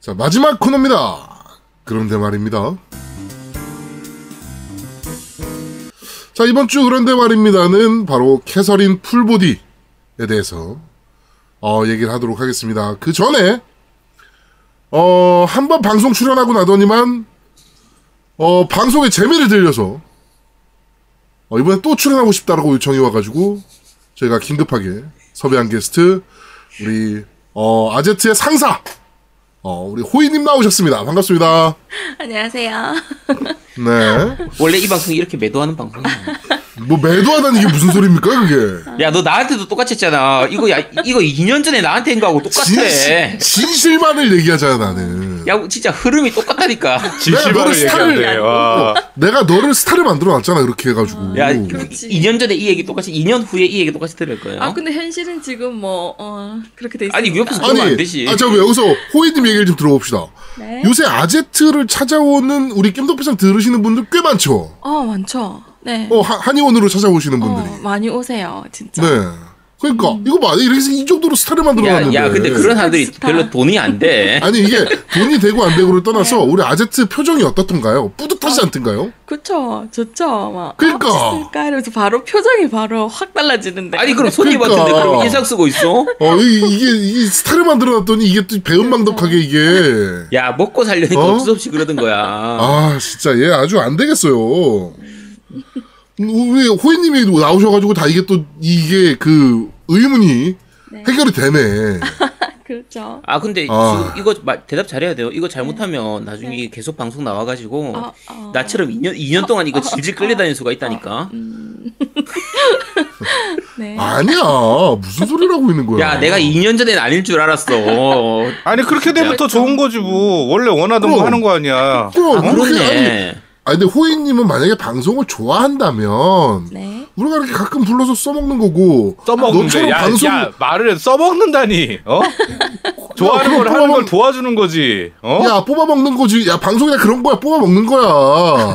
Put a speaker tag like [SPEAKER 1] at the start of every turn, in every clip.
[SPEAKER 1] 자, 마지막 코너입니다. 그런데 말입니다. 자, 이번 주 그런데 말입니다는 바로 캐서린 풀보디에 대해서 어, 얘기를 하도록 하겠습니다. 그 전에 어, 한 번 방송 출연하고 나더니만 어, 방송의 재미를 들려서 어, 이번에 또 출연하고 싶다라고 요청이 와가지고 저희가 긴급하게 섭외한 게스트 우리 어, 아제트의 상사 어, 우리 호이님 나오셨습니다. 반갑습니다.
[SPEAKER 2] 안녕하세요.
[SPEAKER 1] 네.
[SPEAKER 3] 원래 이 방송이 이렇게 매도하는 방송이야.
[SPEAKER 1] 뭐 매도하다는 이게 무슨 소리입니까 그게?
[SPEAKER 3] 야, 너 나한테도 똑같이 했잖아. 이거, 야, 이거 2년 전에 나한테 한 거하고 똑같아.
[SPEAKER 1] 진실,
[SPEAKER 3] 네.
[SPEAKER 1] 진실만을 얘기하잖아 나는.
[SPEAKER 3] 야, 진짜 흐름이 똑같다니까.
[SPEAKER 1] 너를
[SPEAKER 4] 진실만을 얘기한대. 아.
[SPEAKER 2] 스타일이라고.
[SPEAKER 4] 와.
[SPEAKER 1] 내가 너를 스타를 만들어놨잖아 그렇게 해가지고.
[SPEAKER 3] 야,
[SPEAKER 2] 그렇지.
[SPEAKER 3] 2년 전에 이 얘기 똑같이, 2년 후에 이 얘기 똑같이 들을 거예요.
[SPEAKER 2] 아 근데 현실은 지금 뭐 어, 그렇게 돼 있어요.
[SPEAKER 3] 어? 아니, 옆에서
[SPEAKER 1] 아니,
[SPEAKER 3] 그러면 안 되지.
[SPEAKER 1] 아 잠깐 여기서 호이님 얘기를 좀 들어봅시다.
[SPEAKER 2] 네.
[SPEAKER 1] 요새 아제트를 찾아오는 우리 겜덕비상 들으시는 분들 꽤 많죠.
[SPEAKER 2] 어 많죠. 네.
[SPEAKER 1] 어 한- 한의원으로 찾아오시는
[SPEAKER 2] 어, 음.
[SPEAKER 1] 분들이.
[SPEAKER 2] 많이 오세요 진짜.
[SPEAKER 1] 네. 그러니까 이거 봐, 이래서 이 정도로 스타를
[SPEAKER 3] 야,
[SPEAKER 1] 만들어놨는데.
[SPEAKER 3] 야, 근데 그런 사람들이
[SPEAKER 2] 스타.
[SPEAKER 3] 별로 돈이 안 돼.
[SPEAKER 1] 아니 이게 돈이 되고 안 되고를 떠나서
[SPEAKER 2] 네.
[SPEAKER 1] 우리 아제트 표정이 어떻던가요? 뿌듯하지 않던가요?
[SPEAKER 2] 그쵸 좋죠 막.
[SPEAKER 1] 그러니까.
[SPEAKER 2] 아, 없을까 이러면서 바로 표정이 바로 확 달라지는데.
[SPEAKER 3] 아니, 그럼 손님
[SPEAKER 1] 그러니까.
[SPEAKER 3] 같은데 그럼 인상 쓰고 있어?
[SPEAKER 1] 어, 이, 이게, 이게 스타를 만들어놨더니 이게 또 배은망덕하게 이게.
[SPEAKER 3] 야, 먹고 살려니까
[SPEAKER 1] 어?
[SPEAKER 3] 어쩔 수 없이 그러던 거야.
[SPEAKER 1] 아, 진짜 얘 아주 안 되겠어요. 음, 왜 호이님이 나오셔가지고 다 이게 또 이게 그 의문이 해결이 되네.
[SPEAKER 2] 그렇죠.
[SPEAKER 3] 아, 근데
[SPEAKER 1] 아.
[SPEAKER 3] 지금 이거 마- 대답 잘해야 돼요. 이거 잘못하면 나중에 이게 계속 방송 나와가지고
[SPEAKER 2] 어, 어.
[SPEAKER 3] 나처럼 2년, 2년 동안 이거 질질 끌려다닐 수가 있다니까.
[SPEAKER 2] 네.
[SPEAKER 1] 아니야. 무슨 소리를 하고 있는 거야.
[SPEAKER 3] 야, 내가 2년 전엔 아닐 줄 알았어.
[SPEAKER 4] 아니 그렇게 되면 더 좋은 거지 뭐. 원래 원하던
[SPEAKER 1] 그럼.
[SPEAKER 4] 거 하는 거 아니야.
[SPEAKER 1] 어, 그럼,
[SPEAKER 3] 아,
[SPEAKER 1] 그렇게 아니.
[SPEAKER 3] 그렇네.
[SPEAKER 1] 아니, 근데 호이님은 만약에 방송을 좋아한다면
[SPEAKER 2] 네.
[SPEAKER 1] 우리가 이렇게 가끔 불러서 써먹는 거고
[SPEAKER 4] 써먹는데
[SPEAKER 1] 너처럼
[SPEAKER 4] 야,
[SPEAKER 1] 방송
[SPEAKER 4] 야 말을 써먹는다니. 어? 좋아하는 걸 하는 걸 도와주는 거지. 어?
[SPEAKER 1] 야 뽑아먹는 거지 야 방송이나 그런 거야 뽑아먹는 거야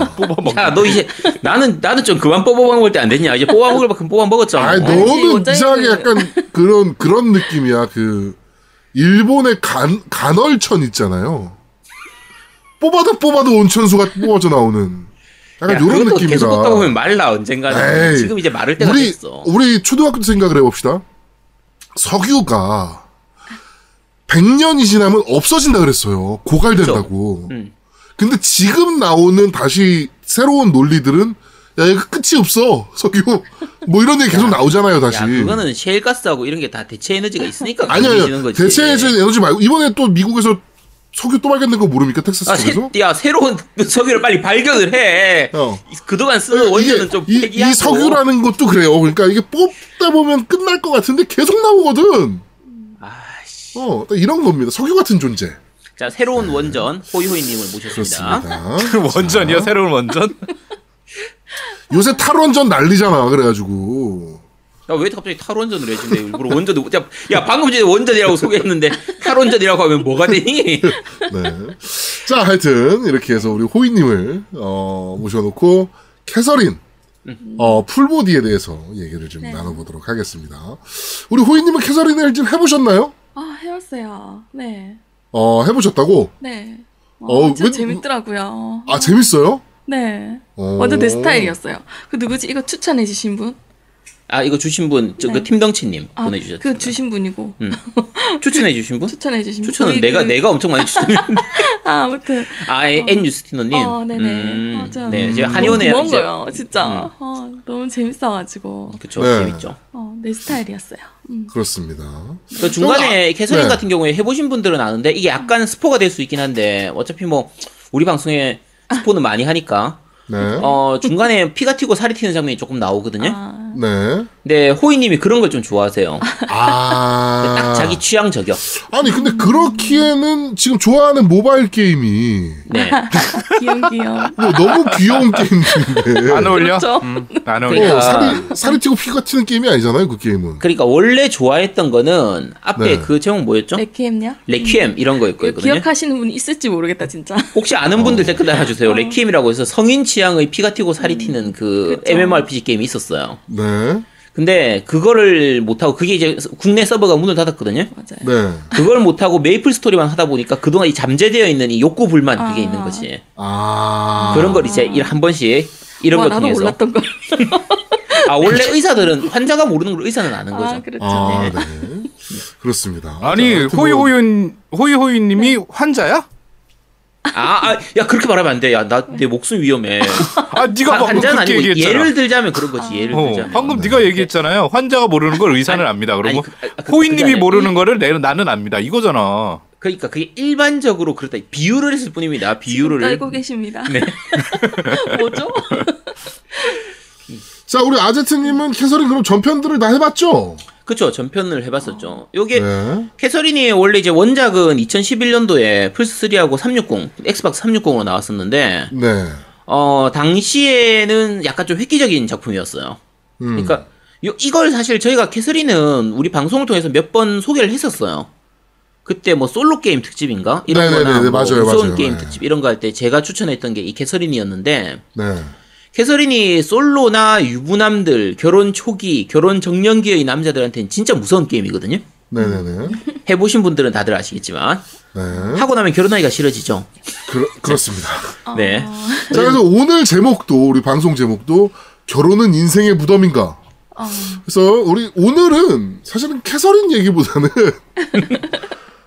[SPEAKER 3] 야, 너 이제 나는 나는 좀 그만 뽑아 먹을 때 안 됐냐? 이제 뽑아 먹을 만큼 뽑아 먹었잖아.
[SPEAKER 1] 아니
[SPEAKER 2] 아니지,
[SPEAKER 1] 너는
[SPEAKER 2] 원장님은-
[SPEAKER 1] 이상하게 약간 그런 그런 느낌이야 그 일본의 간 간월천 있잖아요 뽑아도 뽑아도 온천수가 뽑아져 나오는 약간 요런
[SPEAKER 3] 그것도
[SPEAKER 1] 느낌이라
[SPEAKER 3] 계속 뽑다 보면 말라 언젠가는.
[SPEAKER 1] 에이,
[SPEAKER 3] 지금 이제 마를 때가
[SPEAKER 1] 우리
[SPEAKER 3] 됐어.
[SPEAKER 1] 우리 초등학교 때 생각을 해봅시다 석유가 100년이 지나면 없어진다 그랬어요 고갈된다고
[SPEAKER 3] 음.
[SPEAKER 1] 근데 지금 나오는 다시 새로운 논리들은 야 이거 끝이 없어 석유 뭐 이런 얘기 계속 나오잖아요 다시
[SPEAKER 3] 야, 그거는 셰일 가스하고 이런 게 다 대체 에너지가 있으니까
[SPEAKER 1] 아니요,
[SPEAKER 3] 가능해지는
[SPEAKER 1] 아니요.
[SPEAKER 3] 거지. 예.
[SPEAKER 1] 대체해준 에너지 말고 이번에 또 미국에서 석유 또 발견된 거 모릅니까?
[SPEAKER 3] 아, 새,
[SPEAKER 1] 텍사스에서?
[SPEAKER 3] 야, 새로운 석유를 빨리 발견을 해.
[SPEAKER 1] 어.
[SPEAKER 3] 이- 그동안 쓰는 원료는 좀
[SPEAKER 1] 예, 이,
[SPEAKER 3] 폐기하고.
[SPEAKER 1] 이 석유라는 것도 그래요. 그러니까 이게 뽑다 보면 끝날 것 같은데 계속 나오거든.
[SPEAKER 3] 아씨.
[SPEAKER 1] 어, 또 이런 겁니다. 석유 같은 존재.
[SPEAKER 3] 자, 새로운 원전 호이호이님을 모셨습니다.
[SPEAKER 1] 그렇습니다.
[SPEAKER 4] 원전이야 새로운 원전?
[SPEAKER 1] 요새 탈원전 난리잖아. 그래가지고
[SPEAKER 3] 야, 왜 갑자기 탈원전을 해? 지금 내가 일부러 원전도 못- 야, 야, 방금 전에 원전이라고 소개했는데 탈원전이라고 하면 뭐가 되니?
[SPEAKER 1] 네. 자, 하여튼 이렇게 해서 우리 호이님을 어, 모셔놓고 캐서린 어, 풀보디에 대해서 얘기를
[SPEAKER 2] 네.
[SPEAKER 1] 좀 나눠보도록 하겠습니다. 우리 호이님은 캐서린을 좀 해보셨나요?
[SPEAKER 2] 아 해왔어요. 네.
[SPEAKER 1] 어, 해보셨다고?
[SPEAKER 2] 네.
[SPEAKER 1] 어우,
[SPEAKER 2] 어, 진짜
[SPEAKER 1] 왜-
[SPEAKER 2] 재밌더라고요.
[SPEAKER 1] 아, 재밌어요?
[SPEAKER 2] 네.
[SPEAKER 1] 어.
[SPEAKER 2] 완전 내 스타일이었어요. 그 누구지? 이거 추천해 주신 분?
[SPEAKER 3] 아 이거 주신 분 저 그
[SPEAKER 2] 네.
[SPEAKER 3] 팀덩치님
[SPEAKER 2] 아,
[SPEAKER 3] 보내주셨죠.
[SPEAKER 2] 그 주신 분이고.
[SPEAKER 3] 추천해 주신 분?
[SPEAKER 2] 추천해 주신 분.
[SPEAKER 3] 추천은
[SPEAKER 2] 저희
[SPEAKER 3] 내가
[SPEAKER 2] 그-
[SPEAKER 3] 내가 엄청 많이 추천했는데.
[SPEAKER 2] 아, 아무튼
[SPEAKER 3] 아 에, N 유스티노님.
[SPEAKER 2] 어, 네네. 맞아요.
[SPEAKER 3] 네, 제가 한의원에
[SPEAKER 2] 한의원에 너무
[SPEAKER 3] 이제 음.
[SPEAKER 2] 고마워요, 진짜. 어, 너무 재밌어가지고
[SPEAKER 3] 그쵸
[SPEAKER 1] 네.
[SPEAKER 3] 재밌죠.
[SPEAKER 2] 어, 내 스타일이었어요. 음.
[SPEAKER 1] 그렇습니다.
[SPEAKER 3] 그 중간에 캐서린
[SPEAKER 1] 네.
[SPEAKER 3] 같은 경우에 해보신 분들은 아는데 이게 약간 스포가 될 수 있긴 한데 어차피 뭐 우리 방송에 스포는 많이 하니까
[SPEAKER 1] 네.
[SPEAKER 3] 어 중간에 피가 튀고 살이 튀는 장면이 조금 나오거든요.
[SPEAKER 2] 아,
[SPEAKER 1] 네.
[SPEAKER 3] 근데 호이님이 그런 걸 좀 좋아하세요. 딱
[SPEAKER 1] 아.
[SPEAKER 3] 자기 취향 저격.
[SPEAKER 1] 아니, 근데 그렇기에는 지금 좋아하는 모바일 게임이
[SPEAKER 3] 네.
[SPEAKER 2] 귀여운 귀여운.
[SPEAKER 1] 뭐 너무 귀여운 게임인데.
[SPEAKER 4] 안 어울려?
[SPEAKER 2] 그렇죠.
[SPEAKER 4] 음, 안 어울려.
[SPEAKER 3] 그러니까
[SPEAKER 1] 어, 살이, 살이 튀고 피가 튀는 게임이 아니잖아요, 그 게임은.
[SPEAKER 3] 그러니까 원래 좋아했던 거는 앞에
[SPEAKER 1] 네.
[SPEAKER 3] 그 제목 뭐였죠?
[SPEAKER 2] 레키엠냐?
[SPEAKER 3] 레퀴엠 이런
[SPEAKER 2] 이거
[SPEAKER 3] 거였거든요.
[SPEAKER 2] 기억하시는 분 있을지 모르겠다 진짜.
[SPEAKER 3] 혹시 아는 분들 댓글
[SPEAKER 1] 어.
[SPEAKER 2] 어.
[SPEAKER 3] 달아주세요.
[SPEAKER 2] 음,
[SPEAKER 3] 레퀴엠이라고 해서 성인 취향의 피가 튀고 살이 튀는 그 MMORPG 게임이 있었어요.
[SPEAKER 1] 네.
[SPEAKER 3] 근데 그거를 못하고 그게 이제 국내 서버가 문을 닫았거든요.
[SPEAKER 2] 맞아요.
[SPEAKER 1] 네.
[SPEAKER 3] 그걸 못하고 메이플 스토리만 하다 보니까 그동안 이 잠재되어 있는 이 욕구 불만 그게
[SPEAKER 2] 아.
[SPEAKER 3] 있는 거지.
[SPEAKER 1] 아.
[SPEAKER 3] 그런 걸 이제 일 한 번씩 이런
[SPEAKER 2] 와
[SPEAKER 3] 걸
[SPEAKER 2] 나도
[SPEAKER 3] 통해서.
[SPEAKER 2] 몰랐던 거.
[SPEAKER 3] 아 원래 의사들은 환자가 모르는 걸 의사는 아는 거죠.
[SPEAKER 2] 아 그렇죠.
[SPEAKER 1] 아,
[SPEAKER 2] 네.
[SPEAKER 1] 네. 그렇습니다.
[SPEAKER 4] 아니
[SPEAKER 1] 자, 아무튼 뭐-
[SPEAKER 4] 호이호이님 호이호이님이 환자야?
[SPEAKER 3] 아, 아, 야 그렇게 말하면 안 돼. 야, 나 내 목숨 위험해.
[SPEAKER 4] 아 네가 방금
[SPEAKER 3] 환자는
[SPEAKER 4] 그렇게
[SPEAKER 3] 아니고
[SPEAKER 4] 얘기했잖아.
[SPEAKER 3] 예를 들자면 그런 거지. 예를
[SPEAKER 4] 어,
[SPEAKER 3] 들자면. 그,
[SPEAKER 4] 방금 네가 얘기했잖아요. 환자가 모르는 걸 의사는
[SPEAKER 3] 아니,
[SPEAKER 4] 압니다. 그러고
[SPEAKER 3] 아니, 그- 아, 그- 그게
[SPEAKER 4] 호이님이
[SPEAKER 3] 아니라
[SPEAKER 4] 모르는 거를 내, 나는 압니다. 이거잖아.
[SPEAKER 3] 그러니까 그게 일반적으로 그렇다. 비유를 했을 네.
[SPEAKER 2] 지금
[SPEAKER 3] 뿐입니다. 비유를.
[SPEAKER 2] 떨고 계십니다. 뭐죠?
[SPEAKER 1] 자, 우리 아제트님은 캐서린 그럼 전편들을 다 해봤죠?
[SPEAKER 3] 그렇죠. 전편을
[SPEAKER 4] 어.
[SPEAKER 3] 해봤었죠. 요게
[SPEAKER 1] 네.
[SPEAKER 3] 캐서린이 원래 이제 원작은 2011년도에 플스3하고 360, 엑스박스 360으로 나왔었는데,
[SPEAKER 1] 네.
[SPEAKER 3] 어, 당시에는 약간 좀 획기적인 작품이었어요.
[SPEAKER 1] 음.
[SPEAKER 3] 그러니까, 요- 이걸 사실 저희가 캐서린은 우리 방송을 통해서 몇 번 소개를 했었어요. 그때 뭐 솔로 게임 특집인가? 이런
[SPEAKER 1] 네네네네,
[SPEAKER 3] 거나 뭐
[SPEAKER 1] 맞아요,
[SPEAKER 3] 무서운
[SPEAKER 1] 맞아요.
[SPEAKER 3] 게임
[SPEAKER 1] 네.
[SPEAKER 3] 특집 이런 거 할 때 제가 추천했던 게 이 캐서린이었는데,
[SPEAKER 1] 네.
[SPEAKER 3] 캐서린이 솔로나 유부남들, 결혼 초기, 결혼 정년기의 남자들한테는 진짜 무서운 게임이거든요.
[SPEAKER 1] 네네네.
[SPEAKER 3] 해보신 분들은 다들 아시겠지만
[SPEAKER 1] 네.
[SPEAKER 3] 하고 나면 결혼하기가 싫어지죠.
[SPEAKER 1] 그, 그렇습니다.
[SPEAKER 3] 네.
[SPEAKER 1] 자, 그래서 오늘 제목도, 우리 방송 제목도 결혼은 인생의 무덤인가?
[SPEAKER 2] 어,
[SPEAKER 1] 그래서 우리 오늘은 사실은 캐서린 얘기보다는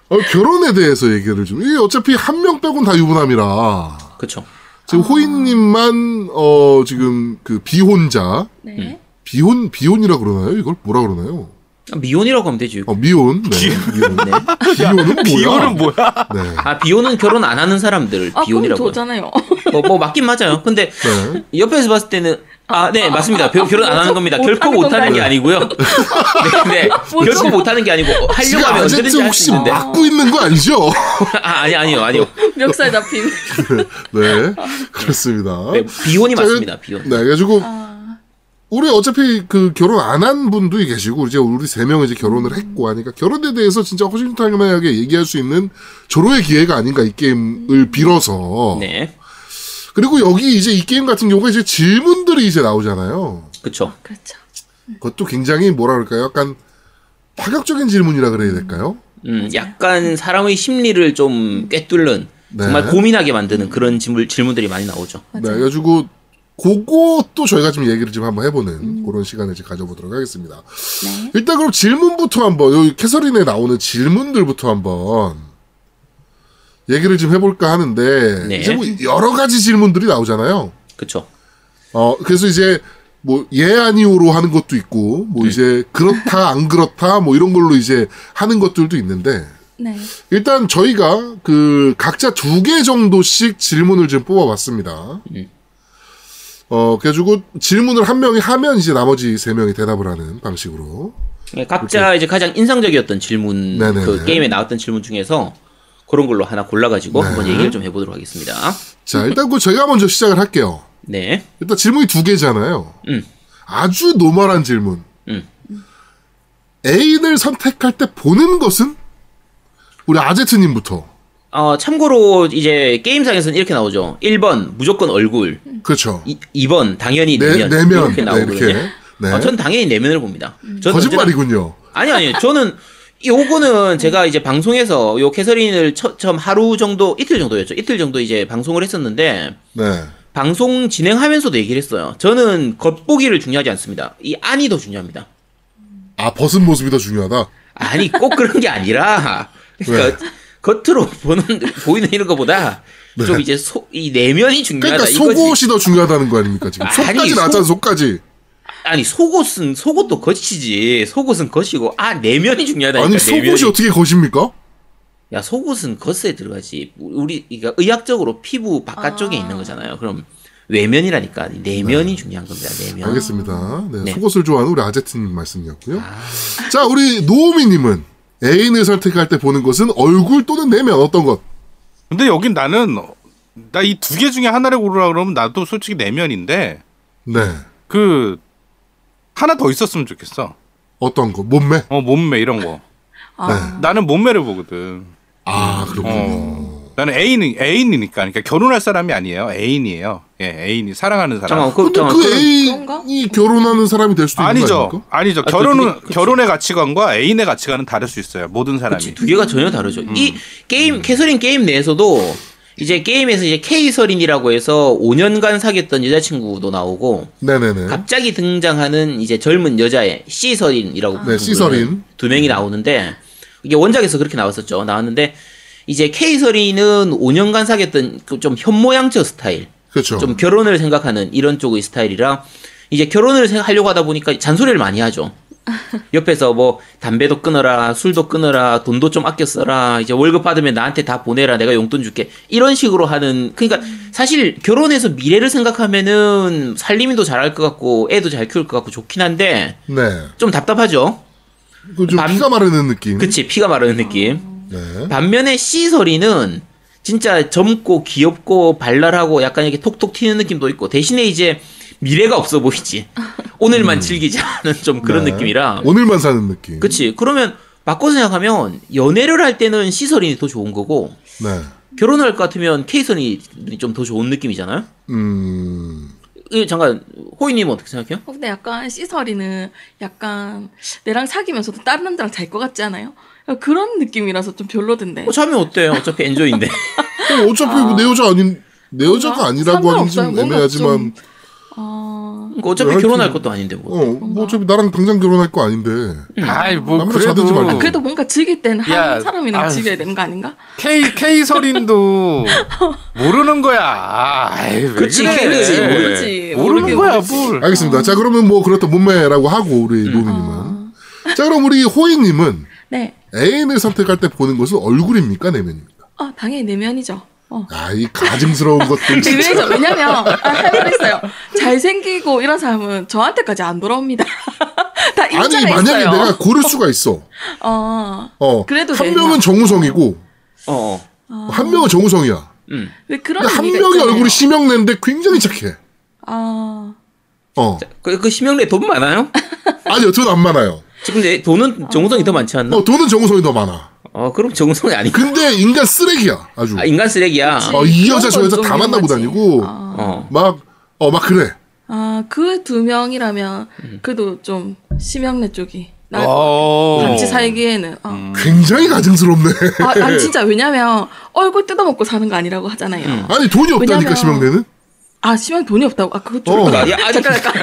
[SPEAKER 1] 어, 결혼에 대해서 얘기를 좀. 이게 어차피 한 명 빼곤 다 유부남이라.
[SPEAKER 3] 그렇죠.
[SPEAKER 1] 지금 호인님만 어 지금 그 비혼자
[SPEAKER 2] 네.
[SPEAKER 3] 음,
[SPEAKER 1] 비혼 비혼이라 그러나요? 이걸 뭐라 그러나요?
[SPEAKER 3] 미혼이라고 하면 되지.
[SPEAKER 1] 어 미혼. 네. 미혼.
[SPEAKER 3] 네.
[SPEAKER 1] 비혼은 뭐야?
[SPEAKER 4] 비호는 뭐야?
[SPEAKER 1] 네.
[SPEAKER 3] 아 비혼은 결혼 안 하는 사람들
[SPEAKER 2] 아 그럼
[SPEAKER 3] 비혼이라고. 요
[SPEAKER 2] 저잖아요.
[SPEAKER 3] 뭐, 뭐 맞긴 맞아요. 근데
[SPEAKER 1] 네.
[SPEAKER 3] 옆에서 봤을 때는 아, 네, 맞습니다. 벼- 결혼 안 하는 겁니다.
[SPEAKER 2] 못
[SPEAKER 3] 결코
[SPEAKER 2] 하는
[SPEAKER 3] 못 하는 게
[SPEAKER 2] 건가요? 아,
[SPEAKER 3] 아니고요. 네, 네. 결코 못 하는 게 아니고 하려고
[SPEAKER 1] 지금
[SPEAKER 3] 하면
[SPEAKER 1] 아제트
[SPEAKER 3] 언제든지 할
[SPEAKER 1] 혹시 어?
[SPEAKER 3] 수 있는데. 아,
[SPEAKER 1] 막고 있는 거 아니죠?
[SPEAKER 3] 아니 아니요. 아니요.
[SPEAKER 2] 멱살 잡힘.
[SPEAKER 1] 네. 그렇습니다.
[SPEAKER 3] 네, 비혼이
[SPEAKER 1] 자,
[SPEAKER 3] 맞습니다. 비혼.
[SPEAKER 1] 네. 그래가지고
[SPEAKER 2] 아,
[SPEAKER 1] 우리 어차피 그 결혼 안 한 분도 계시고 이제 우리 세 명 이제 결혼을 했고 하니까 결혼에 대해서 진짜 허심탄회하게 얘기할 수 있는 절호의 기회가 아닌가 이 게임을 빌어서
[SPEAKER 3] 네.
[SPEAKER 1] 그리고 여기 이제 이 게임 같은 경우가 이제 질문들이 이제 나오잖아요.
[SPEAKER 3] 그렇죠.
[SPEAKER 2] 그렇죠.
[SPEAKER 1] 그것도 굉장히 뭐라 그럴까요? 약간 파격적인 질문이라 그래야 될까요?
[SPEAKER 3] 음, 약간 사람의 심리를 좀 꿰뚫는
[SPEAKER 1] 네.
[SPEAKER 3] 정말 고민하게 만드는 그런 질문, 질문들이 많이 나오죠.
[SPEAKER 1] 네, 그래가지고 그것도 저희가 좀 얘기를 좀 한번 해보는 그런 시간을 이제 가져보도록 하겠습니다.
[SPEAKER 2] 네.
[SPEAKER 1] 일단 그럼 질문부터 한번 여기 캐서린에 나오는 질문들부터 한번 얘기를 좀 해볼까 하는데
[SPEAKER 3] 네.
[SPEAKER 1] 이제 뭐 여러 가지 질문들이 나오잖아요.
[SPEAKER 3] 그렇죠.
[SPEAKER 1] 어 그래서 이제 뭐 예 아니오로 하는 것도 있고 뭐 이제 그렇다 안 그렇다 뭐 이런 걸로 이제 하는 것들도 있는데
[SPEAKER 2] 네.
[SPEAKER 1] 일단 저희가 그 각자 두 개 정도씩 질문을 좀 뽑아봤습니다.
[SPEAKER 3] 음.
[SPEAKER 1] 어 그래가지고 질문을 한 명이 하면 이제 나머지 세 명이 대답을 하는 방식으로
[SPEAKER 3] 예, 각자 이제 가장 인상적이었던 질문
[SPEAKER 1] 그렇죠. 네네네.
[SPEAKER 3] 그 게임에 나왔던 질문 중에서 그런 걸로 하나 골라가지고 한번
[SPEAKER 1] 네.
[SPEAKER 3] 얘기를 좀 해보도록 하겠습니다.
[SPEAKER 1] 자, 일단 그 저희가 먼저 시작을 할게요.
[SPEAKER 3] 네,
[SPEAKER 1] 일단 질문이 두 개잖아요.
[SPEAKER 3] 음.
[SPEAKER 1] 아주 노멀한 질문.
[SPEAKER 3] 음.
[SPEAKER 1] 애인을 선택할 때 보는 것은 우리 아제트님부터.
[SPEAKER 3] 어, 참고로 이제 게임상에서는 이렇게 나오죠. 1번 무조건 얼굴,
[SPEAKER 1] 그렇죠.
[SPEAKER 3] 이, 2번 당연히
[SPEAKER 1] 네,
[SPEAKER 3] 내면,
[SPEAKER 1] 내면
[SPEAKER 3] 이렇게
[SPEAKER 1] 네,
[SPEAKER 3] 나오거든요.
[SPEAKER 1] 이렇게. 네.
[SPEAKER 3] 어, 전 당연히 내면을 봅니다. 저는 언제나-
[SPEAKER 1] 거짓말이군요.
[SPEAKER 3] 아니 아니 저는 요거는 제가 이제 방송에서 요 캐서린을 처, 처음 하루 정도 이틀 정도였죠 이틀 정도 이제 방송을 했었는데
[SPEAKER 1] 네.
[SPEAKER 3] 방송 진행하면서도 얘기를 했어요 저는 겉보기를 중요하지 않습니다 이 안이 더 중요합니다
[SPEAKER 1] 아 벗은 모습이 더 중요하다.
[SPEAKER 3] 아니 꼭 그런 게 아니라 그러니까 겉으로 보는 보이는 이런 거보다 좀 이제 소, 이 내면이 중요하다
[SPEAKER 1] 그러니까
[SPEAKER 3] 이거지
[SPEAKER 1] 속옷이 더 중요하다는 거 아닙니까 지금?
[SPEAKER 3] 아니,
[SPEAKER 1] 속까지
[SPEAKER 3] 속-
[SPEAKER 1] 나왔잖아 속까지.
[SPEAKER 3] 아니 속옷은 속옷도 겉이지 속옷은 겉이고 아 내면이 중요하다니까 그러니까
[SPEAKER 1] 아니 속옷이
[SPEAKER 3] 내면이.
[SPEAKER 1] 어떻게 것입니까?
[SPEAKER 3] 야 속옷은 겉에 들어가지 우리 그러니까 의학적으로 피부 바깥쪽에 있는 거잖아요 그럼 외면이라니까 내면이 중요한 겁니다 내면
[SPEAKER 1] 네. 알겠습니다. 네,
[SPEAKER 3] 아. 네.
[SPEAKER 1] 속옷을 좋아하는 우리 아제트님 말씀이었고요. 자, 우리 노우미님은 애인을 선택할 때 보는 것은 얼굴 또는 내면 어떤 것?
[SPEAKER 4] 근데 여긴 나는 나 이 두 개 중에 하나를 고르라 그러면 나도 솔직히 내면인데
[SPEAKER 1] 네,
[SPEAKER 4] 그 하나 더 있었으면 좋겠어.
[SPEAKER 1] 어떤 것? 몸매?
[SPEAKER 4] 어 몸매 이런 거.
[SPEAKER 2] 아,
[SPEAKER 4] 나는 몸매를 보거든.
[SPEAKER 1] 아, 그렇군요.
[SPEAKER 4] 어. 나는 애인 애인이니까 그러니까 결혼할 사람이 아니에요. 애인이에요. 예, 애인이 사랑하는 사람.
[SPEAKER 3] 잠깐만, 그,
[SPEAKER 1] 근데
[SPEAKER 3] 잠깐만.
[SPEAKER 1] 그
[SPEAKER 3] 그,
[SPEAKER 2] 그런가?
[SPEAKER 1] 애인이 결혼하는 사람이 될 수도 있는 거
[SPEAKER 4] 아니죠.
[SPEAKER 1] 아닙니까?
[SPEAKER 4] 아니죠.
[SPEAKER 3] 아,
[SPEAKER 4] 결혼은
[SPEAKER 3] 그치, 그치.
[SPEAKER 4] 결혼의 가치관과 애인의 가치관은 다를 수 있어요. 모든 사람이.
[SPEAKER 3] 두 개가 전혀 다르죠.
[SPEAKER 1] 음.
[SPEAKER 3] 이 게임, 캐서린 게임 내에서도 이제 게임에서 이제 케이서린이라고 해서 5년간 사귀었던 여자친구도 나오고
[SPEAKER 1] 네네네.
[SPEAKER 3] 갑자기 등장하는 이제 젊은 여자의 시서린이라고
[SPEAKER 1] 네, 시서린.
[SPEAKER 3] 두 명이 나오는데 이게 원작에서 그렇게 나왔었죠. 나왔는데 이제 케이서린은 5년간 사귀었던 그좀 현모양처 스타일,
[SPEAKER 1] 그렇죠.
[SPEAKER 3] 좀 결혼을 생각하는 이런 쪽의 스타일이라 이제 결혼을 생- 하려고 하다 보니까 잔소리를 많이 하죠. 옆에서 뭐 담배도 끊어라, 술도 끊어라, 돈도 좀 아껴 써라, 이제 월급 받으면 나한테 다 보내라, 내가 용돈 줄게 이런 식으로 하는. 그러니까 사실 결혼해서 미래를 생각하면은 살림이도 잘할 것 같고 애도 잘 키울 것 같고 좋긴 한데
[SPEAKER 1] 네.
[SPEAKER 3] 좀 답답하죠.
[SPEAKER 1] 그좀
[SPEAKER 3] 남-
[SPEAKER 1] 피가 마르는 느낌.
[SPEAKER 3] 그치 피가 마르는 느낌.
[SPEAKER 1] 네.
[SPEAKER 3] 반면에 시설이는 진짜 젊고 귀엽고 발랄하고 약간 이렇게 톡톡 튀는 느낌도 있고 대신에 이제 미래가 없어 보이지. 오늘만 즐기자는 좀 그런
[SPEAKER 1] 음. 네.
[SPEAKER 3] 느낌이라.
[SPEAKER 1] 오늘만 사는 느낌.
[SPEAKER 3] 아. 그치. 그러면 바꿔 생각하면 연애를 할 때는 시설이 더 좋은 거고
[SPEAKER 1] 네.
[SPEAKER 3] 결혼을 할 것 같으면 케이선이 좀 더 좋은 느낌이잖아요.
[SPEAKER 1] 음.
[SPEAKER 3] 이, 잠깐 호이님 어떻게 생각해요?
[SPEAKER 2] 근데 약간 시설이는 약간 내랑 사귀면서도 다른 남자랑 잘 것 같지 않아요? 그런 느낌이라서 좀 별로던데.
[SPEAKER 3] 어차피 어때요? 어차피 엔조인데.
[SPEAKER 1] 그럼 어차피
[SPEAKER 2] 아.
[SPEAKER 1] 내 여자 아닌 내 여자가 아니라고 하는 좀
[SPEAKER 2] 상관없어요. 뭔가
[SPEAKER 1] 애매하지만
[SPEAKER 2] 좀,
[SPEAKER 1] 음.
[SPEAKER 2] 어...
[SPEAKER 3] 그러니까 어차피
[SPEAKER 1] 하여튼-
[SPEAKER 3] 결혼할 것도 아닌데 뭐.
[SPEAKER 1] 어, 뭐 어차피 나랑 당장 결혼할 거 아닌데.
[SPEAKER 4] 아이 뭐
[SPEAKER 1] 아무나 자든지 말든지.
[SPEAKER 2] 아, 그래도 뭔가 즐길 땐 한
[SPEAKER 4] 야,
[SPEAKER 2] 사람이랑
[SPEAKER 4] 아유.
[SPEAKER 2] 즐겨야 되는 거 아닌가?
[SPEAKER 4] K K 서린도 모르는 거야. 아이, 왜
[SPEAKER 3] 그치,
[SPEAKER 4] 그래?
[SPEAKER 3] 모르지,
[SPEAKER 2] 모르지. 모르게
[SPEAKER 4] 모르는 거야,
[SPEAKER 2] 모르지.
[SPEAKER 4] 뭘.
[SPEAKER 1] 알겠습니다. 자, 그러면 뭐 그렇다 몸매라고 하고 우리
[SPEAKER 3] 음.
[SPEAKER 1] 노미님은.
[SPEAKER 2] 아,
[SPEAKER 1] 자, 그럼 우리 호이님은
[SPEAKER 2] 네.
[SPEAKER 1] 애인을 선택할 때 보는 것은 얼굴입니까 내면입니까?
[SPEAKER 2] 아, 당연히 내면이죠. 어.
[SPEAKER 1] 아, 이 가증스러운 것들 진짜.
[SPEAKER 2] 내면이죠. 왜냐면, 아, 할 말이 있어요. 잘생기고 이런 사람은 저한테까지 안 돌아옵니다. 다
[SPEAKER 1] 아니
[SPEAKER 2] 인자가
[SPEAKER 1] 만약에
[SPEAKER 2] 있어요.
[SPEAKER 1] 내가 고를 수가 있어.
[SPEAKER 2] 어.
[SPEAKER 1] 어,
[SPEAKER 2] 그래도
[SPEAKER 1] 한
[SPEAKER 2] 내면.
[SPEAKER 1] 명은 정우성이고
[SPEAKER 3] 어, 어.
[SPEAKER 1] 한 명은 정우성이야.
[SPEAKER 3] 음.
[SPEAKER 2] 근데 그런
[SPEAKER 1] 근데 한
[SPEAKER 2] 의미가
[SPEAKER 1] 명이
[SPEAKER 2] 있잖아요.
[SPEAKER 1] 얼굴이 심형래인데 굉장히 착해.
[SPEAKER 2] 아.
[SPEAKER 1] 어,
[SPEAKER 3] 그, 그 심형래 돈 많아요?
[SPEAKER 1] 아니요, 돈 안 많아요.
[SPEAKER 3] 지금 내 돈은 정우성이 더 많지 않나?
[SPEAKER 1] 어, 돈은 정우성이 더 많아.
[SPEAKER 3] 어, 그럼 정우성이 아닌
[SPEAKER 1] 근데 인간 쓰레기야, 아주.
[SPEAKER 3] 아, 인간 쓰레기야.
[SPEAKER 1] 어, 이
[SPEAKER 2] 그런
[SPEAKER 1] 여자, 저
[SPEAKER 2] 건
[SPEAKER 1] 여자
[SPEAKER 2] 좀
[SPEAKER 1] 다 만나고
[SPEAKER 2] 위험하지.
[SPEAKER 1] 다니고.
[SPEAKER 2] 아.
[SPEAKER 3] 어.
[SPEAKER 1] 막, 어, 막 그래.
[SPEAKER 2] 아, 그 두 명이라면
[SPEAKER 1] 음.
[SPEAKER 2] 그래도 좀 심형래 쪽이 나
[SPEAKER 4] 어.
[SPEAKER 2] 같이 살기에는 어.
[SPEAKER 1] 음. 굉장히 가증스럽네.
[SPEAKER 2] 아, 난 진짜 왜냐면 얼굴 뜯어먹고 사는 거 아니라고 하잖아요.
[SPEAKER 1] 아니 돈이 없다니까
[SPEAKER 2] 왜냐면-
[SPEAKER 1] 심형래는.
[SPEAKER 2] 아, 심형 돈이 없다고. 아, 그거 좀
[SPEAKER 1] 어.
[SPEAKER 3] 그러니까 야, 야, 아니,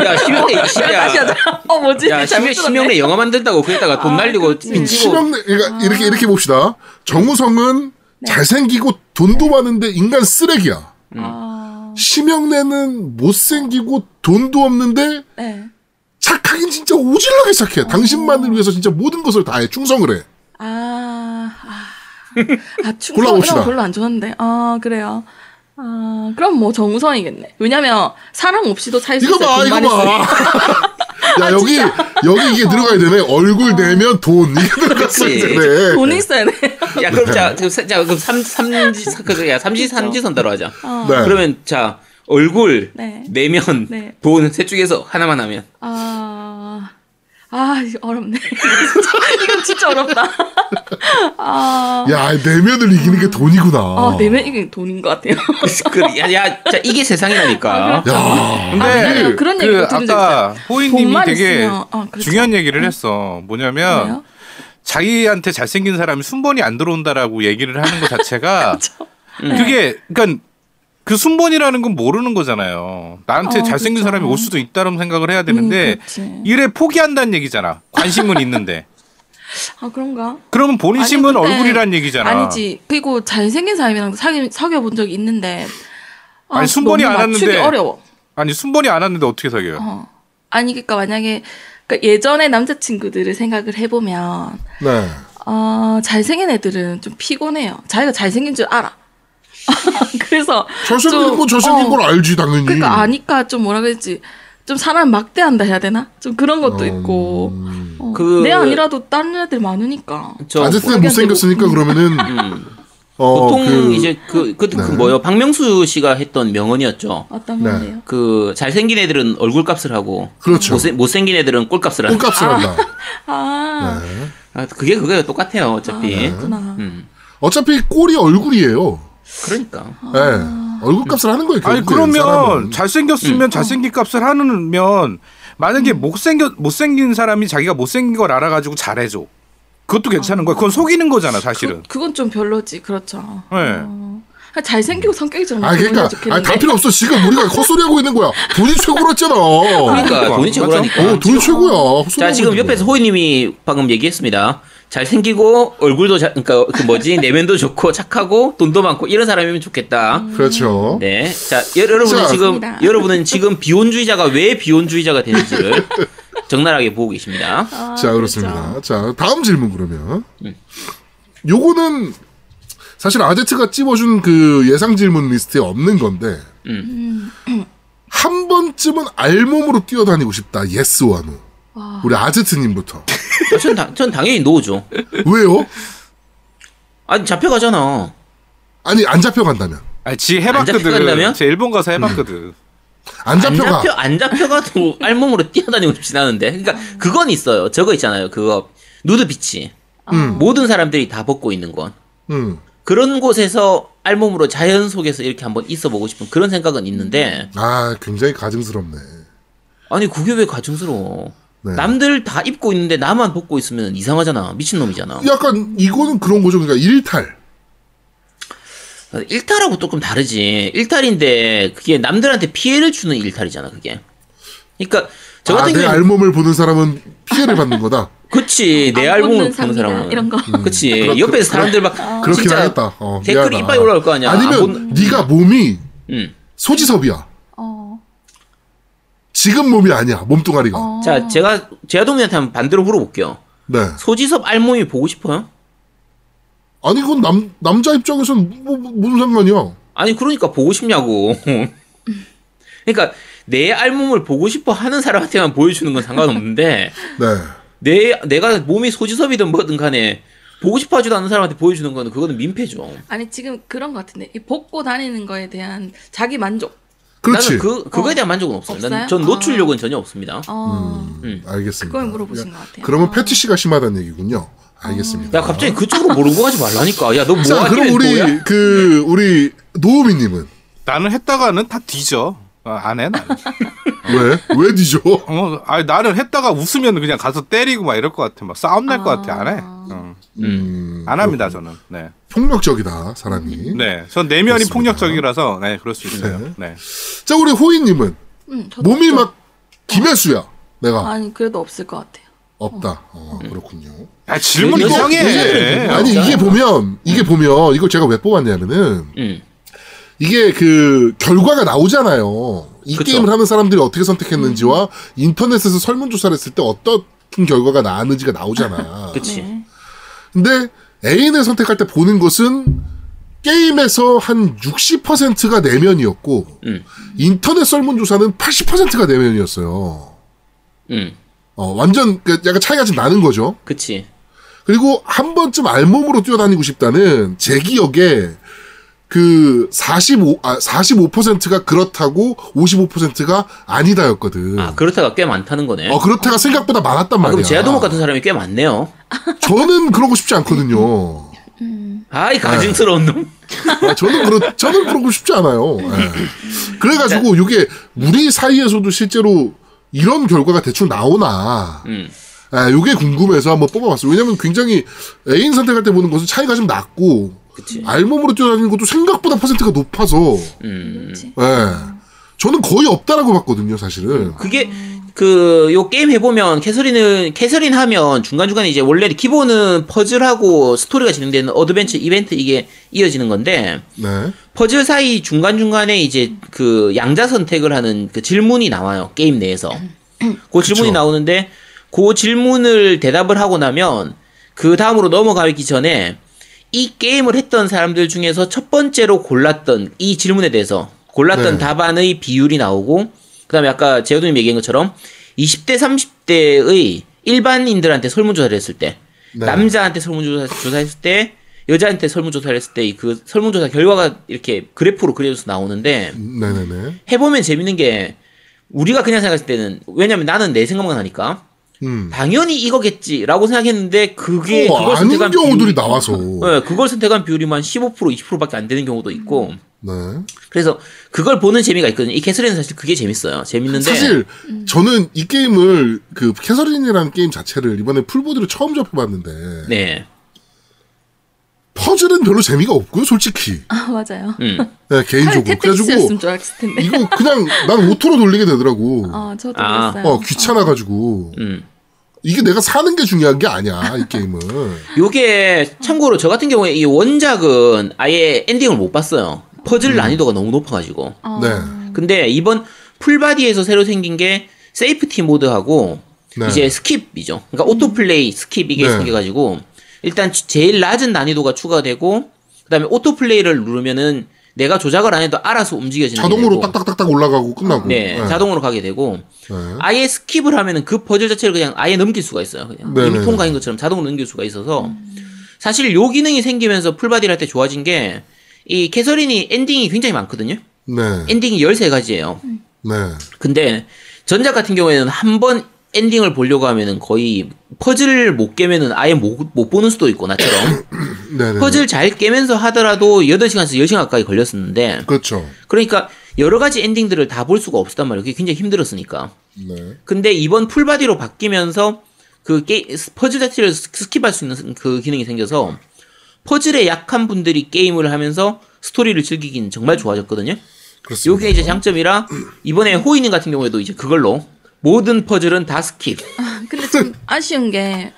[SPEAKER 3] 야, 심형래, 심, 야,
[SPEAKER 2] 다시 하자. 어, 뭐지?
[SPEAKER 3] 야,
[SPEAKER 2] 잘못
[SPEAKER 3] 심형, 심형래 영화 만든다고 그랬다가 돈
[SPEAKER 2] 아,
[SPEAKER 3] 날리고
[SPEAKER 2] 그렇지.
[SPEAKER 3] 빈치고.
[SPEAKER 1] 심형래,
[SPEAKER 2] 아.
[SPEAKER 1] 그러니까 이렇게 이렇게 봅시다. 정우성은
[SPEAKER 2] 네.
[SPEAKER 1] 잘생기고 돈도 많은데 인간 쓰레기야.
[SPEAKER 2] 뜯었네. 네. 아,
[SPEAKER 1] 심형래는 못생기고 돈도 없는데
[SPEAKER 2] 네.
[SPEAKER 1] 착하긴 진짜 오질나게 착해.
[SPEAKER 2] 어.
[SPEAKER 1] 당신만을 위해서 진짜 모든 것을 다해. 충성을 해.
[SPEAKER 2] 아, 아, 아 충성
[SPEAKER 1] 골라봅시다.
[SPEAKER 2] 이런 거 별로 안 좋았는데. 아, 그래요. 아, 그럼 뭐 정우성이겠네. 왜냐면 사랑 없이도 살 수 있어.
[SPEAKER 1] 이거 봐, 이거 봐. 야
[SPEAKER 2] 아,
[SPEAKER 1] 여기 여기 이게 들어가야 되네. 얼굴 내면 돈 이게 들어갔어야
[SPEAKER 3] 그치.
[SPEAKER 1] 되네.
[SPEAKER 2] 돈 있어야 돼.
[SPEAKER 3] 야, 그럼 자, 그럼 사- 자, 그럼 삼, 삼지, 그, 야, 삼지, 삼지선다로 하자.
[SPEAKER 2] 그렇죠. 어.
[SPEAKER 1] 네.
[SPEAKER 3] 그러면 자, 얼굴,
[SPEAKER 2] 네.
[SPEAKER 3] 내면,
[SPEAKER 2] 네.
[SPEAKER 3] 돈, 셋 중에서 하나만 하면.
[SPEAKER 2] 아, 아, 이거 어렵네. 진짜, 이건 진짜 어렵다. 아,
[SPEAKER 1] 야 내면을 이기는 게 돈이구나.
[SPEAKER 2] 아,
[SPEAKER 4] 어.
[SPEAKER 2] 내면 이게 돈인 것 같아요.
[SPEAKER 3] 그, 야, 야, 자, 이게 세상이라니까.
[SPEAKER 1] 야.
[SPEAKER 4] 근데
[SPEAKER 2] 아, 그래요? 그런 얘기도 들은 적
[SPEAKER 4] 아까 호이님이
[SPEAKER 2] 돈만
[SPEAKER 4] 되게
[SPEAKER 2] 있으면, 어, 그렇죠.
[SPEAKER 4] 중요한 얘기를 했어. 뭐냐면
[SPEAKER 2] 왜요?
[SPEAKER 4] 자기한테 잘생긴 사람이 순번이 안 들어온다라고 얘기를 하는 것 자체가
[SPEAKER 2] 그렇죠.
[SPEAKER 4] 그게 그러니까 그 순번이라는 건 모르는 거잖아요. 나한테
[SPEAKER 2] 어,
[SPEAKER 4] 잘생긴
[SPEAKER 2] 그쵸.
[SPEAKER 4] 사람이 올 수도 있다는 생각을 해야 되는데
[SPEAKER 2] 음, 그렇지.
[SPEAKER 4] 이래 포기한다는 얘기잖아. 관심은 있는데.
[SPEAKER 2] 아, 그런가?
[SPEAKER 4] 그러면 본심은
[SPEAKER 2] 아니, 근데
[SPEAKER 4] 얼굴이란 얘기잖아.
[SPEAKER 2] 아니지. 그리고 잘생긴 사람이랑 사귀, 사귀어본 적이 있는데. 아,
[SPEAKER 4] 아니, 순번이
[SPEAKER 2] 너무
[SPEAKER 4] 안 왔는데.
[SPEAKER 2] 맞추기 어려워.
[SPEAKER 4] 아니 순번이 안 왔는데 어떻게 사귀어요?
[SPEAKER 2] 어. 아니, 그니까 만약에, 그니까 예전에 남자친구들을 생각을 해보면,
[SPEAKER 1] 네.
[SPEAKER 2] 어, 잘생긴 애들은 좀 피곤해요. 자기가 잘생긴 줄 알아. 그래서.
[SPEAKER 1] 잘생긴
[SPEAKER 2] 좀,
[SPEAKER 1] 건 잘생긴
[SPEAKER 2] 어,
[SPEAKER 1] 걸 알지 당연히.
[SPEAKER 2] 그러니까 아니까 좀 뭐라 그랬지. 좀 사람 막대한다 해야 되나? 좀 그런 것도 있고.
[SPEAKER 1] 음.
[SPEAKER 2] 어,
[SPEAKER 3] 그-
[SPEAKER 2] 내 아니라도 다른 애들 많으니까.
[SPEAKER 3] 저,
[SPEAKER 1] 아저씨는 못생겼으니까 그러면은
[SPEAKER 3] 음,
[SPEAKER 1] 어,
[SPEAKER 3] 보통
[SPEAKER 1] 그-
[SPEAKER 3] 이제 그, 그, 그 뭐요? 박명수 씨가 했던 명언이었죠.
[SPEAKER 2] 어떤
[SPEAKER 1] 네.
[SPEAKER 2] 건데요?
[SPEAKER 3] 그 잘생긴 애들은 얼굴 값을 하고
[SPEAKER 1] 그렇죠.
[SPEAKER 3] 못생, 못생긴 애들은 꼴값을 하고
[SPEAKER 1] 꼴값을 한다.
[SPEAKER 2] 아,
[SPEAKER 1] 네.
[SPEAKER 3] 아, 그게 그거예요 똑같아요 어차피
[SPEAKER 2] 그렇구나.
[SPEAKER 3] 음.
[SPEAKER 1] 어차피 꼴이 얼굴이에요.
[SPEAKER 3] 그러니까.
[SPEAKER 1] 예. 얼굴 값을 하는 거예요.
[SPEAKER 4] 아니
[SPEAKER 1] 결국엔
[SPEAKER 4] 그러면
[SPEAKER 1] 사람은.
[SPEAKER 4] 잘생겼으면 잘생긴 값을 하면 만약에 못생겨 못생긴 사람이 자기가 못생긴 걸 알아가지고 잘해줘 그것도 괜찮은 거야 그건 속이는 거잖아 사실은
[SPEAKER 2] 그, 건좀 별로지. 그렇죠.
[SPEAKER 4] 네.
[SPEAKER 2] 어. 아, 잘생기고 성격이 좀
[SPEAKER 1] 아 그러니까
[SPEAKER 3] 음.
[SPEAKER 1] 아니, 다
[SPEAKER 2] 좋겠는데.
[SPEAKER 1] 필요 없어. 지금 우리가 헛소리 하고 있는 거야. 돈이 최고로 했잖아. 어,
[SPEAKER 3] 그러니까 돈이 최고라니까.
[SPEAKER 1] 돈이 최고야. 헛소리
[SPEAKER 3] 자
[SPEAKER 1] 하고 있는
[SPEAKER 3] 지금
[SPEAKER 1] 거야.
[SPEAKER 3] 옆에서 호이님이 방금 얘기했습니다. 잘생기고 얼굴도 잘, 그러니까 그 뭐지 내면도 좋고 착하고 돈도 많고 이런 사람이면 좋겠다.
[SPEAKER 1] 그렇죠.
[SPEAKER 3] 네. 자, 여, 러분은
[SPEAKER 1] 자.
[SPEAKER 3] 지금
[SPEAKER 2] 맞습니다.
[SPEAKER 3] 여러분은 지금 비혼주의자가 왜 비혼주의자가 되는지를 적나라하게 보고 계십니다.
[SPEAKER 2] 아,
[SPEAKER 1] 자 그렇습니다. 자 다음 질문 그러면
[SPEAKER 3] 네.
[SPEAKER 1] 요거는 사실 아제트가 찝어준 그 예상 질문 리스트에 없는 건데
[SPEAKER 3] 음.
[SPEAKER 1] 음. 한 번쯤은 알몸으로 뛰어다니고 싶다. 예스와 노. 우리 아제트님부터
[SPEAKER 3] 아, 전, 당, 전 당연히 노죠.
[SPEAKER 1] 왜요?
[SPEAKER 3] 아니 잡혀가잖아.
[SPEAKER 1] 아니 안 잡혀간다면
[SPEAKER 4] 아니 지
[SPEAKER 3] 안 잡혀간다면?
[SPEAKER 4] 해봤거든 지 일본 가서 해봤거든
[SPEAKER 1] 안
[SPEAKER 3] 안
[SPEAKER 1] 잡혀가.
[SPEAKER 3] 잡혀 안 잡혀가도 알몸으로 뛰어다니고 싶진 않은데. 그러니까 그건 있어요. 저거 있잖아요. 그거 누드 비치. 모든 사람들이 다 벗고 있는 건
[SPEAKER 1] 음.
[SPEAKER 3] 그런 곳에서 알몸으로 자연 속에서 이렇게 한번 있어보고 싶은 그런 생각은 있는데
[SPEAKER 1] 아 굉장히 가증스럽네.
[SPEAKER 3] 아니 그게 왜 가증스러워?
[SPEAKER 1] 네.
[SPEAKER 3] 남들 다 입고 있는데 나만 벗고 있으면 이상하잖아. 미친 놈이잖아.
[SPEAKER 1] 약간 이거는 그런 거죠. 그러니까 일탈.
[SPEAKER 3] 일탈하고 조금 다르지. 일탈인데 그게 남들한테 피해를 주는 일탈이잖아, 그게. 그러니까 저
[SPEAKER 1] 아,
[SPEAKER 3] 같은
[SPEAKER 1] 내
[SPEAKER 3] 경우
[SPEAKER 1] 알몸을 보는 사람은 피해를 받는 거다.
[SPEAKER 3] 그치 내
[SPEAKER 2] 안
[SPEAKER 3] 알몸을
[SPEAKER 2] 보는
[SPEAKER 3] 보는
[SPEAKER 2] 삽니다,
[SPEAKER 3] 사람은 음.
[SPEAKER 2] 이런 거. 아.
[SPEAKER 3] 그치
[SPEAKER 1] 음. 그렇-
[SPEAKER 3] 옆에서
[SPEAKER 1] 그렇-
[SPEAKER 3] 사람들 막
[SPEAKER 1] 그렇긴
[SPEAKER 3] 진짜
[SPEAKER 1] 하겠다. 어,
[SPEAKER 3] 댓글이
[SPEAKER 1] 미안하다.
[SPEAKER 3] 이빨 올라올 거 아니야. 뭐-
[SPEAKER 1] 아니면
[SPEAKER 3] 안 본-
[SPEAKER 1] 네가 몸이
[SPEAKER 3] 음.
[SPEAKER 1] 소지섭이야.
[SPEAKER 2] 어.
[SPEAKER 1] 지금 몸이 아니야. 몸뚱아리가.
[SPEAKER 2] 어.
[SPEAKER 3] 자 제가 제아동이한테 한번 반대로 물어볼게요.
[SPEAKER 1] 네.
[SPEAKER 3] 소지섭 알몸이 보고 싶어요?
[SPEAKER 1] 아니 그건 남 남자 입장에서는 뭐, 뭐, 무슨 상관이야.
[SPEAKER 3] 아니 그러니까 보고 싶냐고. 그러니까 내 알몸을 보고 싶어 하는 사람한테만 보여주는 건 상관없는데
[SPEAKER 1] 네.
[SPEAKER 3] 내 내가 몸이 소지섭이든 뭐든 간에 보고 싶어하지도 않는 사람한테 보여주는 거는 그거는 민폐죠.
[SPEAKER 2] 아니 지금 그런 것 같은데 이 벗고 다니는 거에 대한 자기 만족.
[SPEAKER 1] 그렇지.
[SPEAKER 3] 나는 그 그거에 대한 만족은 없어요.
[SPEAKER 2] 없어요? 아.
[SPEAKER 3] 나는 전 노출력은 전혀 없습니다.
[SPEAKER 2] 어.
[SPEAKER 3] 음.
[SPEAKER 1] 알겠습니다.
[SPEAKER 2] 그걸 물어보신 것 같아요.
[SPEAKER 1] 그러면
[SPEAKER 2] 어.
[SPEAKER 1] 패티시가 심하다는 얘기군요. 알겠습니다.
[SPEAKER 3] 야 어. 갑자기 그쪽으로 모르고가지 말라니까. 야 너
[SPEAKER 1] 자,
[SPEAKER 3] 뭐하길래
[SPEAKER 1] 그럼 우리
[SPEAKER 3] 뭐야?
[SPEAKER 1] 그 우리 노우미 님은
[SPEAKER 4] 나는 했다가는 다 뒤져 아, 안해 나는
[SPEAKER 1] 왜? 왜 뒤져?
[SPEAKER 4] 어, 아니 나는 했다가 웃으면 그냥 가서 때리고 막 이럴 것 같아 막 싸움 날 것 같아 안해 어. 안 합니다 저는 네
[SPEAKER 1] 폭력적이다, 사람이.
[SPEAKER 3] 음.
[SPEAKER 4] 네. 전 내면이 폭력적이라서 네, 그럴 수 있어요. 네.
[SPEAKER 1] 자, 우리 호이 님은
[SPEAKER 2] 음, 저도
[SPEAKER 1] 몸이
[SPEAKER 2] 좀-
[SPEAKER 1] 막 김혜수야. 내가
[SPEAKER 2] 아니 어. 그래도 없을 것 같아요.
[SPEAKER 1] 없다. 어, 그렇군요.
[SPEAKER 4] 아, 질문
[SPEAKER 3] 이거-
[SPEAKER 4] 이상해.
[SPEAKER 3] 이거-
[SPEAKER 1] 아니
[SPEAKER 3] 없잖아요.
[SPEAKER 1] 이게 보면 이게 보면 이걸 제가 왜 뽑았냐면은
[SPEAKER 3] 음.
[SPEAKER 1] 이게 그 결과가 나오잖아요. 이
[SPEAKER 3] 그쵸.
[SPEAKER 1] 게임을 하는 사람들이 어떻게 선택했는지와 인터넷에서 설문조사를 했을 때 어떤 결과가 나왔는지가 나오잖아.
[SPEAKER 3] 그치.
[SPEAKER 2] 네.
[SPEAKER 1] 근데 애인을 선택할 때 보는 것은 게임에서 한 60%가 내면이었고
[SPEAKER 3] 음.
[SPEAKER 1] 인터넷 설문조사는 80%가 내면이었어요.
[SPEAKER 3] 음.
[SPEAKER 1] 어, 완전 그 약간 차이가 좀 나는 거죠.
[SPEAKER 3] 그치.
[SPEAKER 1] 그리고 한 번쯤 알몸으로 뛰어다니고 싶다는 제 기억에 그 45, 아, 45%가 그렇다고 55%가 아니다였거든.
[SPEAKER 3] 아 그렇다가 꽤 많다는 거네.
[SPEAKER 1] 어, 그렇다가 생각보다 많았단
[SPEAKER 3] 아,
[SPEAKER 1] 말이야.
[SPEAKER 3] 그럼 제아도목 같은 사람이 꽤 많네요.
[SPEAKER 1] 저는 그러고 싶지 않거든요. 네.
[SPEAKER 3] 아이 가증스러운 놈.
[SPEAKER 1] 아, 저는 그렇, 저는 그러고 싶지 않아요. 예. 그래가지고 이게 우리 사이에서도 실제로 이런 결과가 대충 나오나.
[SPEAKER 3] 음.
[SPEAKER 1] 아, 요게 궁금해서 한번 뽑아봤어요. 왜냐면 굉장히 애인 선택할 때 보는 것은 차이가 좀 낮고,
[SPEAKER 3] 그치.
[SPEAKER 1] 알몸으로 뛰어다니는 것도 생각보다 퍼센트가 높아서,
[SPEAKER 3] 음.
[SPEAKER 2] 그렇지.
[SPEAKER 1] 예. 저는 거의 없다라고 봤거든요, 사실은.
[SPEAKER 3] 그게 그 요 게임 해보면 캐서린은 캐서린 하면 중간 중간에 이제 원래 기본은 퍼즐하고 스토리가 진행되는 어드벤처 이벤트 이게 이어지는 건데
[SPEAKER 1] 네.
[SPEAKER 3] 퍼즐 사이 중간 중간에 이제 그 양자 선택을 하는 그 질문이 나와요 게임 내에서 그 질문이
[SPEAKER 1] 그쵸.
[SPEAKER 3] 나오는데 그 질문을 대답을 하고 나면 그 다음으로 넘어가기 전에 이 게임을 했던 사람들 중에서 첫 번째로 골랐던 이 질문에 대해서 골랐던
[SPEAKER 1] 네.
[SPEAKER 3] 답안의 비율이 나오고 그다음에 아까 제호도님 얘기한 것처럼 20대 30대의 일반인들한테 설문조사를 했을 때
[SPEAKER 1] 네.
[SPEAKER 3] 남자한테 설문조사 했을 때 여자한테 설문조사를 했을 때 그 설문조사 결과가 이렇게 그래프로 그려져서 나오는데
[SPEAKER 1] 네네네.
[SPEAKER 3] 해보면 재밌는 게 우리가 그냥 생각했을 때는 왜냐면 나는 내 생각만 하니까
[SPEAKER 1] 음.
[SPEAKER 3] 당연히 이거겠지라고 생각했는데 그게
[SPEAKER 1] 어,
[SPEAKER 3] 그걸
[SPEAKER 1] 아닌
[SPEAKER 3] 선택한
[SPEAKER 1] 경우들이
[SPEAKER 3] 비율이-
[SPEAKER 1] 나와서.
[SPEAKER 3] 네, 그걸 선택한 비율이 만 15%, 20%밖에 안 되는 경우도 있고.
[SPEAKER 1] 네.
[SPEAKER 3] 그래서 그걸 보는 재미가 있거든요. 이 캐슬에는 사실 그게 재밌어요. 재밌는데
[SPEAKER 1] 사실 저는 이 게임을 그 캐서린이라는 게임 자체를 이번에 풀보드로 처음 접해봤는데
[SPEAKER 3] 네.
[SPEAKER 1] 퍼즐은 별로 재미가 없고요, 솔직히.
[SPEAKER 2] 아 맞아요.
[SPEAKER 3] 음.
[SPEAKER 1] 네,
[SPEAKER 2] 차라리
[SPEAKER 1] 개인적으로.
[SPEAKER 2] 테트리스였으면
[SPEAKER 1] 그래가지고
[SPEAKER 2] 좋았을 텐데.
[SPEAKER 1] 이거 그냥 난 오토로 돌리게 되더라고.
[SPEAKER 2] 아 저도
[SPEAKER 3] 아.
[SPEAKER 2] 그랬어요.
[SPEAKER 1] 어, 귀찮아가지고.
[SPEAKER 3] 음.
[SPEAKER 1] 이게 내가 사는 게 중요한 게 아니야, 이 게임은.
[SPEAKER 3] 요게 참고로 저 같은 경우에 이 원작은 아예 엔딩을 못 봤어요. 퍼즐
[SPEAKER 1] 음.
[SPEAKER 3] 난이도가 너무 높아가지고.
[SPEAKER 2] 어.
[SPEAKER 1] 네.
[SPEAKER 3] 근데 이번 풀바디에서 새로 생긴 게 세이프티 모드하고
[SPEAKER 1] 네.
[SPEAKER 3] 이제 스킵이죠. 그러니까 오토플레이 스킵 이게
[SPEAKER 1] 네.
[SPEAKER 3] 생겨가지고 일단 주- 제일 낮은 난이도가 추가되고 그다음에 오토플레이를 누르면은 내가 조작을 안 해도 알아서 움직여지는 게
[SPEAKER 1] 자동으로
[SPEAKER 3] 되고.
[SPEAKER 1] 딱딱딱딱 올라가고 끝나고.
[SPEAKER 3] 네, 자동으로 가게 되고
[SPEAKER 1] 음, 네.
[SPEAKER 3] 아예 스킵을 하면은 그 퍼즐 자체를 그냥 아예 넘길 수가 있어요. 그냥
[SPEAKER 1] 네네네.
[SPEAKER 3] 이미 통과인 것처럼 자동으로 넘길 수가 있어서 사실 요 기능이 생기면서 풀바디를 할 때 좋아진 게 이 캐서린이 엔딩이 굉장히 많거든요.
[SPEAKER 1] 네.
[SPEAKER 3] 엔딩이 13가지예요.
[SPEAKER 1] 네.
[SPEAKER 3] 근데 전작 같은 경우에는 한 번 엔딩을 보려고 하면은 거의 퍼즐을 못 깨면은 아예 못, 못 보는 수도 있고 나처럼
[SPEAKER 1] 네네.
[SPEAKER 3] 퍼즐 잘 깨면서 하더라도 8시간에서 10시간 가까이 걸렸었는데
[SPEAKER 1] 그렇죠.
[SPEAKER 3] 그러니까 여러 가지 엔딩들을 다 볼 수가 없었단 말이에요. 그게 굉장히 힘들었으니까.
[SPEAKER 1] 네.
[SPEAKER 3] 근데 이번 풀바디로 바뀌면서 그 게, 퍼즐 자체를 스- 스킵할 수 있는 그 기능이 생겨서 퍼즐에 약한 분들이 게임을 하면서 스토리를 즐기기는 정말 좋아졌거든요.
[SPEAKER 1] 그렇습니다.
[SPEAKER 3] 요게 이제 장점이라 이번에 호이님 같은 경우에도 이제 그걸로 모든 퍼즐은 다 스킵.
[SPEAKER 2] 근데 좀 아쉬운 게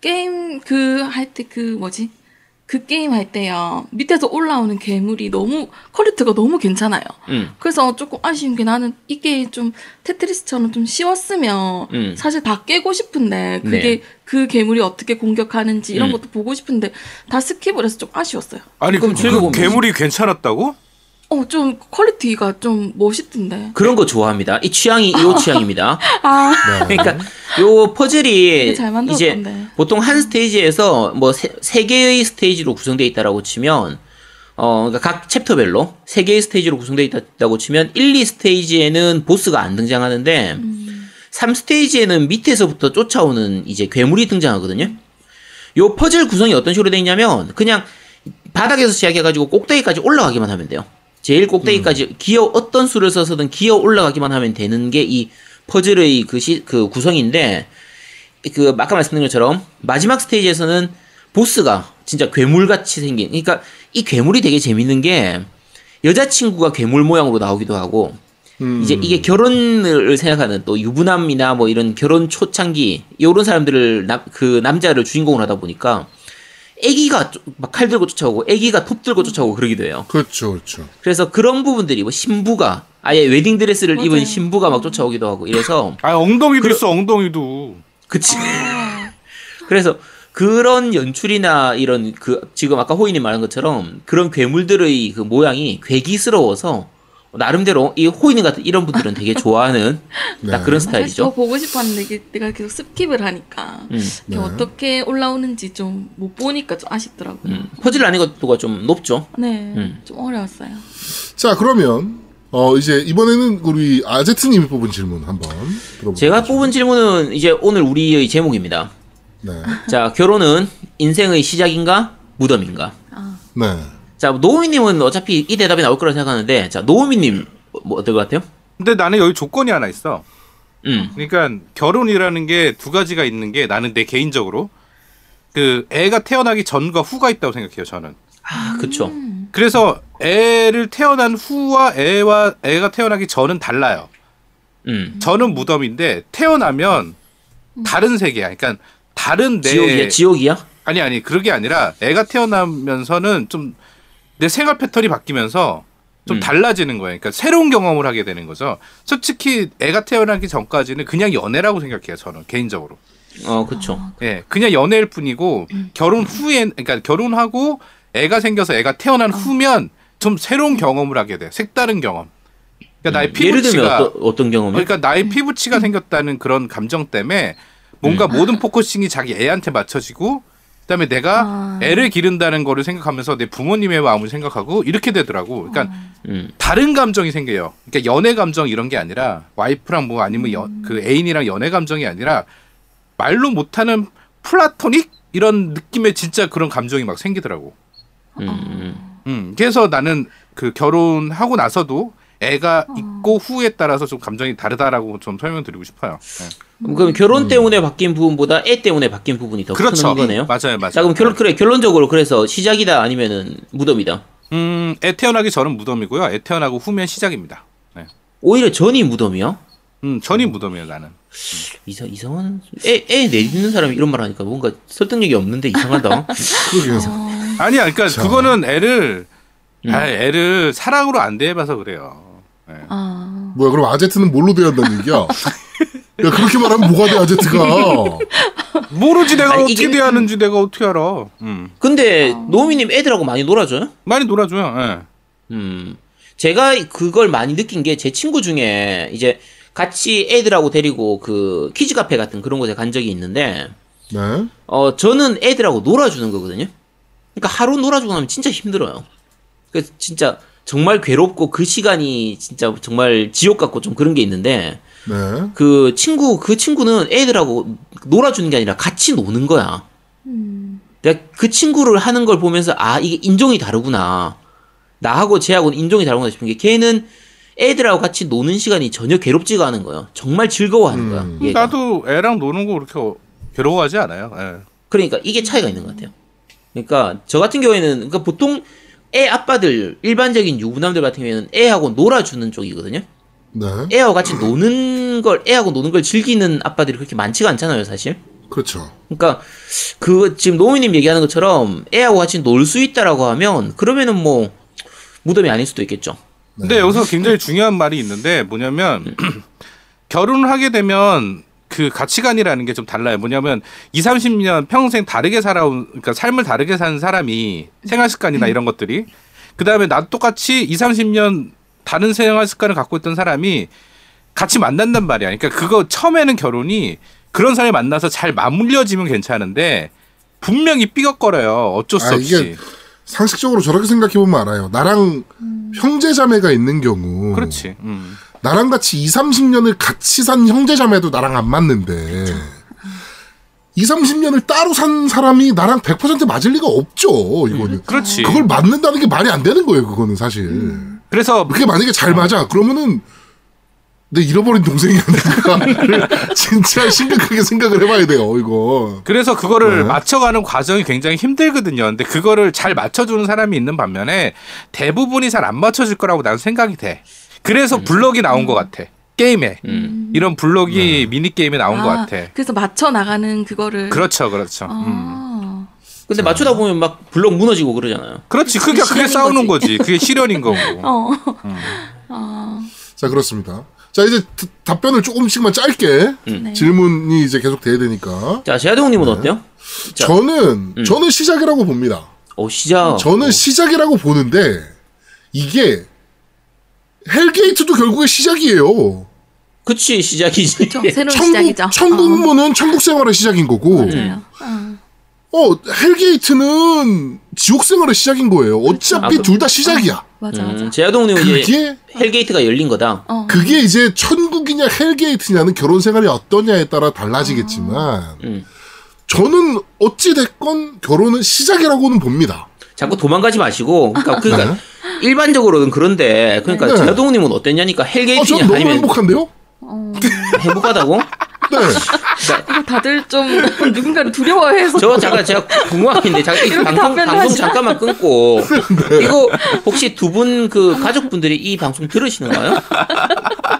[SPEAKER 2] 게임 그 할 때 그 뭐지? 그 게임 할 때요. 밑에서 올라오는 괴물이 너무 퀄리티가 너무 괜찮아요.
[SPEAKER 3] 음.
[SPEAKER 2] 그래서 조금 아쉬운 게 나는 이게 좀 테트리스처럼 좀 쉬웠으면
[SPEAKER 3] 음.
[SPEAKER 2] 사실 다 깨고 싶은데 그게
[SPEAKER 3] 네.
[SPEAKER 2] 그 괴물이 어떻게 공격하는지 이런
[SPEAKER 3] 음.
[SPEAKER 2] 것도 보고 싶은데 다 스킵을 해서 좀 아쉬웠어요.
[SPEAKER 4] 아니
[SPEAKER 3] 그럼
[SPEAKER 4] 그,
[SPEAKER 3] 즐겨보면 되지.
[SPEAKER 4] 괴물이 괜찮았다고?
[SPEAKER 2] 어 좀 퀄리티가 좀 멋있던데.
[SPEAKER 3] 그런 거 좋아합니다. 이 취향이 이 취향입니다.
[SPEAKER 2] 아
[SPEAKER 3] 그러니까 요 퍼즐이
[SPEAKER 2] 되게 잘 만들었던데.
[SPEAKER 3] 이제 보통 한 스테이지에서 뭐 세 개의 스테이지로 구성되어 있다라고 치면 어, 그러니까 각 챕터별로 세 개의 스테이지로 구성되어 있다고 치면 1, 2 스테이지에는 보스가 안 등장하는데
[SPEAKER 2] 음.
[SPEAKER 3] 3 스테이지에는 밑에서부터 쫓아오는 이제 괴물이 등장하거든요. 요 퍼즐 구성이 어떤 식으로 되어 있냐면 그냥 바닥에서 시작해가지고 꼭대기까지 올라가기만 하면 돼요. 제일 꼭대기까지 기어 어떤 수를 써서든 기어 올라가기만 하면 되는 게 이 퍼즐의 그, 시, 그 구성인데 그 아까 말씀드린 것처럼 마지막 스테이지에서는 보스가 진짜 괴물같이 생긴 그러니까 이 괴물이 되게 재밌는 게 여자친구가 괴물 모양으로 나오기도 하고 이제 이게 결혼을 생각하는 또 유부남이나 뭐 이런 결혼 초창기 요런 사람들을 남, 그 남자를 주인공으로 하다 보니까 애기가 막 칼 들고 쫓아오고 애기가 톱 들고 쫓아오고 그러기도 해요.
[SPEAKER 1] 그렇죠, 그렇죠.
[SPEAKER 3] 그래서 그런 부분들이 뭐 신부가 아예 웨딩 드레스를
[SPEAKER 2] 맞아요.
[SPEAKER 3] 입은 신부가 막 쫓아오기도 하고 이래서
[SPEAKER 4] 아 엉덩이도
[SPEAKER 3] 그래-
[SPEAKER 4] 있어 엉덩이도.
[SPEAKER 3] 그치. 네. 그래서 그런 연출이나 이런 그 지금 아까 호인이 말한 것처럼 그런 괴물들의 그 모양이 괴기스러워서 나름대로 이 호인 같은 이런 분들은 되게 좋아하는 딱
[SPEAKER 1] 네.
[SPEAKER 2] 사실
[SPEAKER 3] 그런
[SPEAKER 2] 저
[SPEAKER 3] 스타일이죠.
[SPEAKER 2] 보고 싶었는데 이게 내가 계속 스킵을 하니까
[SPEAKER 3] 음.
[SPEAKER 1] 네.
[SPEAKER 2] 이게 어떻게 올라오는지 좀 못 보니까 좀 아쉽더라고요.
[SPEAKER 3] 음, 퍼즐 아닌 것도가 좀 높죠.
[SPEAKER 2] 네,
[SPEAKER 3] 음.
[SPEAKER 2] 좀 어려웠어요.
[SPEAKER 1] 자, 그러면 어 이제 이번에는 우리 아제트님이 뽑은 질문 한번 들어볼게요.
[SPEAKER 3] 제가 뽑은 질문은 이제 오늘 우리의 제목입니다.
[SPEAKER 1] 네,
[SPEAKER 3] 자, 결혼은 인생의 시작인가 무덤인가?
[SPEAKER 2] 아,
[SPEAKER 1] 네.
[SPEAKER 3] 자, 노우미님은 어차피 이 대답이 나올 거라 생각하는데, 자, 노우미님 뭐 어떨 것 같아요?
[SPEAKER 4] 근데 나는 여기 조건이 하나 있어.
[SPEAKER 3] 음,
[SPEAKER 4] 그러니까 결혼이라는 게 두 가지가 있는 게 나는 내 개인적으로 그 애가 태어나기 전과 후가 있다고 생각해요. 저는.
[SPEAKER 3] 아, 그쵸.
[SPEAKER 2] 음.
[SPEAKER 4] 그래서 애를 태어난 후와 애와 애가 태어나기 전은 달라요.
[SPEAKER 3] 음.
[SPEAKER 4] 저는 무덤인데 태어나면 다른 세계야. 그러니까 다른 내
[SPEAKER 3] 지옥이야, 지옥이야?
[SPEAKER 4] 아니 아니 그게 아니라 애가 태어나면서는 좀 내 생활 패턴이 바뀌면서 좀
[SPEAKER 3] 음.
[SPEAKER 4] 달라지는 거예요. 그러니까 새로운 경험을 하게 되는 거죠. 솔직히 애가 태어나기 전까지는 그냥 연애라고 생각해요. 저는 개인적으로.
[SPEAKER 3] 어, 그쵸.
[SPEAKER 4] 예, 그냥 연애일 뿐이고 결혼 후에 그러니까 결혼하고 애가 생겨서 애가 태어난 후면 좀 새로운 경험을 하게 돼. 색다른 경험. 그러니까 나의
[SPEAKER 3] 음, 예를 들면
[SPEAKER 4] 피부치가
[SPEAKER 3] 어떤, 어떤 경험이?
[SPEAKER 4] 그러니까 나의 피부치가 생겼다는 그런 감정 때문에 뭔가 모든 포커싱이 자기 애한테 맞춰지고 그다음에 내가
[SPEAKER 2] 아.
[SPEAKER 4] 애를 기른다는 거를 생각하면서 내 부모님의 마음을 생각하고 이렇게 되더라고. 그러니까
[SPEAKER 3] 음.
[SPEAKER 4] 다른 감정이 생겨요. 그러니까 연애 감정 이런 게 아니라 와이프랑 뭐 아니면 여- 그 애인이랑 연애 감정이 아니라 말로 못하는 플라토닉 이런 느낌의 진짜 그런 감정이 막 생기더라고.
[SPEAKER 3] 음.
[SPEAKER 4] 음, 그래서 나는 그 결혼하고 나서도 애가 있고 후에 따라서 좀 감정이 다르다라고 좀 설명드리고 싶어요. 네.
[SPEAKER 3] 그럼 결혼 때문에 바뀐 부분보다 애 때문에 바뀐 부분이 더
[SPEAKER 4] 그렇죠.
[SPEAKER 3] 큰 거네요.
[SPEAKER 4] 맞아요, 맞아요.
[SPEAKER 3] 자 그럼 결론 그래 결론적으로 그래서 시작이다 아니면은 무덤이다.
[SPEAKER 4] 음, 애 태어나기 전은 무덤이고요. 애 태어나고 후면 시작입니다. 네.
[SPEAKER 3] 오히려 전이 무덤이야?
[SPEAKER 4] 음, 전이 무덤이에요, 나는.
[SPEAKER 3] 이사 이상한 애애 내리는 사람이 이런 말 하니까 뭔가 설득력이 없는데 이상하다.
[SPEAKER 1] 그러게요.
[SPEAKER 4] 아니야, 그러니까
[SPEAKER 1] 자.
[SPEAKER 4] 그거는 애를
[SPEAKER 3] 음.
[SPEAKER 4] 아, 애를 사랑으로 안 대해봐서 그래요. 네.
[SPEAKER 2] 아,
[SPEAKER 1] 뭐야 그럼 아제트는 뭘로 대한다는 얘기야? 야 그렇게 말하면 뭐가 돼 아제트가?
[SPEAKER 4] 모르지 내가
[SPEAKER 3] 아니,
[SPEAKER 4] 어떻게
[SPEAKER 3] 이게-
[SPEAKER 4] 대하는지 내가 어떻게 알아. 음,
[SPEAKER 3] 근데 노미님 애들하고 많이 놀아줘요?
[SPEAKER 4] 많이 놀아줘요. 예.
[SPEAKER 3] 음. 제가 그걸 많이 느낀 게 제 친구 중에 이제 같이 애들하고 데리고 그 키즈 카페 같은 그런 곳에 간 적이 있는데
[SPEAKER 1] 네.
[SPEAKER 3] 어 저는 애들하고 놀아주는 거거든요. 그러니까 하루 놀아주고 나면 진짜 힘들어요. 그 진짜 정말 괴롭고 그 시간이 진짜 정말 지옥 같고 좀 그런 게 있는데
[SPEAKER 1] 네.
[SPEAKER 3] 그 친구 그 친구는 애들하고 놀아주는 게 아니라 같이 노는 거야.
[SPEAKER 2] 음,
[SPEAKER 3] 내가 그 친구를 하는 걸 보면서 아 이게 인종이 다르구나 나하고 쟤하고는 인종이 다르구나 싶은 게 걔는 애들하고 같이 노는 시간이 전혀 괴롭지가 않은 거예요 정말 즐거워하는
[SPEAKER 1] 음.
[SPEAKER 3] 거야 얘가.
[SPEAKER 4] 나도 애랑 노는 거 그렇게 어- 괴로워하지 않아요. 예.
[SPEAKER 3] 그러니까 이게 차이가 있는 것 같아요 그러니까 저 같은 경우에는 그러니까 보통 애 아빠들 일반적인 유부남들 같은 경우에는 애하고 놀아주는 쪽이거든요
[SPEAKER 1] 네.
[SPEAKER 3] 애하고 같이 노는 걸 애하고 노는 걸 즐기는 아빠들이 그렇게 많지가 않잖아요 사실
[SPEAKER 1] 그렇죠.
[SPEAKER 3] 그러니까 그 지금 노미님 얘기하는 것처럼 애하고 같이 놀 수 있다라고 하면 그러면은 뭐 무덤이 아닐 수도 있겠죠.
[SPEAKER 4] 근데 여기서 굉장히 중요한 말이 있는데 뭐냐면 결혼을 하게 되면 그 가치관이라는 게 좀 달라요. 뭐냐면 2, 30년 평생 다르게 살아온 그러니까 삶을 다르게 사는 사람이 생활 습관이나 이런 것들이 그다음에 나도 똑같이 2, 30년 다른 생활 습관을 갖고 있던 사람이 같이 만난단 말이야. 그러니까 그거 처음에는 결혼이 그런 사람이 만나서 잘 맞물려지면 괜찮은데 분명히 삐걱거려요. 어쩔 수
[SPEAKER 1] 아,
[SPEAKER 4] 없이.
[SPEAKER 1] 이게 상식적으로 저렇게 생각해 보면 알아요. 나랑 형제자매가 있는 경우,
[SPEAKER 4] 그렇지. 음.
[SPEAKER 1] 나랑 같이 2, 30년을 같이 산 형제자매도 나랑 안 맞는데, 2, 30년을 따로 산 사람이 나랑 100% 맞을 리가 없죠. 이거는
[SPEAKER 4] 음, 그렇지.
[SPEAKER 1] 그걸 맞는다는 게 말이 안 되는 거예요. 그거는 사실.
[SPEAKER 4] 그래서
[SPEAKER 1] 그게 만약에 잘 맞아, 그러면은 내 잃어버린 동생이 아닌가 진짜 심각하게 생각을 해봐야 돼요. 이거.
[SPEAKER 4] 그래서
[SPEAKER 1] 네.
[SPEAKER 4] 그거를 맞춰가는 과정이 굉장히 힘들거든요. 근데 그거를 잘 맞춰주는 사람이 있는 반면에 대부분이 잘 안 맞춰질 거라고 나는 생각이 돼. 그래서
[SPEAKER 1] 음.
[SPEAKER 4] 블럭이 나온 것 같아. 게임에. 이런
[SPEAKER 1] 네.
[SPEAKER 4] 블럭이 미니게임에 나온
[SPEAKER 2] 아,
[SPEAKER 4] 것 같아.
[SPEAKER 2] 그래서 맞춰 나가는 그거를.
[SPEAKER 4] 그렇죠, 그렇죠.
[SPEAKER 2] 아,
[SPEAKER 4] 음.
[SPEAKER 3] 근데 맞추다 보면 막 블럭 무너지고 그러잖아요.
[SPEAKER 4] 그렇지. 그게, 그게
[SPEAKER 2] 실현인
[SPEAKER 4] 싸우는
[SPEAKER 2] 거지.
[SPEAKER 4] 거지. 그게 실현인 거고.
[SPEAKER 2] 어.
[SPEAKER 4] 음.
[SPEAKER 2] 아,
[SPEAKER 1] 자 그렇습니다. 자 이제 드- 답변을 조금씩만 짧게
[SPEAKER 3] 음.
[SPEAKER 2] 네.
[SPEAKER 1] 질문이 이제 계속 돼야 되니까
[SPEAKER 3] 자 제아동님은
[SPEAKER 1] 네.
[SPEAKER 3] 어때요? 자. 음.
[SPEAKER 1] 저는 저는 시작이라고 봅니다.
[SPEAKER 3] 어 시작.
[SPEAKER 1] 저는 시작이라고 보는데 이게 헬게이트도 결국에 시작이에요.
[SPEAKER 3] 그치 시작이지.
[SPEAKER 2] 저 새로운
[SPEAKER 1] 천국
[SPEAKER 2] 시작이죠.
[SPEAKER 1] 천국문은 천국 생활의 시작인 거고
[SPEAKER 2] 어, 맞아요.
[SPEAKER 3] 네.
[SPEAKER 2] 어.
[SPEAKER 1] 어 헬게이트는 지옥 생활의 시작인 거예요.
[SPEAKER 2] 그렇죠.
[SPEAKER 1] 어차피
[SPEAKER 3] 아,
[SPEAKER 1] 둘 다 시작이야.
[SPEAKER 2] 어, 맞아, 맞아.
[SPEAKER 3] 음, 제아동님은 이제
[SPEAKER 1] 그게
[SPEAKER 3] 헬게이트가 열린 거다.
[SPEAKER 2] 어.
[SPEAKER 1] 그게 이제 천국이냐 헬게이트냐는 결혼 생활이 어떠냐에 따라 달라지겠지만
[SPEAKER 3] 음.
[SPEAKER 1] 저는 어찌 됐건 결혼은 시작이라고는 봅니다.
[SPEAKER 3] 자꾸 도망가지 마시고. 그러니까, 그러니까
[SPEAKER 1] 네.
[SPEAKER 3] 일반적으로는 그런데 그러니까
[SPEAKER 1] 네.
[SPEAKER 3] 제아동님은 어땠냐니까
[SPEAKER 1] 어, 전
[SPEAKER 3] 헬게이트냐
[SPEAKER 1] 너무
[SPEAKER 3] 아니면
[SPEAKER 1] 행복한데요?
[SPEAKER 2] 어.
[SPEAKER 3] 행복하다고?
[SPEAKER 1] 네.
[SPEAKER 2] 이거 다들 좀 누군가를 두려워해서.
[SPEAKER 3] 저 잠깐 제가 궁금한 게 있는데 잠깐 이
[SPEAKER 2] 이렇게
[SPEAKER 3] 방송
[SPEAKER 2] 답변을
[SPEAKER 3] 방송
[SPEAKER 2] 하지.
[SPEAKER 3] 잠깐만 끊고
[SPEAKER 1] 네.
[SPEAKER 3] 이거 혹시 두 분 그 가족분들이 이 방송 들으시는가요?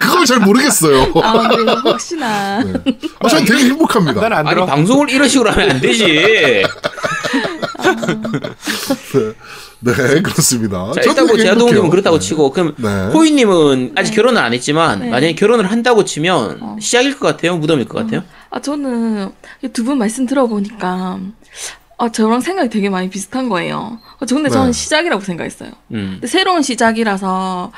[SPEAKER 1] 그걸 잘 모르겠어요.
[SPEAKER 2] 아, 네, 혹시나.
[SPEAKER 1] 네. 어, 전 되게
[SPEAKER 4] 난
[SPEAKER 1] 행복합니다.
[SPEAKER 4] 안
[SPEAKER 3] 아니
[SPEAKER 4] 들어.
[SPEAKER 3] 방송을 이런 식으로 하면 안 되지.
[SPEAKER 1] 네, 그렇습니다.
[SPEAKER 3] 자
[SPEAKER 1] 전
[SPEAKER 3] 일단 뭐
[SPEAKER 1] 되게
[SPEAKER 3] 제아동님은
[SPEAKER 1] 행복해요.
[SPEAKER 3] 그렇다고 치고 그럼
[SPEAKER 1] 네.
[SPEAKER 3] 호이님은 아직 결혼을 안 했지만
[SPEAKER 2] 네. 어.
[SPEAKER 3] 만약에 결혼을 한다고 치면 시작일 것 같아요, 무덤일 것 같아요.
[SPEAKER 2] 아, 저는 두 분 말씀 들어보니까 아, 저랑 생각이 되게 많이 비슷한 거예요. 어, 저 근데 저는
[SPEAKER 1] 네.
[SPEAKER 2] 시작이라고 생각했어요.
[SPEAKER 3] 음.
[SPEAKER 2] 근데 새로운 시작이라서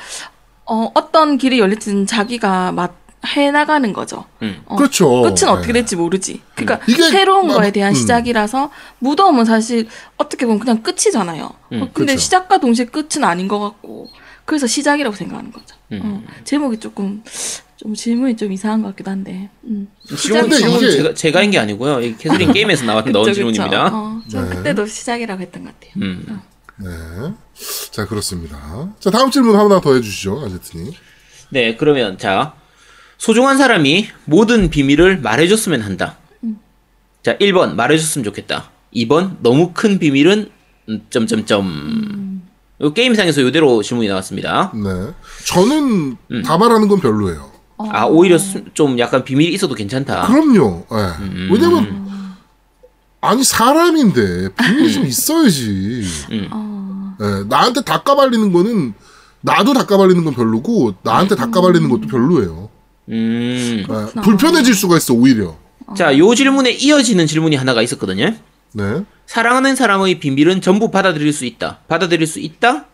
[SPEAKER 2] 어, 어떤 길이 열릴지는 자기가 맛 해나가는 거죠.
[SPEAKER 3] 음.
[SPEAKER 2] 어,
[SPEAKER 1] 그렇죠.
[SPEAKER 2] 끝은 어떻게
[SPEAKER 1] 네. 음.
[SPEAKER 2] 될지 모르지. 그러니까
[SPEAKER 1] 이게
[SPEAKER 2] 새로운
[SPEAKER 1] 막-
[SPEAKER 2] 거에 대한
[SPEAKER 1] 음.
[SPEAKER 2] 시작이라서 무덤은 사실 어떻게 보면 그냥 끝이잖아요. 어, 근데
[SPEAKER 1] 그렇죠.
[SPEAKER 2] 시작과
[SPEAKER 1] 음.
[SPEAKER 2] 동시에 끝은 아닌 것 같고 그래서 시작이라고 생각하는 거죠. 어, 제목이 조금 좀 질문이 좀 이상한 것 같기도 한데. 음.
[SPEAKER 3] 질문,
[SPEAKER 1] 근데
[SPEAKER 3] 질문
[SPEAKER 1] 이게-
[SPEAKER 3] 제가, 제가 한 게 아니고요. 이 캐서린 게임에서 나왔
[SPEAKER 2] 그쵸,
[SPEAKER 3] 넣은
[SPEAKER 2] 그쵸.
[SPEAKER 3] 질문입니다.
[SPEAKER 2] 어, 좀
[SPEAKER 1] 네.
[SPEAKER 2] 그때도 시작이라고 했던 것 같아요.
[SPEAKER 3] 음.
[SPEAKER 1] 네. 자, 그렇습니다. 자, 다음 질문 하나 더 해주시죠, 아제트님.
[SPEAKER 3] 네, 그러면 자 소중한 사람이 모든 비밀을 말해줬으면 한다. 자, 1번 말해줬으면 좋겠다. 2번 너무 큰 비밀은 음, 점점점. 요 게임상에서 이대로 질문이 나왔습니다.
[SPEAKER 1] 네. 저는
[SPEAKER 4] 음.
[SPEAKER 1] 다 말하는 건 별로예요.
[SPEAKER 3] 아 오히려 수- 좀 약간 비밀이 있어도
[SPEAKER 4] 아.
[SPEAKER 3] 괜찮다.
[SPEAKER 1] 그럼요. 예.
[SPEAKER 4] 음.
[SPEAKER 1] 왜냐면, 아니, 사람인데, 비밀이
[SPEAKER 4] 음.
[SPEAKER 1] 좀 있어야지. 예, 나한테 다 까발리는 거는, 나도 다 까발리는 건 별로고, 나한테 다 까발리는 것도 별로예요.
[SPEAKER 3] 음.
[SPEAKER 1] 예, 불편해질 수가 있어, 오히려.
[SPEAKER 3] 자, 요 질문에 이어지는 질문이 하나가 있었거든요.
[SPEAKER 1] 네.
[SPEAKER 3] 사랑하는 사람의 비밀은 전부 받아들일 수 있다. 받아들일 수 있다.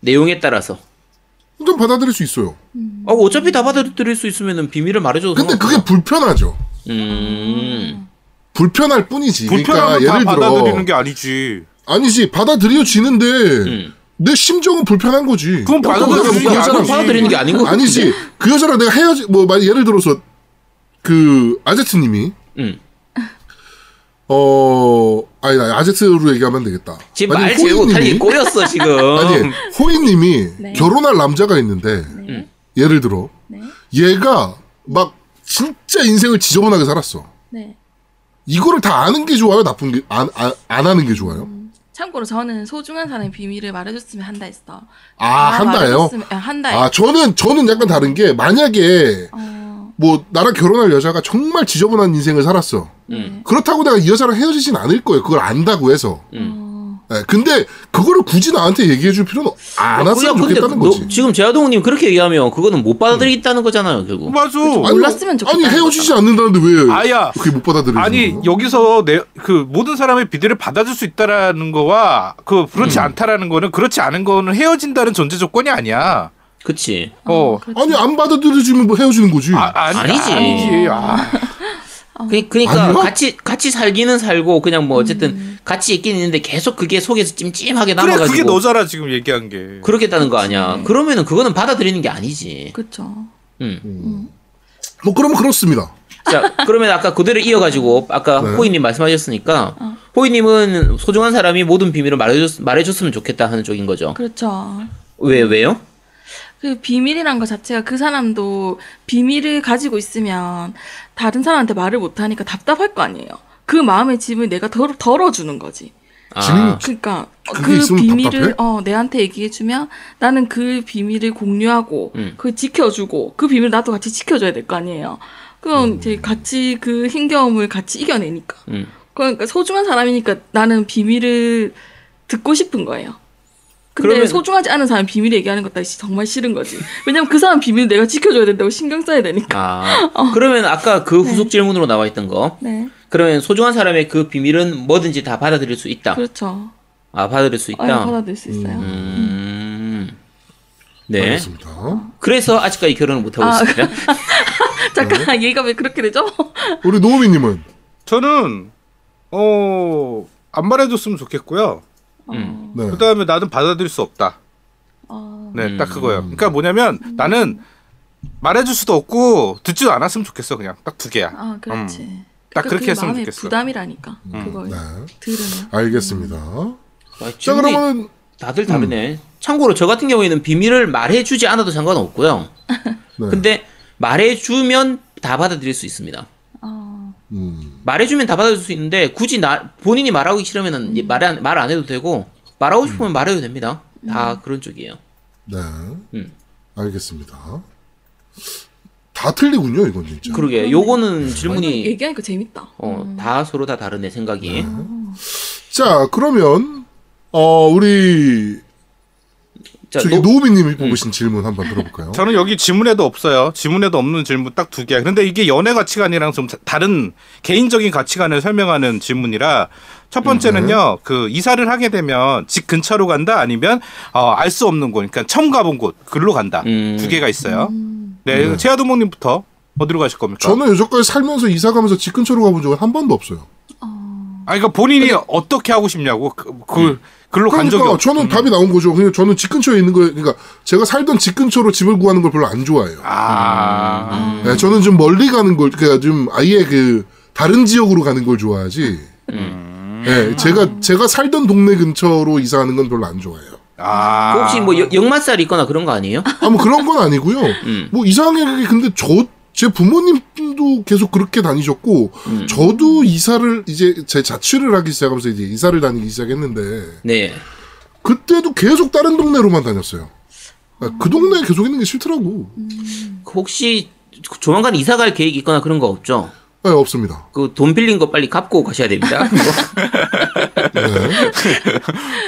[SPEAKER 3] 내용에 따라서.
[SPEAKER 1] 좀 받아들일 수 있어요.
[SPEAKER 3] 어, 어차피 다 받아들일 수 있으면 비밀을 말해줘도.
[SPEAKER 4] 음.
[SPEAKER 1] 근데
[SPEAKER 3] 상관없다.
[SPEAKER 1] 그게 불편하죠.
[SPEAKER 3] 음.
[SPEAKER 1] 불편할 뿐이지.
[SPEAKER 4] 불편하면
[SPEAKER 1] 그러니까 예를
[SPEAKER 4] 다
[SPEAKER 1] 들어
[SPEAKER 4] 받아들이는 게 아니지.
[SPEAKER 1] 아니지 받아들여지는데
[SPEAKER 3] 음.
[SPEAKER 1] 내 심정은 불편한 거지.
[SPEAKER 4] 그건 받아들이는
[SPEAKER 1] 내가
[SPEAKER 4] 게
[SPEAKER 1] 그
[SPEAKER 4] 아니지.
[SPEAKER 1] 여자랑
[SPEAKER 4] 그건
[SPEAKER 3] 어, 받아들이는 게 아닌 거 같은데?
[SPEAKER 1] 아니지. 그 여자랑 내가 헤어지 뭐 만약 예를 들어서 그 아제트님이
[SPEAKER 3] 음.
[SPEAKER 1] 어 아니 나 아제트로 얘기하면 되겠다.
[SPEAKER 3] 지금
[SPEAKER 1] 만약에
[SPEAKER 3] 말 재고
[SPEAKER 1] 호이님이-
[SPEAKER 3] 탈리 꼬였어 지금.
[SPEAKER 1] 아니 호이님이
[SPEAKER 2] 네.
[SPEAKER 1] 결혼할 남자가 있는데
[SPEAKER 3] 음.
[SPEAKER 2] 네.
[SPEAKER 1] 예를 들어
[SPEAKER 2] 네.
[SPEAKER 1] 얘가 막 진짜 인생을 지저분하게 살았어.
[SPEAKER 2] 네.
[SPEAKER 1] 이거를 다 아는 게 좋아요? 나쁜 게 안 안 하는 게 좋아요?
[SPEAKER 2] 참고로 저는 소중한 사람의 비밀을 말해줬으면 한다 했어.
[SPEAKER 1] 아,
[SPEAKER 2] 다
[SPEAKER 1] 한다예요?
[SPEAKER 2] 말해줬으면- 아, 한다.
[SPEAKER 1] 아 저는 저는 약간 다른 게 만약에
[SPEAKER 2] 어,
[SPEAKER 1] 뭐 나랑 결혼할 여자가 정말 지저분한 인생을 살았어.
[SPEAKER 2] 네.
[SPEAKER 3] 음.
[SPEAKER 1] 그렇다고 내가 이 여자랑 헤어지진 않을 거예요. 그걸 안다고 해서. 예, 근데 그거를 굳이 나한테 얘기해 줄 필요는 안
[SPEAKER 3] 야,
[SPEAKER 1] 왔으면
[SPEAKER 3] 아, 근데
[SPEAKER 1] 좋겠다는
[SPEAKER 3] 너-
[SPEAKER 1] 거지. 음.
[SPEAKER 3] 지금 제아동우님 그렇게 얘기하면 그거는 못 받아들이겠다는 거잖아요
[SPEAKER 1] 어.
[SPEAKER 3] 결국.
[SPEAKER 1] 뭐?
[SPEAKER 4] 맞아.
[SPEAKER 1] 아니,
[SPEAKER 2] 몰랐으면 좋겠다는
[SPEAKER 1] 아니 헤어지지 않는다는데 왜
[SPEAKER 4] 아야.
[SPEAKER 1] 그게 못 받아들이는
[SPEAKER 4] 아니
[SPEAKER 1] 거예요?
[SPEAKER 4] 여기서 내 그 모든 사람의 비대를 받아줄 수 있다라는 거와 그 그렇지
[SPEAKER 1] 음.
[SPEAKER 4] 않다라는 거는 그렇지 않은 거는 헤어진다는 존재 조건이 아니야.
[SPEAKER 3] 그치.
[SPEAKER 4] 어.
[SPEAKER 2] 그렇죠.
[SPEAKER 1] 아니 안 받아들여주면 뭐 헤어지는 거지.
[SPEAKER 4] 아, 아니,
[SPEAKER 3] 아니지.
[SPEAKER 4] 아니지. 아.
[SPEAKER 3] 그, 그러니까
[SPEAKER 1] 아니요?
[SPEAKER 3] 같이 같이 살기는 살고 그냥 뭐 어쨌든 같이 있긴 있는데 계속 그게 속에서 찜찜하게
[SPEAKER 4] 그래
[SPEAKER 3] 남아가지고
[SPEAKER 4] 그게 너잖아 지금 얘기한 게.
[SPEAKER 3] 겠다는거 아니야. 그러면은 그거는 받아들이는 게 아니지.
[SPEAKER 2] 그렇죠.
[SPEAKER 3] 음.
[SPEAKER 1] 뭐 그러면 그렇습니다.
[SPEAKER 3] 자 그러면 아까 그대로 이어가지고 아까
[SPEAKER 1] 네.
[SPEAKER 3] 호이님 말씀하셨으니까
[SPEAKER 2] 어.
[SPEAKER 3] 호이님은 소중한 사람이 모든 비밀을 말해줬, 말해줬으면 좋겠다 하는 쪽인 거죠.
[SPEAKER 2] 그렇죠.
[SPEAKER 3] 왜 왜요?
[SPEAKER 2] 그 비밀이란 것 자체가 그 사람도 비밀을 가지고 있으면 다른 사람한테 말을 못하니까 답답할 거 아니에요. 그 마음의 짐을 내가 덜, 덜어주는 거지.
[SPEAKER 3] 아,
[SPEAKER 1] 지금
[SPEAKER 2] 그러니까
[SPEAKER 1] 그게
[SPEAKER 2] 그
[SPEAKER 1] 있으면
[SPEAKER 2] 비밀을
[SPEAKER 1] 답답해?
[SPEAKER 2] 어, 내한테 얘기해주면 나는 그 비밀을 공유하고 그걸 지켜주고 그 비밀 나도 같이 지켜줘야 될 거 아니에요. 그럼 이제 같이 그 힘겨움을 같이 이겨내니까.
[SPEAKER 3] 음.
[SPEAKER 2] 그러니까 소중한 사람이니까 나는 비밀을 듣고 싶은 거예요. 근데
[SPEAKER 3] 그러면-
[SPEAKER 2] 소중하지 않은 사람 비밀 얘기하는 것도 정말 싫은 거지. 왜냐면 그 사람 비밀 내가 지켜줘야 된다고 신경 써야 되니까.
[SPEAKER 3] 아,
[SPEAKER 2] 어.
[SPEAKER 3] 그러면 아까 그 후속 질문으로 나와 있던 거.
[SPEAKER 2] 네,
[SPEAKER 3] 그러면 소중한 사람의 그 비밀은 뭐든지 다 받아들일 수 있다.
[SPEAKER 2] 그렇죠.
[SPEAKER 3] 아, 받아들일 수
[SPEAKER 2] 아,
[SPEAKER 3] 있다.
[SPEAKER 2] 받아들일 수 있어요.
[SPEAKER 4] 음.
[SPEAKER 3] 음. 네.
[SPEAKER 1] 알겠습니다.
[SPEAKER 3] 그래서 아직까지 결혼을 못
[SPEAKER 2] 아.
[SPEAKER 3] 하고 있습니다.
[SPEAKER 2] 잠깐 얘기가 왜 그렇게 되죠?
[SPEAKER 1] 우리 노우미님은
[SPEAKER 4] 저는 어. 안 말해줬으면 좋겠고요.
[SPEAKER 3] 음.
[SPEAKER 1] 네.
[SPEAKER 4] 그 다음에 나는 받아들일 수 없다.
[SPEAKER 2] 어,
[SPEAKER 4] 네, 딱
[SPEAKER 1] 음.
[SPEAKER 4] 그거예요. 그러니까 뭐냐면 나는 말해줄 수도 없고 듣지도 않았으면 좋겠어. 그냥 딱 두 개야.
[SPEAKER 2] 아, 그렇지.
[SPEAKER 4] 음. 딱
[SPEAKER 2] 그러니까
[SPEAKER 4] 그렇게
[SPEAKER 2] 그
[SPEAKER 4] 했으면
[SPEAKER 2] 마음의
[SPEAKER 4] 좋겠어요. 음.
[SPEAKER 2] 부담이라니까 그걸
[SPEAKER 1] 네.
[SPEAKER 2] 들으면.
[SPEAKER 1] 알겠습니다.
[SPEAKER 3] 아,
[SPEAKER 1] 자
[SPEAKER 3] 질문이
[SPEAKER 1] 그러면은
[SPEAKER 3] 다들 다르네. 참고로 저 같은 경우에는 비밀을 말해주지 않아도 상관없고요.
[SPEAKER 1] 네.
[SPEAKER 3] 근데 말해주면 다 받아들일 수 있습니다.
[SPEAKER 2] 어,
[SPEAKER 1] 음,
[SPEAKER 3] 말해주면 다 받아들일 수 있는데 굳이 나 본인이 말하기 싫으면 은 말안 말 안 해도 되고 말하고 싶으면 말해도 됩니다. 다 그런 쪽이에요.
[SPEAKER 1] 네.
[SPEAKER 3] 음.
[SPEAKER 1] 알겠습니다. 다 틀리군요, 이건 진짜.
[SPEAKER 3] 그러게 요거는
[SPEAKER 2] 이거
[SPEAKER 3] 질문이
[SPEAKER 2] 얘기하니까 재밌다.
[SPEAKER 3] 어, 다 서로 다 다르네 생각이.
[SPEAKER 1] 자, 그러면 어 우리
[SPEAKER 3] 자,
[SPEAKER 1] 저기
[SPEAKER 3] 노-
[SPEAKER 1] 노우미님이 뽑으신 질문 한번 들어볼까요?
[SPEAKER 4] 저는 여기 지문에도 없어요. 지문에도 없는 질문 딱 두 개야. 근데 이게 연애 가치관이랑 좀 자- 다른 개인적인 가치관을 설명하는 질문이라 첫
[SPEAKER 1] 네.
[SPEAKER 4] 번째는요. 그 이사를 하게 되면 집 근처로 간다 아니면 어, 알 수 없는 곳, 그러니까 처음 가본 곳, 글로 간다.
[SPEAKER 3] 음.
[SPEAKER 4] 두 개가 있어요.
[SPEAKER 1] 음.
[SPEAKER 4] 네, 최하도목님부터 어디로 가실 겁니까?
[SPEAKER 1] 저는 여태까지 살면서 이사 가면서 집 근처로 가본 적은 한 번도 없어요.
[SPEAKER 2] 어,
[SPEAKER 4] 아니 그러니까 본인이 어떻게 하고 싶냐고 그, 그 글로 간 적이
[SPEAKER 1] 네. 그러니까
[SPEAKER 4] 없.
[SPEAKER 1] 저는 답이 나온 거죠. 그냥 저는 집 근처에 있는 거예요. 그러니까 제가 살던 집 근처로 집을 구하는 걸 별로 안 좋아해요.
[SPEAKER 4] 아.
[SPEAKER 1] 네, 저는 좀 멀리 가는 걸, 그러니까 좀 아예 그 다른 지역으로 가는 걸 좋아하지. 네, 제가 제가 살던 동네 근처로 이사하는 건 별로 안 좋아해요.
[SPEAKER 4] 아.
[SPEAKER 3] 그 혹시 뭐 여- 역마살이 있거나 그런 거 아니에요?
[SPEAKER 1] 아, 뭐 그런 건 아니고요. 뭐 이상하게 근데 저 제 부모님도 계속 그렇게 다니셨고 저도 이사를 이제 제 자취를 하기 시작하면서 이제 이사를 다니기 시작했는데
[SPEAKER 3] 네.
[SPEAKER 1] 그때도 계속 다른 동네로만 다녔어요. 아, 그 동네에 계속 있는 게 싫더라고.
[SPEAKER 3] 그 혹시 조만간 이사 갈 계획 있거나 그런 거 없죠?
[SPEAKER 1] 네, 없습니다.
[SPEAKER 3] 그 돈 빌린 거 빨리 갚고 가셔야 됩니다.
[SPEAKER 1] 네.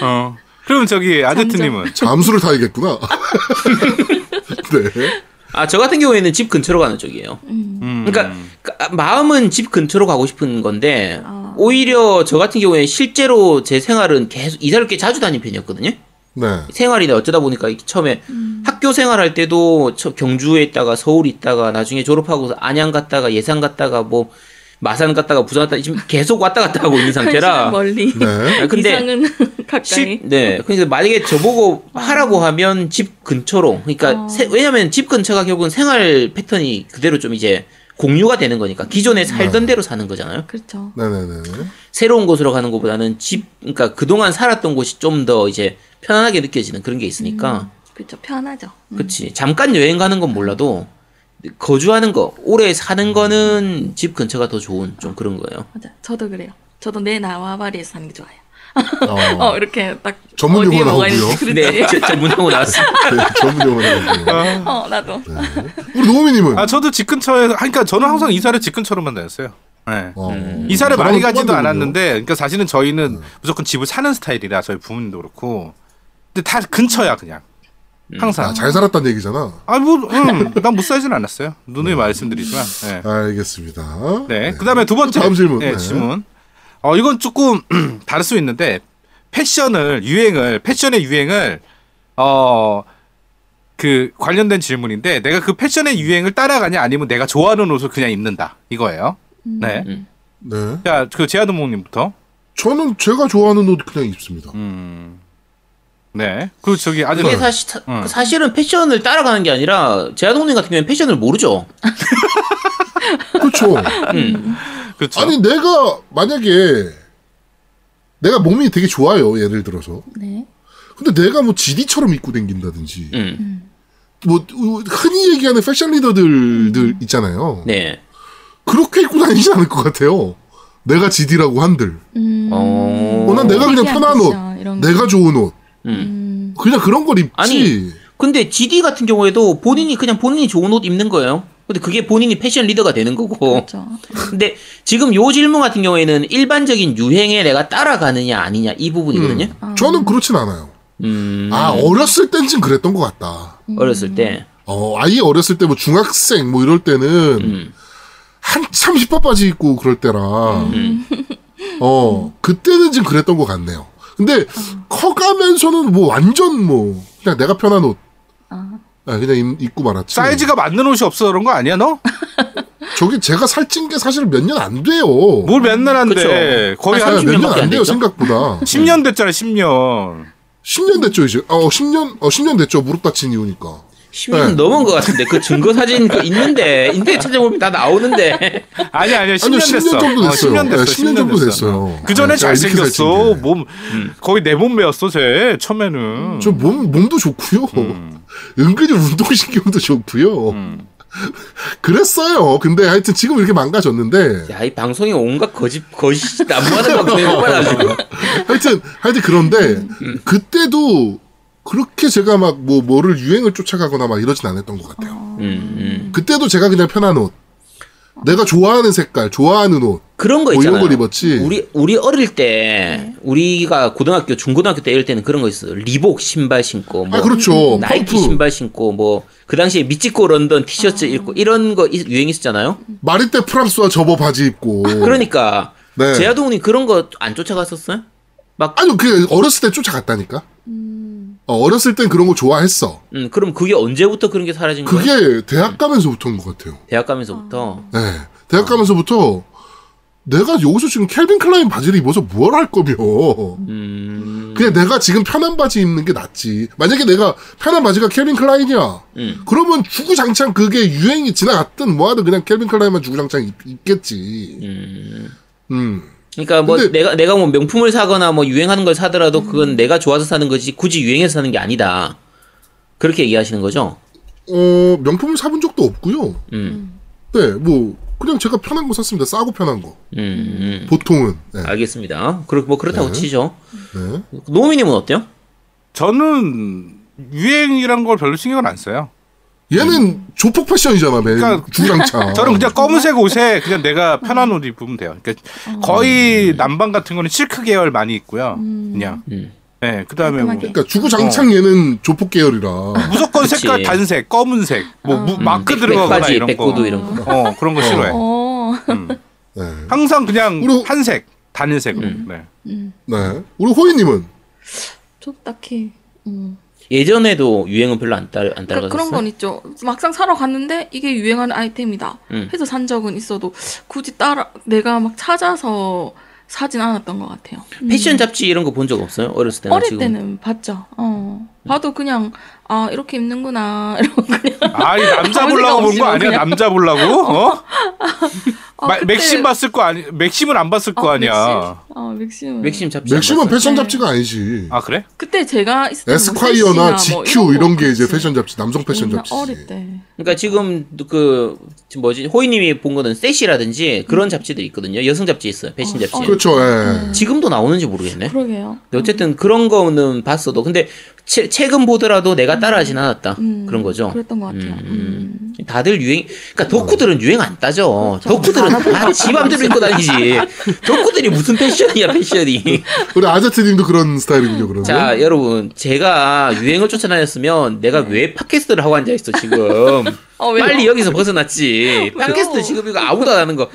[SPEAKER 4] 어. 그럼 저기 아제트님은
[SPEAKER 1] 잠수를 타야겠구나. 네.
[SPEAKER 3] 아, 저 같은 경우에는 집 근처로 가는 쪽이에요.
[SPEAKER 2] 음.
[SPEAKER 3] 그러니까 그, 아, 마음은 집 근처로 가고 싶은 건데
[SPEAKER 2] 아.
[SPEAKER 3] 오히려 저 같은 경우에 실제로 제 생활은 계속 이사를 꽤 자주 다닌 편이었거든요.
[SPEAKER 1] 네.
[SPEAKER 3] 생활이나 어쩌다 보니까 이렇게 처음에 학교 생활할 때도 처- 경주에 있다가 서울 있다가 나중에 졸업하고서 안양 갔다가 예산 갔다가 뭐 마산 갔다가 부산 갔다가 지금 계속 왔다 갔다 하고 있는
[SPEAKER 2] 현실은
[SPEAKER 3] 상태라
[SPEAKER 2] 멀리.
[SPEAKER 1] 네.
[SPEAKER 3] 아, 근데
[SPEAKER 2] 이상은 가까이.
[SPEAKER 3] 실, 네. 그러니까 만약에 저보고 하라고 하면 집 근처로. 그러니까
[SPEAKER 2] 어.
[SPEAKER 3] 세- 왜냐면 집 근처가 결국은 생활 패턴이 그대로 좀 이제 공유가 되는 거니까 기존에 살던 대로 사는 거잖아요.
[SPEAKER 2] 그렇죠.
[SPEAKER 1] 네네네.
[SPEAKER 3] 새로운 곳으로 가는 것보다는 집 그러니까 그동안 살았던 곳이 좀 더 이제 편안하게 느껴지는 그런 게 있으니까.
[SPEAKER 2] 그렇죠. 편하죠.
[SPEAKER 3] 그렇지. 잠깐 여행 가는 건 몰라도 거주하는 거, 오래 사는 거는 집 근처가 더 좋은 좀 그런 거예요.
[SPEAKER 2] 맞아. 저도 그래요. 저도 내 나와바리에서 사는 게 좋아요.
[SPEAKER 1] 어.
[SPEAKER 2] 어, 이렇게 딱
[SPEAKER 1] 전문
[SPEAKER 2] 어디에
[SPEAKER 1] 용어를
[SPEAKER 2] 뭐가 있는지
[SPEAKER 1] 하고요.
[SPEAKER 2] 그렇지.
[SPEAKER 3] 네, 저, 저 문하고 나왔습니다.
[SPEAKER 1] 네, 전문용어네요.
[SPEAKER 2] 어, 나도.
[SPEAKER 1] 우리 노우미님은?
[SPEAKER 4] 아 저도 집 근처에 그러니까 저는 항상 이사를 집 근처로만 다녔어요. 네.
[SPEAKER 1] 어.
[SPEAKER 4] 이사를
[SPEAKER 1] 저랑
[SPEAKER 4] 많이 가지도
[SPEAKER 1] 똑같네요.
[SPEAKER 4] 않았는데 그러니까 사실은 저희는 무조건 집을 사는 스타일이라 저희 부모님도 그렇고 근데 다 근처야 그냥 항상
[SPEAKER 1] 아, 잘 살았단 얘기잖아.
[SPEAKER 4] 아뭐난못 살진 않았어요 누누이 말씀드리지만 네.
[SPEAKER 1] 알겠습니다.
[SPEAKER 4] 네. 그다음에 두 번째
[SPEAKER 1] 다음 질문.
[SPEAKER 4] 네,
[SPEAKER 1] 네.
[SPEAKER 4] 질문. 어 이건 조금 다를 수 있는데 패션을 유행을 패션의 유행을 어. 그 관련된 질문인데 내가 그 패션의 유행을 따라가냐 아니면 내가 좋아하는 옷을 그냥 입는다 이거예요.
[SPEAKER 3] 음.
[SPEAKER 4] 네.
[SPEAKER 1] 네.
[SPEAKER 4] 자, 그 제아드몽님부터.
[SPEAKER 1] 저는 제가 좋아하는 옷 그냥 입습니다.
[SPEAKER 4] 음. 네. 음. 그 저기 아직
[SPEAKER 3] 그게 사실 사- 그 사실은 패션을 따라가는 게 아니라 제아동님 같은 경우는 패션을 모르죠.
[SPEAKER 1] 그렇죠.
[SPEAKER 4] 그렇죠.
[SPEAKER 1] 아니 내가 만약에 내가 몸이 되게 좋아요. 예를 들어서.
[SPEAKER 2] 네.
[SPEAKER 1] 근데 내가 뭐 GD처럼 입고 댕긴다든지
[SPEAKER 3] 음.
[SPEAKER 1] 뭐 흔히 얘기하는 패션 리더들들 있잖아요.
[SPEAKER 3] 음. 네.
[SPEAKER 1] 그렇게 입고 다니진 않을 것 같아요. 내가 GD라고 한들.
[SPEAKER 2] 음.
[SPEAKER 3] 어.
[SPEAKER 1] 어, 난 내가 그냥
[SPEAKER 2] 특이한
[SPEAKER 1] 편한
[SPEAKER 2] 패션,
[SPEAKER 1] 옷,
[SPEAKER 2] 이런 거.
[SPEAKER 1] 내가 좋은 옷,
[SPEAKER 2] 음.
[SPEAKER 1] 그냥 그런 걸 입지.
[SPEAKER 3] 아니. 근데 GD 같은 경우에도 본인이 그냥 본인이 좋은 옷 입는 거예요. 근데 그게 본인이 패션 리더가 되는 거고.
[SPEAKER 2] 그렇죠.
[SPEAKER 3] 근데 지금 요 질문 같은 경우에는 일반적인 유행에 내가 따라가느냐 아니냐 이 부분이거든요.
[SPEAKER 1] 저는 그렇진 않아요.
[SPEAKER 3] 음.
[SPEAKER 1] 아 어렸을 땐 좀 그랬던 것 같다.
[SPEAKER 3] 어렸을 때.
[SPEAKER 1] 어 아예 어렸을 때 뭐 중학생 뭐 이럴 때는
[SPEAKER 3] 음.
[SPEAKER 1] 한참 힙합 바지 입고 그럴 때라
[SPEAKER 3] 음.
[SPEAKER 1] 어 그때는 좀 그랬던 것 같네요. 근데
[SPEAKER 3] 어.
[SPEAKER 1] 커가면서는 뭐 완전 뭐 그냥 내가 편한 옷 아, 그냥 입, 입고 말았지.
[SPEAKER 4] 사이즈가 맞는 옷이 없어 그런 거 아니야 너?
[SPEAKER 1] 저기 제가 살찐 게 사실 몇 년 안 돼요. 네,
[SPEAKER 4] 뭘 맨날 한데
[SPEAKER 3] 그쵸.
[SPEAKER 4] 거의
[SPEAKER 3] 아,
[SPEAKER 4] 한
[SPEAKER 3] 삼십-
[SPEAKER 1] 몇 년
[SPEAKER 3] 30년밖에
[SPEAKER 1] 안
[SPEAKER 3] 안
[SPEAKER 1] 돼요
[SPEAKER 3] 됐죠?
[SPEAKER 1] 생각보다.
[SPEAKER 4] 10년 됐잖아 10년.
[SPEAKER 1] 10년 됐죠 이제. 어 10년 어 10년 됐죠 무릎 다친 이유니까.
[SPEAKER 3] 10년
[SPEAKER 1] 네.
[SPEAKER 3] 넘은 것 같은데 그 증거 사진 그 있는데 인터넷 찾아보면 다 나오는데
[SPEAKER 4] 아니 아니 10년
[SPEAKER 1] 아니요, 10년
[SPEAKER 4] 됐어.
[SPEAKER 1] 정도
[SPEAKER 4] 어,
[SPEAKER 1] 됐어요.
[SPEAKER 4] 10년 됐어.
[SPEAKER 1] 네, 10년 정도 됐어요.
[SPEAKER 4] 그 전에
[SPEAKER 1] 아,
[SPEAKER 4] 잘
[SPEAKER 1] 이렇게
[SPEAKER 4] 생겼어.
[SPEAKER 1] 살찐 게.
[SPEAKER 4] 몸 거의 내 몸매였어 쟤 처음에는.
[SPEAKER 1] 저 몸, 몸도 좋고요. 은근히 운동신경도 좋고요. 그랬어요. 근데 하여튼 지금 이렇게 망가졌는데
[SPEAKER 3] 야 이 방송이 온갖 거짓 거짓 나무하는 거 그냥 빨아가지고
[SPEAKER 1] 하여튼 하여튼 그런데 그때도 그렇게 제가 막 뭐 뭐를 유행을 쫓아가거나 막 이러진 않았던 것 같아요.
[SPEAKER 3] 음, 음.
[SPEAKER 1] 그때도 제가 그냥 편한 옷, 내가 좋아하는 색깔, 좋아하는 옷,
[SPEAKER 3] 그런 거
[SPEAKER 1] 뭐
[SPEAKER 3] 있잖아요.
[SPEAKER 1] 이런 걸 입었지.
[SPEAKER 3] 우리 우리 어릴 때 우리가 고등학교 중고등학교 때 이럴 때는 그런 거 있어. 요 리복 신발 신고 뭐
[SPEAKER 1] 아 그렇죠.
[SPEAKER 3] 나이키
[SPEAKER 1] 펌프.
[SPEAKER 3] 신발 신고 뭐 그 당시에 미치코 런던 티셔츠 입고 이런 거 이- 유행 있었잖아요.
[SPEAKER 1] 마리 때 프랑스와 저버 바지 입고.
[SPEAKER 3] 그러니까
[SPEAKER 1] 네.
[SPEAKER 3] 제아동이 그런 거 안 쫓아갔었어요? 막
[SPEAKER 1] 아니요, 그 어렸을 때 쫓아갔다니까. 어, 어렸을 땐 그런 거 좋아했어.
[SPEAKER 3] 음, 그럼 그게 언제부터 그런 게 사라진 거예요?
[SPEAKER 1] 그게 대학 가면서부터인 것 같아요.
[SPEAKER 3] 대학 가면서부터
[SPEAKER 1] 네. 대학 가면서부터 내가 여기서 지금 캘빈 클라인 바지를 입어서 뭘 할 거며. 그냥 내가 지금 편한 바지 입는 게 낫지. 만약에 내가 편한 바지가 캘빈 클라인이야. 그러면 주구장창 그게 유행이 지나갔든 뭐하든 그냥 캘빈 클라인만 주구장창 입, 입겠지. 음.
[SPEAKER 3] 그러니까 뭐
[SPEAKER 1] 근데-
[SPEAKER 3] 내가 내가 뭐 명품을 사거나 뭐 유행하는 걸 사더라도 그건 내가 좋아서 사는 거지 굳이 유행해서 사는 게 아니다. 그렇게 얘기하시는 거죠?
[SPEAKER 1] 어, 명품을 사본 적도 없고요.
[SPEAKER 3] 음.
[SPEAKER 1] 네, 뭐 그냥 제가 편한 거 샀습니다. 싸고 편한 거.
[SPEAKER 3] 음. 음.
[SPEAKER 1] 보통은. 네.
[SPEAKER 3] 알겠습니다. 그렇 뭐
[SPEAKER 1] 네.
[SPEAKER 3] 그렇다고 치죠.
[SPEAKER 1] 네.
[SPEAKER 3] 노미님은 어때요?
[SPEAKER 4] 음. 저는 유행이란 걸 별로 신경을 안 써요.
[SPEAKER 1] 얘는 조폭 패션이잖아, 맨.
[SPEAKER 4] 그러니까
[SPEAKER 1] 주구장창.
[SPEAKER 4] 저는 그냥 검은색 옷에 그냥 내가 편한 옷 입으면 돼요.
[SPEAKER 2] 음.
[SPEAKER 4] 그러니까 거의
[SPEAKER 1] 음.
[SPEAKER 4] 남방 같은 거는 실크 계열 많이 입고요. 그냥.
[SPEAKER 3] 음.
[SPEAKER 4] 네, 그다음에 뭐
[SPEAKER 2] 깔끔하게.
[SPEAKER 1] 그러니까 주구장창 얘는 조폭 계열이라.
[SPEAKER 4] 무조건
[SPEAKER 3] 그치.
[SPEAKER 4] 색깔 단색, 검은색, 뭐 무- 마크
[SPEAKER 3] 백-
[SPEAKER 4] 들어가거나
[SPEAKER 3] 네, 백바지,
[SPEAKER 4] 이런
[SPEAKER 3] 백구두
[SPEAKER 4] 거.
[SPEAKER 3] 이런 거.
[SPEAKER 4] 어, 그런 거 싫어해. 음.
[SPEAKER 2] 어.
[SPEAKER 1] 네.
[SPEAKER 4] 항상 그냥
[SPEAKER 1] 우리-
[SPEAKER 4] 한색, 단일색으로.
[SPEAKER 3] 음.
[SPEAKER 4] 네.
[SPEAKER 1] 네. 우리 호이님은
[SPEAKER 2] 저 딱히. 음.
[SPEAKER 3] 예전에도 유행은 별로 안, 따라, 안
[SPEAKER 2] 그러니까
[SPEAKER 3] 따라갔어요.
[SPEAKER 2] 그런 건 있죠. 막상 사러 갔는데 이게 유행하는 아이템이다.
[SPEAKER 3] 음.
[SPEAKER 2] 해서 산 적은 있어도 굳이 따라 내가 막 찾아서 사진 않았던 것 같아요. 음.
[SPEAKER 3] 패션 잡지 이런 거 본 적 없어요? 어렸을 때는
[SPEAKER 2] 어릴
[SPEAKER 3] 지금.
[SPEAKER 2] 때는 봤죠. 어. 봐도 그냥 아 이렇게 입는구나 이러고 그냥
[SPEAKER 4] 아, 이 남자
[SPEAKER 2] 아무
[SPEAKER 4] 보려고
[SPEAKER 2] 생각
[SPEAKER 4] 본 거
[SPEAKER 2] 없이
[SPEAKER 4] 아니야?
[SPEAKER 2] 그냥.
[SPEAKER 4] 남자 보려고? 어?
[SPEAKER 2] 아,
[SPEAKER 4] 마-
[SPEAKER 2] 그때-
[SPEAKER 4] 맥심 봤을 거 아니? 맥심을 안 봤을 거
[SPEAKER 2] 아,
[SPEAKER 4] 아니야?
[SPEAKER 2] 맥심? 어 맥심은
[SPEAKER 3] 맥심 잡지. 안
[SPEAKER 1] 맥심은
[SPEAKER 3] 봤어요?
[SPEAKER 1] 패션
[SPEAKER 2] 네.
[SPEAKER 1] 잡지가 아니지.
[SPEAKER 4] 아 그래?
[SPEAKER 2] 그때 제가 있었던
[SPEAKER 1] 에스콰이어나
[SPEAKER 2] 뭐 섹시나 뭐
[SPEAKER 1] GQ 이런 게 이제
[SPEAKER 2] 그치.
[SPEAKER 1] 패션 잡지, 남성 패션
[SPEAKER 2] 옛날
[SPEAKER 1] 잡지지.
[SPEAKER 2] 어릴 때.
[SPEAKER 3] 그러니까 지금 그 지금 뭐지 호이님이 본 거는 세시라든지 그런 잡지도 있거든요. 여성 잡지 있어요. 패션
[SPEAKER 2] 음. 어,
[SPEAKER 3] 잡지.
[SPEAKER 2] 어.
[SPEAKER 1] 그렇죠. 예.
[SPEAKER 3] 지금도 나오는지 모르겠네.
[SPEAKER 2] 그러게요.
[SPEAKER 3] 근데 어쨌든 그런 거는 봤어도 근데 채, 최근 보더라도 내가 따라하진 않았다.
[SPEAKER 2] 음,
[SPEAKER 3] 그런 거죠.
[SPEAKER 2] 그랬던 것 같아요.
[SPEAKER 3] 음, 음. 다들 유행, 그러니까 덕후들은 유행 안 따져.
[SPEAKER 2] 그렇죠. 아.
[SPEAKER 3] 덕후들은 다지 맘대로 입고 다니지. 덕후들이 무슨 패션이야, 패션이.
[SPEAKER 1] 우리 아제트님도 그런 스타일이군요. 그러면.
[SPEAKER 3] 자, 여러분, 제가 유행을 쫓아다녔으면 내가 왜 팟캐스트를 하고 앉아있어, 지금.
[SPEAKER 2] 네. 어, 왜요?
[SPEAKER 3] 빨리 여기서 벗어났지.
[SPEAKER 2] 왜요?
[SPEAKER 3] 팟캐스트 지금 이거 아무도 안 하는 거.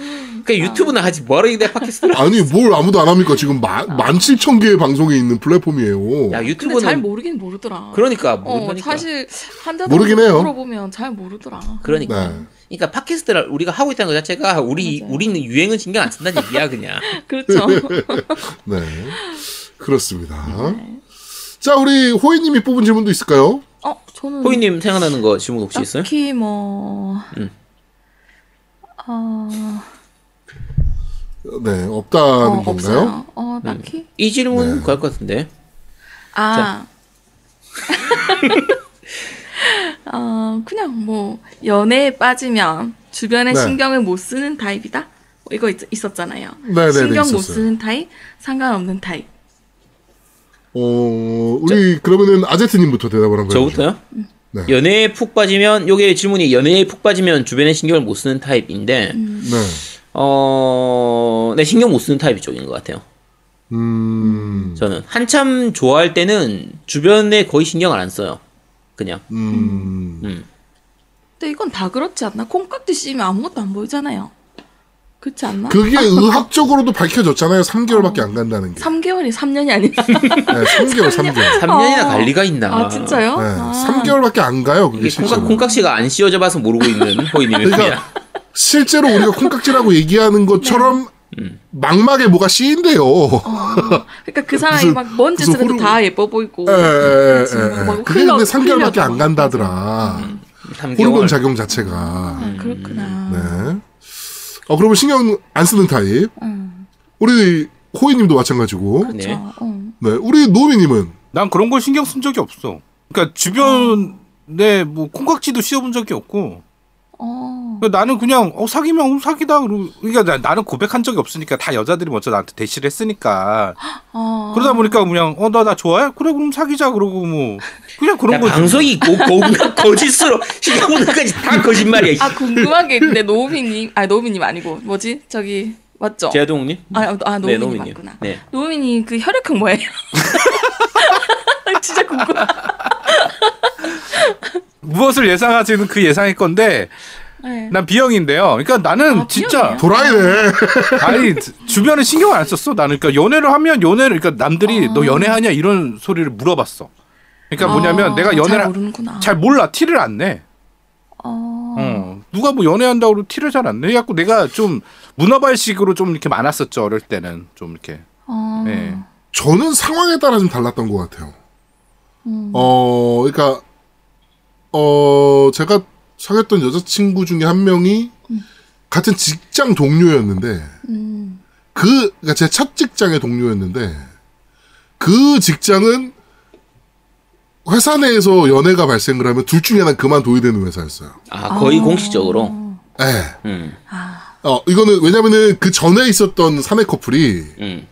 [SPEAKER 3] 그러니까 유튜브나 하지 뭐하러 내가 팟캐스트를 하-
[SPEAKER 1] 아니 뭘 아무도 안 합니까? 지금 만 17,000개의 방송에 있는 플랫폼이에요.
[SPEAKER 2] 근데
[SPEAKER 3] 야,
[SPEAKER 2] 잘
[SPEAKER 3] 유튜브는.
[SPEAKER 2] 모르긴 모르더라.
[SPEAKER 3] 그러니까,
[SPEAKER 2] 어,
[SPEAKER 3] 모르니까.
[SPEAKER 2] 사실 환자들
[SPEAKER 1] 모르긴 해요.
[SPEAKER 2] 물어보면 잘 모르더라.
[SPEAKER 3] 그러니까.
[SPEAKER 1] 네.
[SPEAKER 3] 그러니까 팟캐스트를 우리가 하고 있다는 것 자체가 우리
[SPEAKER 2] 맞아요.
[SPEAKER 3] 우리는 유행은 신경 안 쓴다는 얘기야 그냥.
[SPEAKER 2] 그렇죠.
[SPEAKER 1] 네. 그렇습니다. 자, 우리 호이님이 뽑은 질문도 있을까요?
[SPEAKER 2] 어, 저는
[SPEAKER 3] 호이님 생각나는 거
[SPEAKER 2] 아,
[SPEAKER 3] 질문 혹시 있어요?
[SPEAKER 2] 딱히 뭐
[SPEAKER 3] 음.
[SPEAKER 2] 아,
[SPEAKER 1] 네, 없다는
[SPEAKER 2] 어,
[SPEAKER 1] 건가요?
[SPEAKER 2] 없어요. 어,
[SPEAKER 3] 음.
[SPEAKER 2] 딱히.
[SPEAKER 3] 이 질문
[SPEAKER 1] 네.
[SPEAKER 3] 갈 것 같은데.
[SPEAKER 2] 아. 어, 그냥 뭐 연애에 빠지면 주변에
[SPEAKER 1] 네.
[SPEAKER 2] 신경을 못 쓰는 타입이다. 뭐 이거 있, 있었잖아요.
[SPEAKER 1] 네네네,
[SPEAKER 2] 신경 못
[SPEAKER 1] 있었어요.
[SPEAKER 2] 쓰는 타입, 상관없는 타입.
[SPEAKER 1] 어, 우리 그러면은 아제트님부터 대답을 한번 해보죠.
[SPEAKER 3] 저부터요?
[SPEAKER 1] 네.
[SPEAKER 3] 연애에 푹 빠지면 요게 질문이 연애에 푹 빠지면 주변에 신경을 못 쓰는 타입인데
[SPEAKER 1] 네.
[SPEAKER 3] 어, 네 신경 못 쓰는 타입이 쪽인 것 같아요.
[SPEAKER 1] 음,
[SPEAKER 3] 저는 한참 좋아할 때는 주변에 거의 신경을 안 써요. 그냥
[SPEAKER 1] 음,
[SPEAKER 2] 근데 이건 다 그렇지 않나? 콩깍지 씌면 아무것도 안 보이잖아요. 그렇지 않나?
[SPEAKER 1] 그게 의학적으로도 밝혀졌잖아요. 3개월밖에 안 간다는 게.
[SPEAKER 2] 3개월이 3년이 아니라.
[SPEAKER 1] 네, 3개월, 3개월.
[SPEAKER 3] 3년이나
[SPEAKER 2] 어.
[SPEAKER 3] 갈 리가 있나?
[SPEAKER 2] 아, 진짜요?
[SPEAKER 1] 네,
[SPEAKER 2] 아.
[SPEAKER 1] 3개월밖에 안 가요. 그게
[SPEAKER 3] 이게 콩깍,
[SPEAKER 1] 실제로.
[SPEAKER 3] 콩깍지가 안 씌워져 봐서 모르고 있는 호이님의
[SPEAKER 1] 그러니까
[SPEAKER 3] 분이야.
[SPEAKER 1] 실제로 우리가 콩깍지라고 얘기하는 것처럼
[SPEAKER 2] 네.
[SPEAKER 1] 막막에 뭐가 씌인데요.
[SPEAKER 2] 그러니까 그 사람이
[SPEAKER 1] 무슨-
[SPEAKER 2] 막 뭔 짓을
[SPEAKER 1] 무슨 네.
[SPEAKER 2] 해도 다 예뻐 보이고.
[SPEAKER 1] 에, 에, 에,
[SPEAKER 2] 지금
[SPEAKER 1] 에,
[SPEAKER 2] 막
[SPEAKER 1] 에. 예. 그게
[SPEAKER 2] 흘러-
[SPEAKER 1] 근데 3개월밖에
[SPEAKER 2] 흘려도
[SPEAKER 1] 안
[SPEAKER 2] 막
[SPEAKER 1] 간다더라. 호르몬
[SPEAKER 3] 3개월.
[SPEAKER 1] 작용 자체가.
[SPEAKER 2] 아, 그렇구나.
[SPEAKER 1] 네. 어, 그러면 신경 안 쓰는 타입.
[SPEAKER 2] 음.
[SPEAKER 1] 우리 호이님도 마찬가지고.
[SPEAKER 3] 네.
[SPEAKER 2] 저, 어.
[SPEAKER 1] 네. 우리 노미님은.
[SPEAKER 4] 난 그런 걸 신경 쓴 적이 없어. 그러니까 주변에 뭐 콩깍지도 씌워본 적이 없고.
[SPEAKER 2] 어.
[SPEAKER 4] 그러니까 나는 그냥 어 사귀면 어, 사귀다 그러고 그러니까 나, 나는 고백한 적이 없으니까 다 여자들이 먼저 나한테 대시를 했으니까
[SPEAKER 2] 어.
[SPEAKER 4] 그러다 보니까 그냥 어 나 나 좋아해 그래 그럼 사귀자 그러고 뭐 그냥
[SPEAKER 3] 야,
[SPEAKER 4] 그런 거지
[SPEAKER 3] 그러니까 방송이 고, 고, 거짓으로 시작부터 끝까지 다 거짓말이야.
[SPEAKER 2] 아 궁금한 게 있는데 노우미님 아니 노우미님 아니고 뭐지 저기 맞죠?
[SPEAKER 3] 제아동님?
[SPEAKER 2] 아, 아, 아
[SPEAKER 3] 네,
[SPEAKER 2] 노우미님
[SPEAKER 3] 노미님.
[SPEAKER 2] 맞구나.
[SPEAKER 3] 네.
[SPEAKER 2] 노우미님 그 혈액형 뭐예요? 진짜 궁금해.
[SPEAKER 4] 무엇을 예상하지는 그 예상일 건데
[SPEAKER 2] 네.
[SPEAKER 4] 난 B형인데요 그러니까 나는
[SPEAKER 2] 아,
[SPEAKER 4] 진짜
[SPEAKER 1] 도라이네.
[SPEAKER 4] 아니 주변에 신경을 안 썼어 나는 그러니까 연애를 하면 연애를 그러니까 남들이 너 연애하냐 이런 소리를 물어봤어 그러니까 뭐냐면
[SPEAKER 2] 아. 아,
[SPEAKER 4] 내가
[SPEAKER 2] 잘
[SPEAKER 4] 연애를
[SPEAKER 2] 모르는구나.
[SPEAKER 4] 잘 몰라 티를 안내
[SPEAKER 2] 어.
[SPEAKER 4] 어. 누가 뭐 연애한다고 그러고 티를 잘 안 내. 갖고 내가 좀 문어발식으로 좀 이렇게 많았었죠 어릴 때는 좀 이렇게.
[SPEAKER 2] 어.
[SPEAKER 4] 예.
[SPEAKER 1] 저는 상황에 따라 좀 달랐던 것 같아요. 어, 그러니까 어 제가 사귀었던 여자친구 중에 한 명이 같은 직장 동료였는데
[SPEAKER 2] 음.
[SPEAKER 1] 그 그러니까 제 첫 직장의 동료였는데 그 직장은 회사 내에서 연애가 발생을 하면 둘 중에 하나 그만둬야 되는 회사였어요.
[SPEAKER 3] 아 거의 공식적으로.
[SPEAKER 1] 예.
[SPEAKER 3] 음,
[SPEAKER 1] 어 이거는 왜냐면은 그 전에 있었던 사내 커플이
[SPEAKER 3] 음,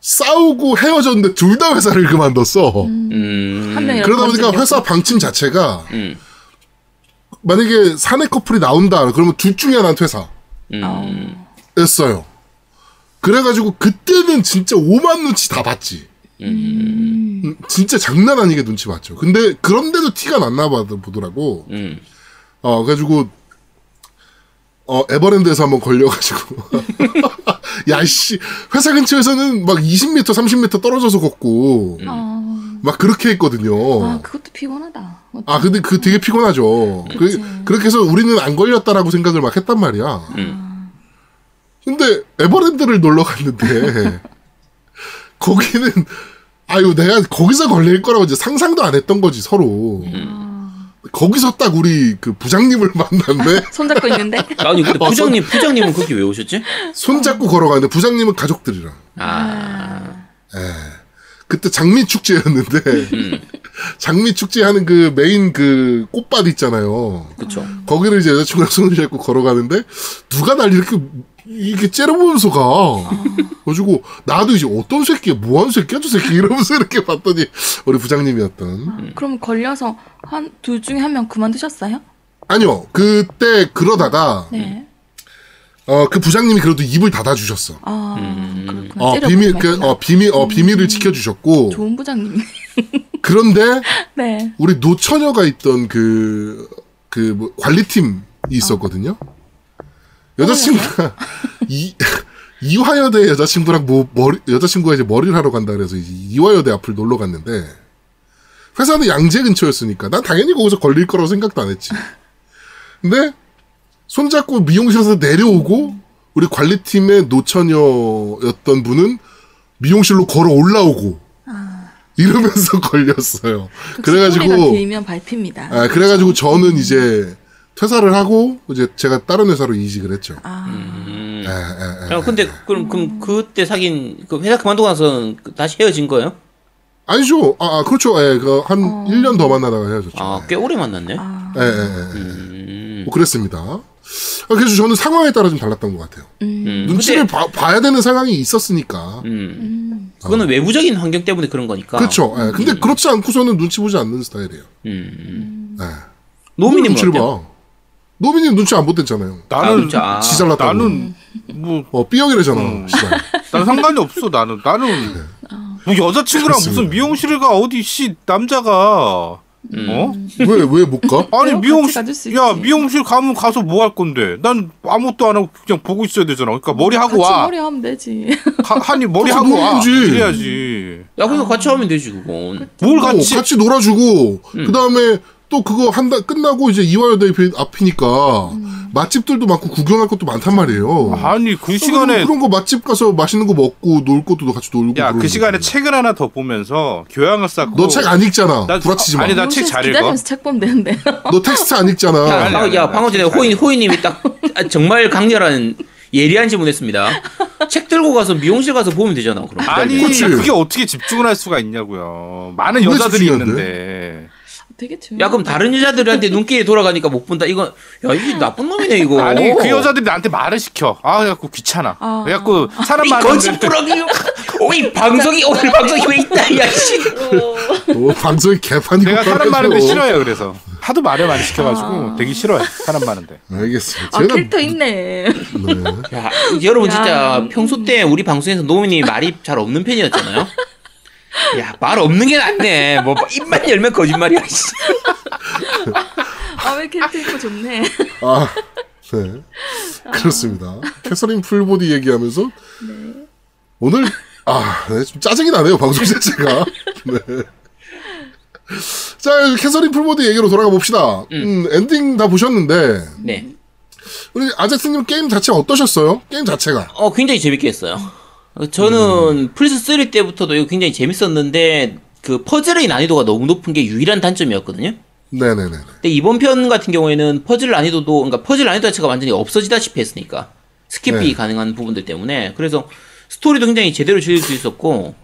[SPEAKER 1] 싸우고 헤어졌는데 둘 다 회사를 그만뒀어.
[SPEAKER 3] 음,
[SPEAKER 2] 한 명이
[SPEAKER 1] 그러다 보니까 회사 방침 자체가
[SPEAKER 3] 음.
[SPEAKER 1] 만약에 사내 커플이 나온다 그러면 둘 중에 하나는 퇴사였어요. 그래가지고 그때는 진짜 오만 눈치 다 봤지. 음, 진짜 장난 아니게 눈치 봤죠. 근데 그런데도 티가 났나 봐 보더라고.
[SPEAKER 3] 음.
[SPEAKER 1] 어 가지고 어 에버랜드에서 한번 걸려가지고 야씨 회사 근처에서는 막 20m 30m 떨어져서 걷고
[SPEAKER 2] 음.
[SPEAKER 1] 막 그렇게 했거든요.
[SPEAKER 2] 아 그것도 피곤하다.
[SPEAKER 1] 아, 근데 그 되게 피곤하죠.
[SPEAKER 2] 그치.
[SPEAKER 1] 그, 그렇게 해서 우리는 안 걸렸다라고 생각을 막 했단 말이야. 근데 에버랜드를 놀러 갔는데, 거기는, 아유, 내가 거기서 걸릴 거라고 이제 상상도 안 했던 거지, 서로.
[SPEAKER 2] 음.
[SPEAKER 1] 거기서 딱 우리 그 부장님을 만났네.
[SPEAKER 2] 손잡고 있는데.
[SPEAKER 3] 아니 근데 부장님 부장님은 거기 왜 오셨지?
[SPEAKER 1] 손잡고 걸어가는데, 부장님은 가족들이랑.
[SPEAKER 3] 아,
[SPEAKER 1] 그때 장미축제였는데, 장미축제 하는 그 메인 그 꽃밭 있잖아요.
[SPEAKER 3] 그쵸.
[SPEAKER 1] 거기를 이제 여자친구랑 손을 잡고 걸어가는데 누가 날 이렇게 이렇게 째려보면서 가. 그래가지고 나도 이제 어떤 새끼야, 뭐하는 새끼야, 저 새끼 이러면서 이렇게 봤더니 우리 부장님이었던.
[SPEAKER 2] 그럼 걸려서 한 둘 중에 한 명 그만두셨어요?
[SPEAKER 1] 아니요, 그때 그러다가
[SPEAKER 2] 네.
[SPEAKER 1] 어 그 부장님이 그래도 입을 닫아주셨어.
[SPEAKER 2] 아 그렇구나.
[SPEAKER 1] 어 비밀 그
[SPEAKER 2] 째려보기만
[SPEAKER 1] 어 비밀 어
[SPEAKER 2] 음.
[SPEAKER 1] 비밀을 지켜주셨고
[SPEAKER 2] 좋은 부장님.
[SPEAKER 1] 그런데
[SPEAKER 2] 네.
[SPEAKER 1] 우리 노처녀가 있던 그, 그, 뭐 관리팀이 있었거든요? 여자친구가, 이, 이화여대 여자친구랑 뭐, 머리, 여자친구가 이제 머리를 하러 간다 그래서 이제 이화여대 앞을 놀러 갔는데, 회사는 양재 근처였으니까, 난 당연히 거기서 걸릴 거라고 생각도 안 했지. 근데, 손잡고 미용실에서 내려오고, 우리 관리팀의 노처녀였던 분은 미용실로 걸어 올라오고, 이러면서 걸렸어요.
[SPEAKER 2] 소리가
[SPEAKER 1] 아. 그래가지고,
[SPEAKER 2] 길면 밟힙니다.
[SPEAKER 1] 아, 그래가지고 저는 이제 퇴사를 하고 이제 제가 다른 회사로 이직을 했죠.
[SPEAKER 3] 음.
[SPEAKER 1] 예, 예,
[SPEAKER 4] 네.
[SPEAKER 1] 예.
[SPEAKER 3] 야, 근데 그럼 그럼 그때 사귄 그 회사 그만두고 나서 다시 헤어진 거예요?
[SPEAKER 1] 아니죠. 아, 아, 그렇죠. 예, 그한 일 1년 더 만나다가 헤어졌죠.
[SPEAKER 3] 어. 아, 꽤 오래 만났네.
[SPEAKER 1] 예, 예, 예.
[SPEAKER 3] 음.
[SPEAKER 1] 뭐 그랬습니다. 아, 그래서 저는 상황에 따라 좀 달랐던 것 같아요.
[SPEAKER 3] 음.
[SPEAKER 1] 눈치를
[SPEAKER 3] 근데-
[SPEAKER 1] 봐, 봐야 되는 상황이 있었으니까.
[SPEAKER 3] 음. 그거는 외부적인 환경 때문에 그런 거니까.
[SPEAKER 1] 그렇죠. 예, 근데 그렇지 않고서는 눈치 보지 않는 스타일이에요.
[SPEAKER 3] 아. 음.
[SPEAKER 1] 예.
[SPEAKER 3] 노미님
[SPEAKER 1] 눈치를
[SPEAKER 3] 어때요?
[SPEAKER 1] 봐. 노미님 눈치 안 보댔잖아요.
[SPEAKER 3] 아,
[SPEAKER 4] 나는
[SPEAKER 3] 진짜. 아, 음.
[SPEAKER 1] 지 잘났다고.
[SPEAKER 4] 나는 뭐
[SPEAKER 1] 어, 삐역이래잖아.
[SPEAKER 4] 음.
[SPEAKER 1] 씨발.
[SPEAKER 4] 난 상관이 없어 나는 나는
[SPEAKER 2] 네.
[SPEAKER 4] 뭐 여자친구랑 무슨 미용실을 가 어디 씨 남자가
[SPEAKER 3] 음.
[SPEAKER 4] 어
[SPEAKER 1] 왜, 왜 못 가?
[SPEAKER 4] 아니
[SPEAKER 2] 같이
[SPEAKER 4] 미용실
[SPEAKER 2] 가줄 수
[SPEAKER 4] 야
[SPEAKER 2] 있지.
[SPEAKER 4] 미용실 가면 가서 뭐 할 건데 난 아무것도 안 하고 그냥 보고 있어야 되잖아 그러니까 머리 하고
[SPEAKER 2] 음, 같이
[SPEAKER 4] 와
[SPEAKER 2] 머리 하면 되지.
[SPEAKER 4] 가- 아니 머리
[SPEAKER 1] 가서
[SPEAKER 4] 하고
[SPEAKER 1] 놀면
[SPEAKER 4] 와
[SPEAKER 1] 되지.
[SPEAKER 4] 그래야지
[SPEAKER 3] 야, 그러니까 같이 하면 되지 그건.
[SPEAKER 4] 뭘
[SPEAKER 1] 어,
[SPEAKER 4] 같이
[SPEAKER 1] 같이, 놀아주고 그 다음에 또 그거 한다 끝나고 이제 이화여대 앞이니까 맛집들도 많고 구경할 것도 많단 말이에요.
[SPEAKER 4] 아니 그
[SPEAKER 1] 그래서 뭐
[SPEAKER 4] 시간에
[SPEAKER 1] 그런 거 맛집 가서 맛있는 거 먹고 놀 것도 같이 놀고.
[SPEAKER 4] 야
[SPEAKER 1] 그러는
[SPEAKER 4] 그 시간에
[SPEAKER 1] 거지.
[SPEAKER 4] 책을 하나 더 보면서 교양을 쌓고
[SPEAKER 1] 너 책 안 읽잖아.
[SPEAKER 4] 나-
[SPEAKER 1] 구라치지 마.
[SPEAKER 4] 아니, 나- 책잘 읽어.
[SPEAKER 2] 기다리면서 책 보면 되는데.
[SPEAKER 1] 너 텍스트 안 읽잖아.
[SPEAKER 3] 야,
[SPEAKER 4] 아니,
[SPEAKER 3] 방,
[SPEAKER 4] 아니,
[SPEAKER 3] 야,
[SPEAKER 4] 아니,
[SPEAKER 3] 방금 전에
[SPEAKER 4] 아니.
[SPEAKER 3] 호인 호인님이 딱 아, 정말 강렬한 예리한 질문했습니다. 책 들고 가서 미용실 가서 보면 되잖아. 그럼.
[SPEAKER 4] 아니
[SPEAKER 1] 그치.
[SPEAKER 4] 그게 어떻게 집중을 할 수가 있냐고요 많은
[SPEAKER 1] 그게
[SPEAKER 4] 여자들이
[SPEAKER 1] 중요한데.
[SPEAKER 4] 있는데
[SPEAKER 2] 되게
[SPEAKER 3] 야, 그럼 다른 여자들한테 눈길이 돌아가니까 못 본다. 이건 야, 이게 나쁜 놈이네 이거.
[SPEAKER 4] 아니 그 여자들이 나한테 말을 시켜. 아 그래갖고 귀찮아.
[SPEAKER 2] 아.
[SPEAKER 4] 그래갖고 사람
[SPEAKER 3] 이
[SPEAKER 4] 말을
[SPEAKER 3] 거짓부러기. 오이 방송이 오늘 방송이 왜 있다. 야, 씨.
[SPEAKER 2] 어,
[SPEAKER 1] 너 방송이 개판이고.
[SPEAKER 4] 내가 사람
[SPEAKER 1] 그래가지고.
[SPEAKER 4] 많은데 싫어요. 그래서 하도 말을 많이 시켜가지고 되게 싫어요. 사람 많은데.
[SPEAKER 1] 알겠어요.
[SPEAKER 2] 아
[SPEAKER 1] 제가
[SPEAKER 2] 캐릭터 있네.
[SPEAKER 1] 네.
[SPEAKER 3] 야, 여러분
[SPEAKER 2] 야.
[SPEAKER 3] 진짜 평소 때 우리 방송에서 노무님이 말이 잘 없는 편이었잖아요. 야, 말 없는 게 낫네. 뭐 입만 열면 거짓말이야. 씨.
[SPEAKER 2] 아 왜 캐릭터 있고 좋네.
[SPEAKER 1] 아, 네. 그렇습니다. 캐서린 풀보디 얘기하면서 오늘 아, 네, 좀 짜증이 나네요 방송 자체가. 네. 자, 캐서린 풀보드 얘기로 돌아가 봅시다. 음, 엔딩 다 보셨는데,
[SPEAKER 3] 네.
[SPEAKER 1] 우리 아제트님 게임 자체 어떠셨어요? 게임 자체가.
[SPEAKER 3] 어, 굉장히 재밌게 했어요. 어, 저는 플스3 때부터도 이거 굉장히 재밌었는데, 그 퍼즐의 난이도가 너무 높은 게 유일한 단점이었거든요.
[SPEAKER 1] 네네네.
[SPEAKER 3] 근데 이번 편 같은 경우에는 퍼즐 난이도도, 그러니까 퍼즐 난이도 자체가 완전히 없어지다시피 했으니까. 스킵이
[SPEAKER 1] 네.
[SPEAKER 3] 가능한 부분들 때문에. 그래서 스토리도 굉장히 제대로 즐길 수 있었고,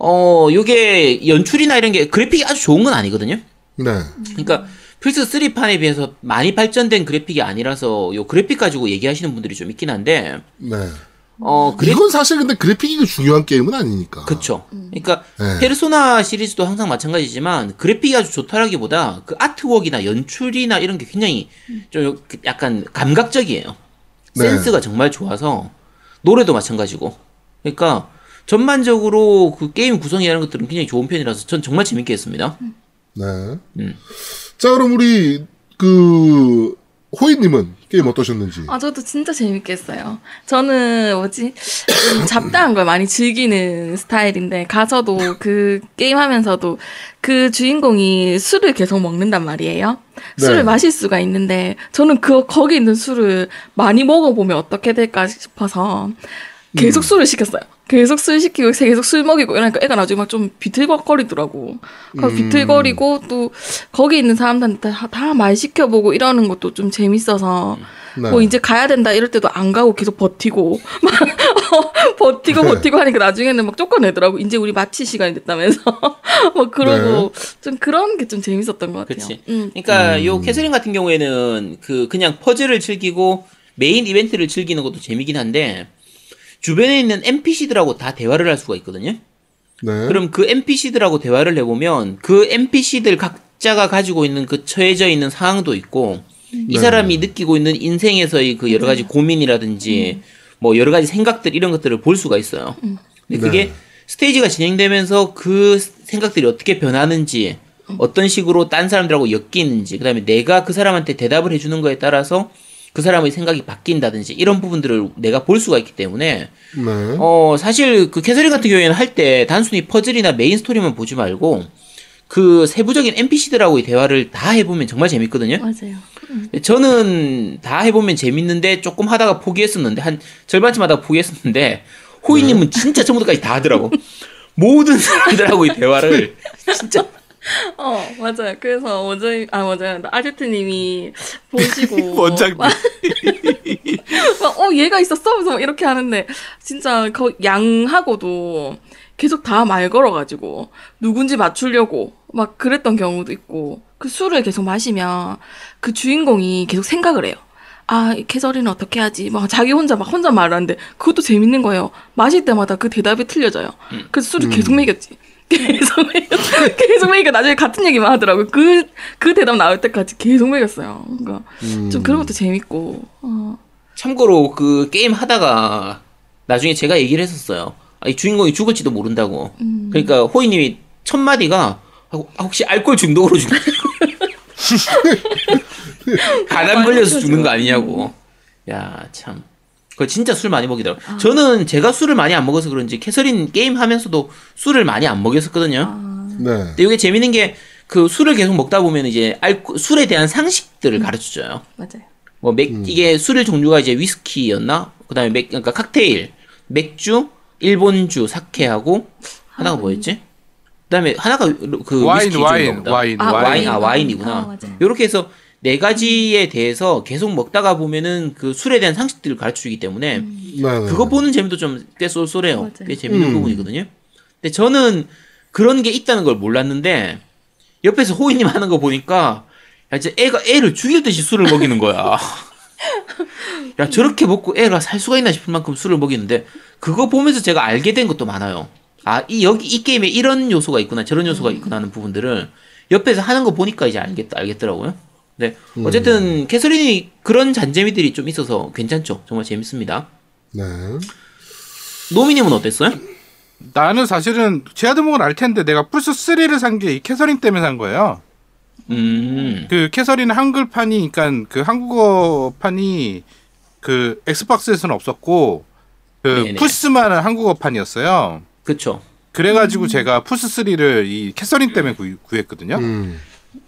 [SPEAKER 3] 어, 요게 연출이나 이런 게 그래픽이 아주 좋은 건 아니거든요.
[SPEAKER 1] 네.
[SPEAKER 3] 그러니까 플스3판에 비해서 많이 발전된 그래픽이 아니라서 요 그래픽 가지고 얘기하시는 분들이 좀 있긴 한데,
[SPEAKER 1] 네.
[SPEAKER 3] 어, 그래
[SPEAKER 1] 이건 사실 근데 그래픽이 중요한 게임은 아니니까.
[SPEAKER 3] 그렇죠. 그쵸. 그러니까,
[SPEAKER 1] 네.
[SPEAKER 3] 페르소나 시리즈도 항상 마찬가지지만, 그래픽이 아주 좋다라기보다, 그 아트웍이나 연출이나 이런 게 굉장히 좀 약간 감각적이에요.
[SPEAKER 1] 네.
[SPEAKER 3] 센스가 정말 좋아서, 노래도 마찬가지고. 그러니까, 전반적으로 그 게임 구성이라는 것들은 굉장히 좋은 편이라서, 전 정말 재밌게 했습니다.
[SPEAKER 1] 네.
[SPEAKER 3] 음.
[SPEAKER 1] 자, 그럼 우리, 그, 호이님은 게임 어떠셨는지.
[SPEAKER 2] 아, 저도 진짜 재밌게 했어요. 저는 뭐지? 좀 잡다한 걸 많이 즐기는 스타일인데, 가서도 그 게임 하면서도 그 주인공이 술을 계속 먹는단 말이에요.
[SPEAKER 1] 네.
[SPEAKER 2] 술을 마실 수가 있는데, 저는 그, 거기 있는 술을 많이 먹어보면 어떻게 될까 싶어서
[SPEAKER 1] 음.
[SPEAKER 2] 계속 술을 시켰어요. 계속 술 시키고, 계속 술 먹이고 이러니까 애가 나중에 막 좀 비틀거리더라고. 그래서
[SPEAKER 1] 음.
[SPEAKER 2] 비틀거리고, 또 거기 있는 사람들한테 다 말 시켜보고 이러는 것도 좀 재밌어서,
[SPEAKER 1] 네.
[SPEAKER 2] 뭐 이제 가야 된다 이럴 때도 안 가고 계속 버티고 막 버티고 버티고 하니까 나중에는 막 쫓겨내더라고 이제 우리 마치 시간이 됐다면서 막 그러고 좀 그런 게 좀 재밌었던 것 같아요.
[SPEAKER 3] 그치.
[SPEAKER 2] 음.
[SPEAKER 3] 그러니까 요 캐슬링 같은 경우에는 그 그냥 퍼즐을 즐기고 메인 이벤트를 즐기는 것도 재미긴 한데 주변에 있는 NPC들하고 다 대화를 할 수가 있거든요.
[SPEAKER 1] 네.
[SPEAKER 3] 그럼 그 NPC들하고 대화를 해보면 그 NPC들 각자가 가지고 있는 그 처해져 있는 상황도 있고
[SPEAKER 1] 네.
[SPEAKER 3] 이 사람이 느끼고 있는 인생에서의 그 여러 가지 고민이라든지 뭐 여러 가지 생각들 이런 것들을 볼 수가 있어요. 근데 그게
[SPEAKER 1] 네.
[SPEAKER 3] 스테이지가 진행되면서 그 생각들이 어떻게 변하는지 어떤 식으로 딴 사람들하고 엮이는지 그다음에 내가 그 사람한테 대답을 해주는 거에 따라서 그 사람의 생각이 바뀐다든지 이런 부분들을 내가 볼 수가 있기 때문에
[SPEAKER 1] 네.
[SPEAKER 3] 어, 사실 그 캐서린 같은 경우에는 할 때 단순히 퍼즐이나 메인 스토리만 보지 말고 그 세부적인 NPC들하고의 대화를 다 해보면 정말 재밌거든요.
[SPEAKER 2] 맞아요.
[SPEAKER 3] 저는 다 해보면 재밌는데 조금 하다가 포기했었는데 한 절반쯤 하다가 포기했었는데 호이님은 진짜 처음부터까지 다 하더라고. 모든 사람들하고의 대화를 진짜
[SPEAKER 2] 어 맞아요. 그래서 원장님 아 맞아요. 아제트님이 보시고
[SPEAKER 4] 원장님.
[SPEAKER 2] 막, 막, 어 얘가 있었어? 하면서 막 이렇게 하는데 진짜 그 양하고도 계속 다 말 걸어가지고 누군지 맞추려고 막 그랬던 경우도 있고 그 술을 계속 마시면 그 주인공이 계속 생각을 해요. 아, 이 캐서리는 어떻게 하지? 막 자기 혼자 막 혼자 말하는데 그것도 재밌는 거예요. 마실 때마다 그 대답이 틀려져요. 그래서 술을 계속 먹였지. 계속 먹였, 계속 먹이니까 나중에 같은 얘기만 하더라고요. 그, 그 대답 나올 때까지 계속 먹였어요. 그러니까 좀 그런 것도 재밌고. 어.
[SPEAKER 3] 참고로 그 게임 하다가 나중에 제가 얘기를 했었어요. 아, 이 주인공이 죽을지도 모른다고. 그러니까 호이님이 첫 마디가 아, 혹시 알코올 중독으로 죽는 가난 걸려서 죽는 거 아니냐고. 야 참. 그거 진짜 술 많이 먹이더라고. 요 저는 제가 술을 많이 안 먹어서 그런지 캐서린 게임 하면서도 술을 많이 안 먹였었거든요.
[SPEAKER 1] 네.
[SPEAKER 3] 근데 이게 재밌는 게 그 술을 계속 먹다 보면 이제 알코 술에 대한 상식들을 가르쳐줘요.
[SPEAKER 2] 맞아요.
[SPEAKER 3] 뭐 맥,
[SPEAKER 4] 음.
[SPEAKER 3] 이게 술의 종류가 이제 위스키였나? 그다음에 맥 그러니까 칵테일, 맥주, 일본주, 사케하고 하나가
[SPEAKER 2] 아,
[SPEAKER 3] 뭐였지? 그다음에 하나가 그
[SPEAKER 4] 와인,
[SPEAKER 3] 위스키
[SPEAKER 4] 와인,
[SPEAKER 3] 종류인가 보다.
[SPEAKER 4] 와인,
[SPEAKER 3] 아,
[SPEAKER 2] 와인.
[SPEAKER 3] 와인, 아 와인이구나.
[SPEAKER 2] 아, 맞아요.
[SPEAKER 3] 요렇게 해서 네 가지에 대해서 계속 먹다가 보면은 그 술에 대한 상식들을 가르쳐 주기 때문에
[SPEAKER 2] 음.
[SPEAKER 1] 네. 네.
[SPEAKER 3] 그거
[SPEAKER 2] 뭐-
[SPEAKER 3] 보는 재미도 좀 꽤 쏠쏠해요.
[SPEAKER 2] 맞아요.
[SPEAKER 3] 꽤 재밌는
[SPEAKER 1] 음.
[SPEAKER 3] 부분이거든요. 근데 저는 그런 게 있다는 걸 몰랐는데 옆에서 호이님 하는 거 보니까 야 이제 애가 애를 죽일 듯이 술을 먹이는 거야. 야 저렇게 먹고 애가 살 수가 있나 싶을 만큼 술을 먹이는데 그거 보면서 제가 알게 된 것도 많아요. 아 이 여기 이 게임에 이런 요소가 있구나 저런
[SPEAKER 2] 음.
[SPEAKER 3] 요소가 있구나 하는 부분들을 옆에서 하는 거 보니까 이제 알겠 알겠더라고요. 네 어쨌든 캐서린이 그런 잔재미들이 좀 있어서 괜찮죠. 정말 재밌습니다.
[SPEAKER 1] 네.
[SPEAKER 3] 노미님은 어땠어요?
[SPEAKER 4] 나는 사실은 제아드목은 알 텐데 내가 플스 3를 산 게 이 캐서린 때문에 산 거예요.
[SPEAKER 3] 음.
[SPEAKER 4] 그 캐서린 한글판이 그러니까 그 한국어판이 그 엑스박스에서는 없었고 그
[SPEAKER 3] 네네.
[SPEAKER 4] 플스만 한국어판이었어요.
[SPEAKER 3] 그쵸.
[SPEAKER 4] 그래가지고 제가 푸스3를 이 캐서린 때문에 구, 했거든요
[SPEAKER 1] 음,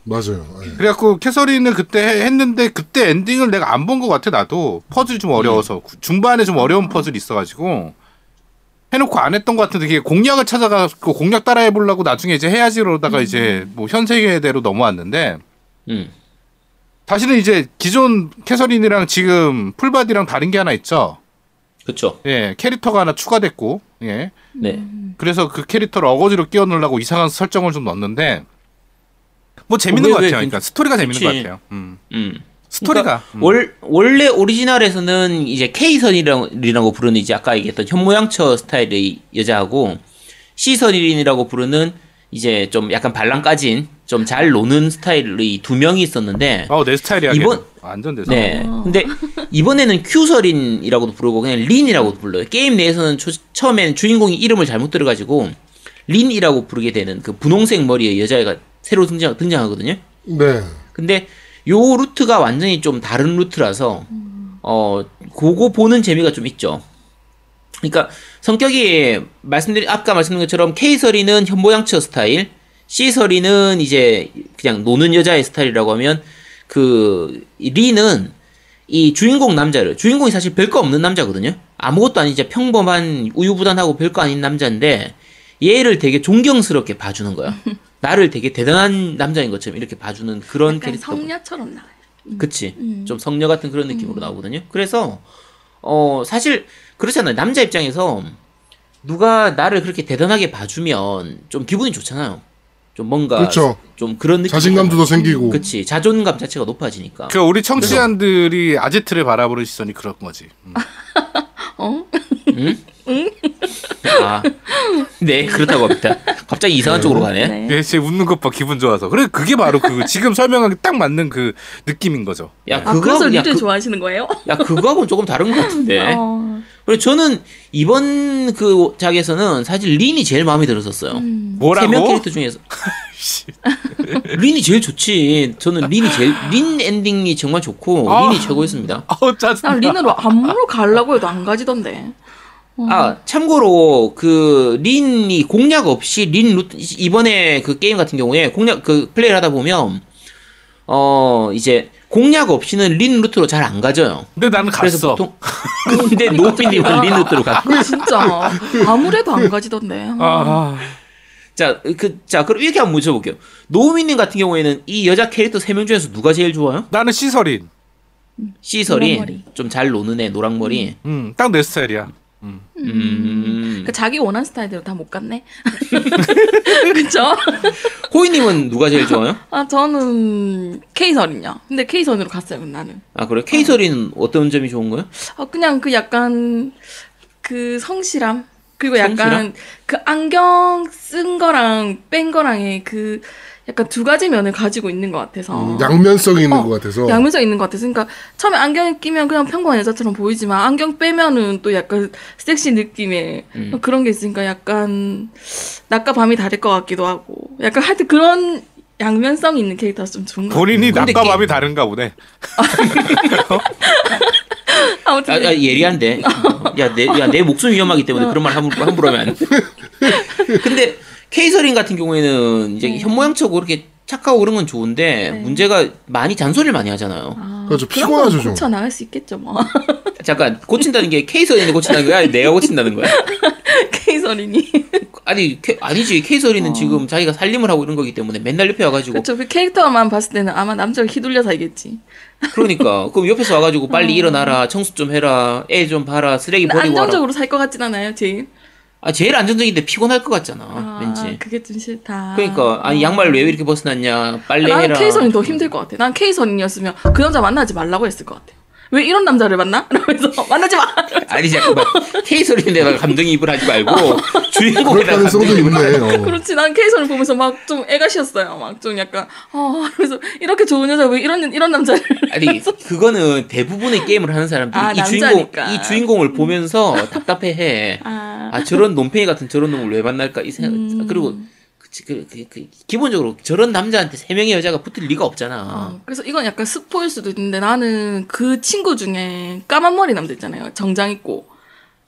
[SPEAKER 1] 맞아요. 예.
[SPEAKER 4] 그래갖고 캐서린을 그때 해- 했는데 그때 엔딩을 내가 안 본 것 같아 나도 퍼즐이 좀 어려워서
[SPEAKER 3] 음.
[SPEAKER 4] 구- 중반에 좀 어려운 퍼즐이 있어가지고 해놓고 안 했던 것 같은데 그게 공략을 찾아가고 공략 따라해 보려고 나중에 이제 해야지 그러다가 이제 뭐 현 세계대로 넘어왔는데
[SPEAKER 3] 음.
[SPEAKER 4] 다시는 이제 기존 캐서린이랑 지금 풀바디랑 다른 게 하나 있죠
[SPEAKER 3] 그쵸.
[SPEAKER 4] 예 캐릭터가 하나 추가됐고 예
[SPEAKER 3] 네.
[SPEAKER 4] 그래서 그 캐릭터를 어거지로 끼워 넣으려고 이상한 설정을 좀 넣었는데 뭐
[SPEAKER 3] 왜,
[SPEAKER 4] 재밌는 것
[SPEAKER 3] 어, 왜
[SPEAKER 4] 같아요
[SPEAKER 3] 괜-
[SPEAKER 4] 그러니까 스토리가 재밌는 것
[SPEAKER 3] 그치.
[SPEAKER 4] 같아요 음.
[SPEAKER 3] 음.
[SPEAKER 4] 스토리가
[SPEAKER 3] 그러니까
[SPEAKER 4] 음.
[SPEAKER 3] 월, 원래 오리지널에서는 이제 K선이라고 부르는 이제 아까 얘기했던 현모양처 스타일의 여자하고 C선이라고 부르는 이제 좀 약간 반란 까진 좀 잘 노는 스타일의 두 명이 있었는데
[SPEAKER 4] 아우 어, 내 스타일이야.
[SPEAKER 3] 이번-
[SPEAKER 4] 걔는. 완전 내 스타일.
[SPEAKER 3] 네. 근데 이번에는 큐설인이라고도 부르고 그냥 린이라고도 불러요. 게임 내에서는 초- 처음엔 주인공이 이름을 잘못 들어가지고 린이라고 부르게 되는 그 분홍색 머리의 여자애가 새로 등장, 등장하거든요.
[SPEAKER 1] 네.
[SPEAKER 3] 근데 요 루트가 완전히 좀 다른 루트라서 어 그거 보는 재미가 좀 있죠. 그러니까 성격이 말씀드린 아까 말씀드린 것처럼 K 서리는 현모양처 스타일, C 서리는 이제 그냥 노는 여자의 스타일이라고 하면 그 리는 이 주인공 남자를 주인공이 사실 별거 없는 남자거든요. 아무것도 아닌 진짜 평범한 우유부단하고 별거 아닌 남자인데 얘를 되게 존경스럽게 봐주는 거야. 나를 되게 대단한 남자인 것처럼 이렇게 봐주는 그런
[SPEAKER 2] 약간
[SPEAKER 3] 캐릭터.
[SPEAKER 2] 그러니까 성녀처럼 나와요.
[SPEAKER 3] 그치.
[SPEAKER 2] 음.
[SPEAKER 3] 좀 성녀 같은 그런 느낌으로 나오거든요. 그래서, 어, 사실, 그렇잖아요. 남자 입장에서 누가 나를 그렇게 대단하게 봐주면 좀 기분이 좋잖아요. 좀 뭔가.
[SPEAKER 1] 그쵸.
[SPEAKER 3] 좀 그런 느낌.
[SPEAKER 1] 그렇죠. 자신감도 더 생기고. 음,
[SPEAKER 3] 그치. 자존감 자체가 높아지니까.
[SPEAKER 4] 그 우리 청취자들이 아제트를 바라보는 시선이 그런 거지. 음.
[SPEAKER 2] 어?
[SPEAKER 3] 아. 네, 그렇다고 합니다. 갑자기 이상한 쪽으로 가네.
[SPEAKER 2] 네.
[SPEAKER 4] 예, 제 웃는 것 봐 기분 좋아서. 그래 그게 바로 그 지금 설명하기 딱 맞는 그 느낌인 거죠.
[SPEAKER 3] 야,
[SPEAKER 2] 아, 그래서
[SPEAKER 3] 그거하고, 야,
[SPEAKER 2] 리를
[SPEAKER 3] 그,
[SPEAKER 2] 좋아하시는 거예요?
[SPEAKER 3] 야, 그거하고는 조금 다른 것 같은데.
[SPEAKER 2] 어.
[SPEAKER 3] 그리고 저는 이번 그 작에서는 사실 린이 제일 마음에 들었었어요. 세명
[SPEAKER 4] 뭐라고?
[SPEAKER 3] 캐릭터 중에서 린이 제일 좋지. 저는 린이 제일 린 엔딩이 정말 좋고
[SPEAKER 4] 아.
[SPEAKER 3] 린이 최고였습니다.
[SPEAKER 4] 아우 짜증나.
[SPEAKER 2] 난 린으로 안무로 가려고 해도 안 가지던데.
[SPEAKER 3] 아 참고로 그 린이 공략 없이 린 루트 이번에 그 게임 같은 경우에 공략 그 플레이를 하다 보면 어 이제 공략 없이는 린 루트로 잘 안 가져요.
[SPEAKER 4] 근데 나는 갔어.
[SPEAKER 3] 근데 노빈님은 린 루트로 갔고
[SPEAKER 2] 진짜 아무래도 안 가지던데. 어.
[SPEAKER 4] 아, 아.
[SPEAKER 3] 자, 그, 자, 그럼 이렇게 한번 묻혀볼게요. 노우미님 같은 경우에는 이 여자 캐릭터 세 명 중에서 누가 제일 좋아요?
[SPEAKER 4] 나는 시설인.
[SPEAKER 3] 시설이
[SPEAKER 2] 노랑머리.
[SPEAKER 3] 좀 잘 노는 애, 노랑머리.
[SPEAKER 4] 음, 딱 내 스타일이야.
[SPEAKER 3] 음.
[SPEAKER 2] 그 자기 원하는 스타일대로 다 못 갔네. 그쵸?
[SPEAKER 3] 호이님은 누가 제일 좋아요?
[SPEAKER 2] 아 저는 K선이요. 근데 K선으로 갔어요 나는.
[SPEAKER 3] 아, 그래요? 케이서리는 어떤 점이 좋은 거예요?
[SPEAKER 2] 아 그냥 그 약간 그 성실함 그리고 약간
[SPEAKER 3] 성실함?
[SPEAKER 2] 그 안경 쓴 거랑 뺀 거랑의 그 약간 두 가지 면을 가지고 있는 것 같아서.
[SPEAKER 1] 음, 양면성이 있는
[SPEAKER 2] 어,
[SPEAKER 1] 것 같아서.
[SPEAKER 2] 양면성 있는 것 같아서. 그러니까 처음에 안경 끼면 그냥 평범한 여자처럼 보이지만 안경 빼면은 또 약간 섹시 느낌의
[SPEAKER 3] 음.
[SPEAKER 2] 그런 게 있으니까 약간 낮과 밤이 다를 것 같기도 하고 약간 하여튼 그런 양면성 있는 캐릭터가 좀 좋은 것 같아요.
[SPEAKER 4] 본인이
[SPEAKER 3] 근데
[SPEAKER 4] 낮과
[SPEAKER 3] 게-
[SPEAKER 4] 밤이 다른가 보네.
[SPEAKER 3] 아,
[SPEAKER 2] 아무튼
[SPEAKER 3] 아, 예리한데. 야, 내, 야, 내 목숨 위험하기 때문에 그런 말 함부로, 함부로 하면 안 돼. 근데 케이서린 같은 경우에는
[SPEAKER 2] 네.
[SPEAKER 3] 이제 현모양처고 이렇게 착하고 그런 건 좋은데 문제가 많이 잔소리를 많이 하잖아요.
[SPEAKER 1] 그렇죠.
[SPEAKER 2] 그런
[SPEAKER 1] 피곤하죠,
[SPEAKER 2] 건
[SPEAKER 1] 좀.
[SPEAKER 2] 고쳐 나갈 수 있겠죠 뭐.
[SPEAKER 3] 잠깐 고친다는 게 케이서린이 고친다는 거야? 아니, 내가 고친다는 거야?
[SPEAKER 2] 케이서린이.
[SPEAKER 3] 아니 케- 아니지 케이서리는 지금 자기가 살림을 하고 이런 거기 때문에 맨날 옆에 와가지고
[SPEAKER 2] 그렇죠. 그 캐릭터만 봤을 때는 아마 남자를 휘둘려 살겠지.
[SPEAKER 3] 그러니까 그럼 옆에서 와가지고 빨리 일어나라 청소 좀 해라 애 좀 봐라 쓰레기
[SPEAKER 2] 근데
[SPEAKER 3] 버리고 와라
[SPEAKER 2] 안정적으로 살 것 같진 않아요 제일.
[SPEAKER 3] 아 제일 안정적인데 피곤할 것 같잖아
[SPEAKER 2] 아,
[SPEAKER 3] 왠지
[SPEAKER 2] 그게 좀 싫다.
[SPEAKER 3] 그러니까 아니 양말 왜 이렇게 벗어놨냐 빨래
[SPEAKER 2] 나는
[SPEAKER 3] 해라
[SPEAKER 2] 케이선이 더 힘들 것 같아. 난 케이선이었으면 그 남자 만나지 말라고 했을 것 같아. 왜 이런 남자를 만나? 이러면서 만나지 마.
[SPEAKER 3] 아니 잠깐만 케이서리인데다가 감정이입을 하지 말고
[SPEAKER 1] 그럴
[SPEAKER 3] 주인공에다가
[SPEAKER 1] 가능성도
[SPEAKER 3] 감정이입을 하라.
[SPEAKER 1] 있네. 어.
[SPEAKER 2] 그렇지. 난 케이선을 보면서 막 좀 애가 시었어요. 막 좀 약간 어, 그래서 이렇게 좋은 여자 왜 이런 이런 남자를
[SPEAKER 3] 아니 그거는 대부분의 게임을 하는 사람들이
[SPEAKER 2] 아,
[SPEAKER 3] 이 주인공
[SPEAKER 2] 남자니까. 음.
[SPEAKER 3] 이 주인공을 보면서 답답해해
[SPEAKER 2] 아, 음.
[SPEAKER 3] 아 저런 논팽이 같은 저런 놈을 왜 만날까 이 생각 아, 그리고 그치 그, 그, 그 기본적으로 저런 남자한테 세 명의 여자가 붙을 리가 없잖아
[SPEAKER 2] 어, 그래서 이건 약간 스포일 수도 있는데 나는 그 친구 중에 까만 머리 남자 있잖아요. 정장 입고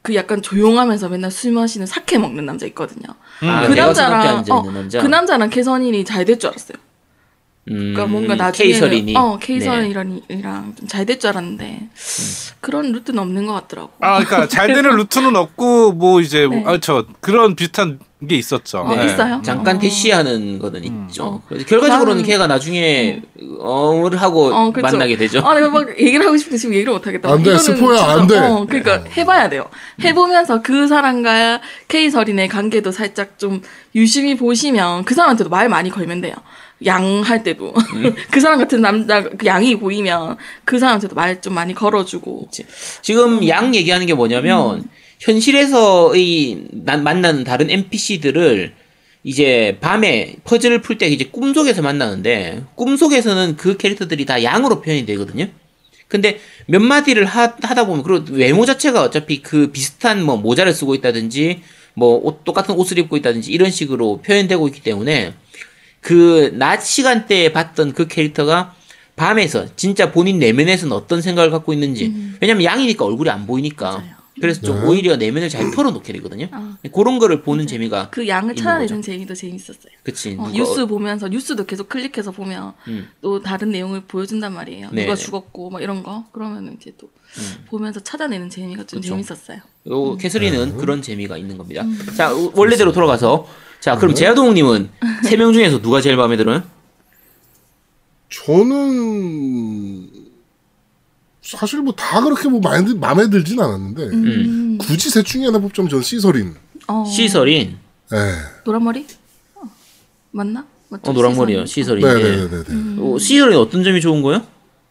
[SPEAKER 2] 그 약간 조용하면서 맨날 술 마시는 사케 먹는 남자 있거든요.
[SPEAKER 3] 아,
[SPEAKER 2] 그
[SPEAKER 3] 내가 생각해
[SPEAKER 2] 남자랑
[SPEAKER 3] 앉아 있는 남자. 음,
[SPEAKER 2] 그 남자랑 개선인이 잘 될 줄 알았어요. 그러니까 뭔가 나중에는
[SPEAKER 3] 케이설이니.
[SPEAKER 2] 어
[SPEAKER 3] 네. 음.
[SPEAKER 2] 케이설이랑 좀 잘 될 줄 알았는데 그런 루트는 없는 것 같더라고.
[SPEAKER 4] 아, 그러니까 잘 되는 루트는 없고 뭐 이제 아, 저 그런 비슷한 게 있었죠.
[SPEAKER 2] 어,
[SPEAKER 4] 네.
[SPEAKER 2] 있어요?
[SPEAKER 3] 잠깐
[SPEAKER 2] 어.
[SPEAKER 3] 대시하는 거는 있죠. 그래서 결과적으로는
[SPEAKER 2] 나는-
[SPEAKER 3] 걔가 나중에 어를 하고
[SPEAKER 2] 음. 어, 그쵸.
[SPEAKER 3] 만나게 되죠.
[SPEAKER 2] 아, 내가 막 얘기를 하고 싶은데 지금 얘기를 못하겠다.
[SPEAKER 1] 안 돼,
[SPEAKER 2] 이거는
[SPEAKER 1] 스포야,
[SPEAKER 2] 진짜-
[SPEAKER 1] 안 돼.
[SPEAKER 2] 어, 그러니까
[SPEAKER 3] 네.
[SPEAKER 2] 해봐야 돼요.
[SPEAKER 3] 음.
[SPEAKER 2] 해보면서 그 사람과 K설인의 관계도 살짝 좀 유심히 보시면 그 사람한테도 말 많이 걸면 돼요. 양 할 때도.
[SPEAKER 3] 음.
[SPEAKER 2] 그 사람 같은 남자, 그 양이 보이면 그 사람한테도 말 좀 많이 걸어주고.
[SPEAKER 3] 지금 양 얘기하는 게 뭐냐면
[SPEAKER 2] 음.
[SPEAKER 3] 현실에서의 난 만나는 다른 NPC들을 이제 밤에 퍼즐을 풀 때 이제 꿈속에서 만나는데 꿈속에서는 그 캐릭터들이 다 양으로 표현이 되거든요. 근데 몇 마디를 하, 하다 보면 그리고 외모 자체가 어차피 그 비슷한 뭐 모자를 쓰고 있다든지 뭐 옷, 똑같은 옷을 입고 있다든지 이런 식으로 표현되고 있기 때문에 그 낮 시간대에 봤던 그 캐릭터가 밤에서 진짜 본인 내면에서는 어떤 생각을 갖고 있는지
[SPEAKER 2] 음.
[SPEAKER 3] 왜냐면 양이니까 얼굴이 안 보이니까 그래서 좀 오히려 내면을 잘 털어놓게 되거든요
[SPEAKER 2] 아.
[SPEAKER 3] 그런 거를 보는 재미가
[SPEAKER 2] 그 양을
[SPEAKER 3] 있는
[SPEAKER 2] 찾아내는 재미도 재밌었어요.
[SPEAKER 3] 그치
[SPEAKER 2] 어,
[SPEAKER 3] 누가 음.
[SPEAKER 2] 뉴스 보면서, 뉴스도 계속 클릭해서 보면 또 다른 내용을 보여준단 말이에요.
[SPEAKER 3] 네네. 음.
[SPEAKER 2] 누가 죽었고, 막 이런 거. 그러면 이제 또 보면서 찾아내는 재미가 좀
[SPEAKER 3] 그쵸.
[SPEAKER 2] 재밌었어요.
[SPEAKER 3] 요
[SPEAKER 1] 네.
[SPEAKER 3] 캐슬리는 그런 재미가 있는 겁니다. 자 우- 원래대로 돌아가서 자
[SPEAKER 1] 네.
[SPEAKER 3] 그럼 제아동님은 세 명 중에서 누가 제일 마음에 들어요?
[SPEAKER 1] 저는 사실 뭐 다 그렇게 뭐 마음에, 들- 마음에 들진 않았는데
[SPEAKER 2] 음.
[SPEAKER 1] 굳이 셋 중에 하나 뽑자면 저는 시설인.
[SPEAKER 2] 어.
[SPEAKER 3] 시설인
[SPEAKER 1] 예.
[SPEAKER 2] 노란 머리? 어, 맞나? 맞죠?
[SPEAKER 3] 어 노랑머리요 시설인 예.
[SPEAKER 1] 네네네네.
[SPEAKER 3] 어, 시설인 어떤 점이 좋은 거예요?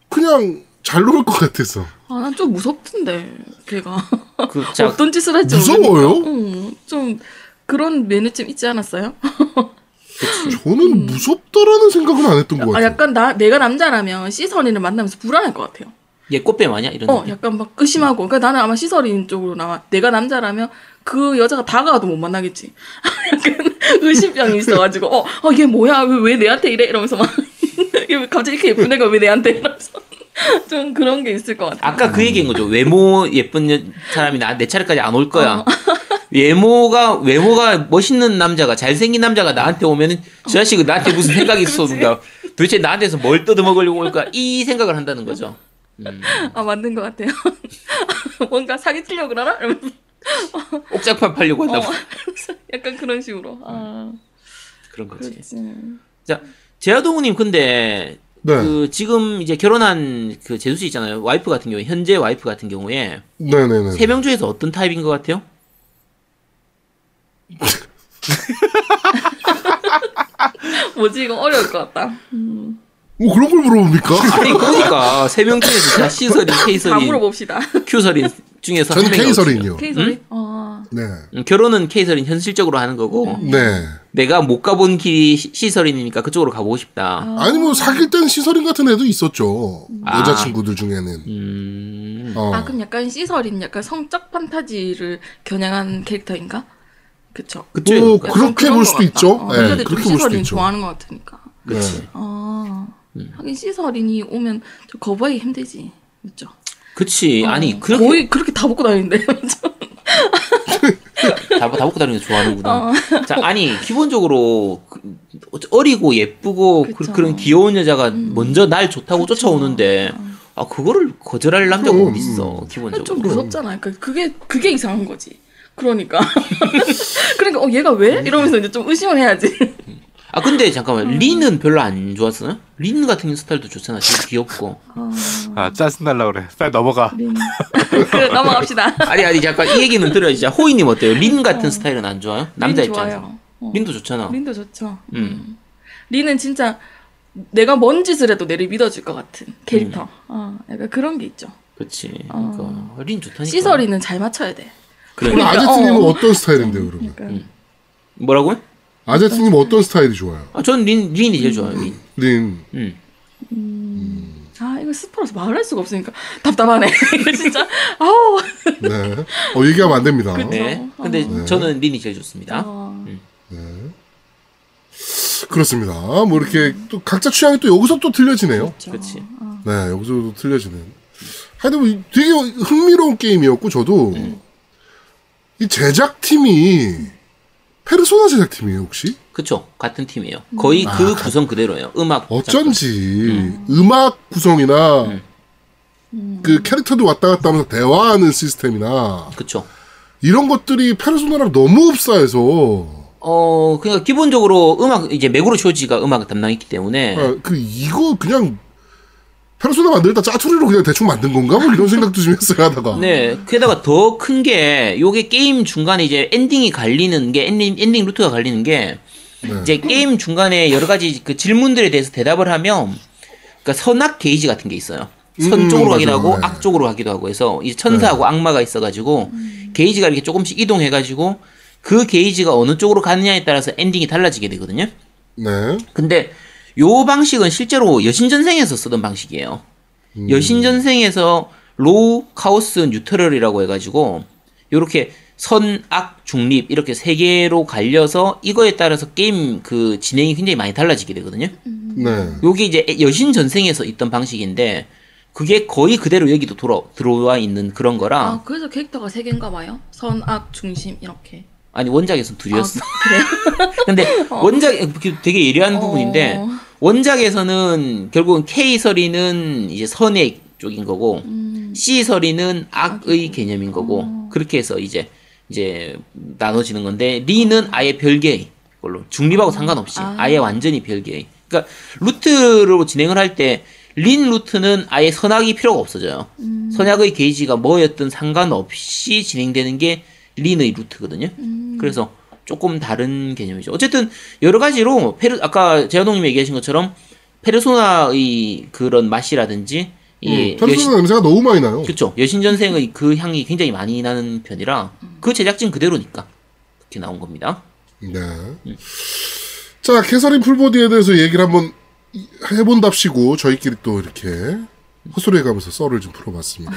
[SPEAKER 1] 그냥 잘 놀 것 같아서.
[SPEAKER 2] 아, 난 좀 무섭던데 걔가
[SPEAKER 3] 그, 자,
[SPEAKER 2] 어떤 짓을 할지
[SPEAKER 1] 무서워요?
[SPEAKER 2] 모르니까. 음. 응, 좀 그런 면허증 있지 않았어요?
[SPEAKER 1] 저는 무섭다라는 생각은 안 했던 것
[SPEAKER 2] 음. 아,
[SPEAKER 1] 같아요.
[SPEAKER 2] 약간 나 내가 남자라면 시설이를 만나면서 불안할 것 같아요.
[SPEAKER 3] 얘 꽃뱀 아니야 이런
[SPEAKER 2] 어,
[SPEAKER 3] 느낌.
[SPEAKER 2] 약간 막 의심하고. 그러니까 나는 아마 시설인 쪽으로 나와. 내가 남자라면 그 여자가 다가와도 못 만나겠지. 약간 의심병이 있어가지고, 어, 어, 얘 뭐야? 왜, 왜 내한테 이래? 이러면서 막. 얘왜 갑자기 이렇게 예쁜 애가 왜 내한테 이러면서. 좀 그런 게 있을 것 같아.
[SPEAKER 3] 아까
[SPEAKER 1] 음.
[SPEAKER 3] 그 얘기인 거죠 외모 예쁜 여- 사람이 나 내 차례까지 안 올 거야 외모가 외모가 멋있는 남자가 잘생긴 남자가 나한테 오면은 저 자식은 나한테 무슨 생각이 있어 뭔가 도대체 나한테서 뭘 뜯어먹으려고 올까 이 생각을 한다는 거죠
[SPEAKER 2] 아, 맞는 것 같아요. 뭔가 사기치려고 그러나? 이러면서.
[SPEAKER 3] 어. 옥장판 팔려고 한다
[SPEAKER 2] 어.
[SPEAKER 3] 고
[SPEAKER 2] 약간 그런 식으로. 아,
[SPEAKER 3] 그런 거지
[SPEAKER 2] 그렇지.
[SPEAKER 3] 자, 제아동우님 근데
[SPEAKER 1] 네.
[SPEAKER 3] 그 지금 이제 결혼한 그 제수 씨 있잖아요. 와이프 같은 경우에 현재 와이프 같은 경우에
[SPEAKER 1] 네네네.
[SPEAKER 3] 세 명 중에서 어떤 타입인 것 같아요?
[SPEAKER 2] 뭐지? 이거 어려울 것 같다.
[SPEAKER 1] 뭐 그런 걸 물어봅니까?
[SPEAKER 3] 아니 그러니까 세 명 중에서 다 C설인,
[SPEAKER 2] 다
[SPEAKER 3] K설인,
[SPEAKER 2] 물어봅시다.
[SPEAKER 3] Q설인 중에서
[SPEAKER 1] 저는
[SPEAKER 3] 한 명이
[SPEAKER 1] K설인이요.
[SPEAKER 2] 케이설이? 어.
[SPEAKER 1] 네.
[SPEAKER 3] 어떠세요? 음, 결혼은 K설인 현실적으로 하는 거고
[SPEAKER 1] 네.
[SPEAKER 3] 내가 못 가본 길이 C- C설인이니까 그쪽으로 가보고 싶다.
[SPEAKER 1] 아니 뭐 사귈 땐 시설인 같은 애도 있었죠.
[SPEAKER 3] 아.
[SPEAKER 1] 여자친구들 중에는.
[SPEAKER 3] 음,
[SPEAKER 1] 어.
[SPEAKER 2] 아, 그럼 약간 시설인 약간 성적 판타지를 겨냥한 캐릭터인가? 그쵸.
[SPEAKER 3] 그쪽에
[SPEAKER 1] 뭐,
[SPEAKER 3] 그러니까.
[SPEAKER 1] 그렇게
[SPEAKER 2] 그런
[SPEAKER 1] 볼
[SPEAKER 2] 것
[SPEAKER 1] 수도
[SPEAKER 2] 같다.
[SPEAKER 1] 있죠.
[SPEAKER 2] 어,
[SPEAKER 1] 예,
[SPEAKER 2] 남자들이
[SPEAKER 1] 그렇게
[SPEAKER 2] 좀
[SPEAKER 1] 볼 수도
[SPEAKER 2] 시설인
[SPEAKER 1] 있죠. 예.
[SPEAKER 2] 좋아하는 것 같으니까.
[SPEAKER 1] 네.
[SPEAKER 3] 그렇지.
[SPEAKER 2] 아, 하긴 시설인이 오면 저 거부하기 힘들지. 그쵸.
[SPEAKER 3] 그치. 아니 그렇게
[SPEAKER 2] 거의 그렇게 다 벗고 다니는데.
[SPEAKER 3] 다, 다 먹고 다니는 거 좋아하는구나.
[SPEAKER 2] 어.
[SPEAKER 3] 자, 아니, 기본적으로, 그, 어리고 예쁘고,
[SPEAKER 2] 그쵸. 음.
[SPEAKER 3] 그, 런 귀여운 여자가 먼저 날 좋다고 쫓아오는데, 아, 그거를 거절할 남자가
[SPEAKER 1] 그럼.
[SPEAKER 3] 어딨어, 기본적으로.
[SPEAKER 2] 좀 무섭잖아. 그러니까 그게 그게 이상한 거지. 그러니까. 그러니까 어 얘가 왜? 이러면서 이제 좀 의심을 해야지.
[SPEAKER 3] 아, 근데 잠깐만,
[SPEAKER 2] 음.
[SPEAKER 3] 린은 별로 안 좋았어요? 린 같은 스타일도 좋잖아. 되게 귀엽고.
[SPEAKER 4] 아, 짜증 날라 그래. 빨리 넘어가.
[SPEAKER 1] 네.
[SPEAKER 2] 그, 넘어갑시다.
[SPEAKER 3] 아니, 아니, 잠깐, 이 얘기는 들어야지. 자, 호이님 어때요? 린 같은 스타일은 안 좋아요? 남자
[SPEAKER 2] 린
[SPEAKER 3] 입장에서.
[SPEAKER 2] 좋아요. 어.
[SPEAKER 3] 린도 좋잖아.
[SPEAKER 2] 린도 좋죠.
[SPEAKER 3] 음.
[SPEAKER 2] 린은 진짜 내가 뭔 짓을 해도 내를 믿어줄 것 같은 캐릭터. 어, 약간 그런 게 있죠.
[SPEAKER 3] 그치. 그러니까, 린 좋다니까.
[SPEAKER 2] 어. 시설이는 잘 맞춰야 돼.
[SPEAKER 3] 그래.
[SPEAKER 1] 그럼 아제트님은
[SPEAKER 2] 어.
[SPEAKER 1] 어. 떤 스타일인데요, 그러면?
[SPEAKER 2] 그러니까
[SPEAKER 3] 뭐라고요?
[SPEAKER 1] 아제트님 어떤 스타일이 좋아요?
[SPEAKER 3] 아, 전 린, 린이 제일 좋아요, 린.
[SPEAKER 1] 린.
[SPEAKER 3] 음.
[SPEAKER 2] 아 이거 스포라서 말할 수가 없으니까 답답하네. 이거 진짜 아우.
[SPEAKER 1] 네. 어, 얘기하면 안 됩니다.
[SPEAKER 3] 네.
[SPEAKER 2] 그렇죠.
[SPEAKER 3] 근데 저는 린이 제일 좋습니다.
[SPEAKER 2] 어,
[SPEAKER 1] 그렇습니다. 뭐 이렇게 또 각자 취향이 또 여기서 또 틀려지네요.
[SPEAKER 3] 그렇지.
[SPEAKER 1] 네,
[SPEAKER 2] 음.
[SPEAKER 1] 여기서 또 틀려지는. 하여튼 뭐 이- 되게 흥미로운 게임이었고 저도 이 제작팀이 페르소나 제작팀이에요 혹시?
[SPEAKER 3] 그쵸 같은 팀이에요.
[SPEAKER 2] 음.
[SPEAKER 3] 거의 그 구성 그대로예요. 음악
[SPEAKER 1] 어쩐지 음악 구성이나 그 캐릭터도 왔다 갔다 하면서 대화하는 시스템이나
[SPEAKER 3] 그쵸.
[SPEAKER 1] 이런 것들이 페르소나랑 너무 흡사해서
[SPEAKER 3] 어 그러니까 기본적으로 음악 이제 맥으로 쇼지가 음악을 담당했기 때문에
[SPEAKER 1] 아, 그 이거 그냥 페르소나 만들다 짜투리로 그냥 대충 만든 건가? 뭐 이런 생각도 좀 했어요 하다가
[SPEAKER 3] 네, 게다가 더 큰 게 요게 게임 중간에 이제 엔딩이 갈리는 게 엔딩 엔딩 루트가 갈리는 게
[SPEAKER 1] 네.
[SPEAKER 3] 이제 게임 중간에 여러 가지 그 질문들에 대해서 대답을 하면 그러니까 선악 게이지 같은 게 있어요. 선
[SPEAKER 1] 음,
[SPEAKER 3] 쪽으로 가기도
[SPEAKER 1] 맞아요.
[SPEAKER 3] 하고
[SPEAKER 1] 네.
[SPEAKER 3] 악 쪽으로 가기도 하고 해서 이제 천사하고 악마가 있어가지고 게이지가 이렇게 조금씩 이동해가지고 그 게이지가 어느 쪽으로 가느냐에 따라서 엔딩이 달라지게 되거든요.
[SPEAKER 1] 네.
[SPEAKER 3] 근데 요 방식은 실제로 여신전생에서 쓰던 방식이에요. 여신전생에서 로우, 카오스, 뉴트럴이라고 해가지고 요렇게 선, 악, 중립 이렇게 세 개로 갈려서 이거에 따라서 게임 그 진행이 굉장히 많이 달라지게 되거든요.
[SPEAKER 1] 네.
[SPEAKER 3] 요게 이제 여신전생에서 있던 방식인데 그게 거의 그대로 여기도 돌아, 들어와 있는 그런 거라
[SPEAKER 2] 아, 그래서 캐릭터가 세 개인가 봐요. 선악 중심 이렇게.
[SPEAKER 3] 아니 원작에선 둘이었어.
[SPEAKER 2] 아, 그래요?
[SPEAKER 3] 근데 원작 그 되게 예리한 부분인데
[SPEAKER 2] 어.
[SPEAKER 3] 원작에서는 결국은 K 서리는 이제 선의 쪽인 거고
[SPEAKER 2] 음.
[SPEAKER 3] C 서리는
[SPEAKER 2] 아,
[SPEAKER 3] 악의 개념인 거고
[SPEAKER 2] 어.
[SPEAKER 3] 그렇게 해서 이제 이제 나눠지는 건데 리는 아예 별개의 걸로 중립하고 상관없이
[SPEAKER 2] 어. 아.
[SPEAKER 3] 아. 예 완전히 별개의 그러니까 루트로 진행을 할 때 린 루트는 아예 선악이 필요가 없어져요
[SPEAKER 2] 음.
[SPEAKER 3] 선악의 게이지가 뭐였든 상관없이 진행되는 게 린의 루트거든요
[SPEAKER 1] 음.
[SPEAKER 3] 그래서 조금 다른 개념이죠. 어쨌든 여러 가지로 페르 아까 재현동님이 얘기하신 것처럼 페르소나의 그런 맛이라든지 이
[SPEAKER 1] 음, 페르소나 냄새가 너무 많이 나요.
[SPEAKER 3] 그렇죠 여신전생의 그 향이 굉장히 많이 나는 편이라
[SPEAKER 1] 음.
[SPEAKER 3] 그 제작진 그대로니까 그렇게 나온 겁니다.
[SPEAKER 1] 네.
[SPEAKER 3] 음.
[SPEAKER 1] 자, 캐서린 풀보디에 대해서 얘기를 한번 이- 해본답시고, 저희끼리 또 이렇게 헛소리 해가면서 썰을 좀 풀어봤습니다.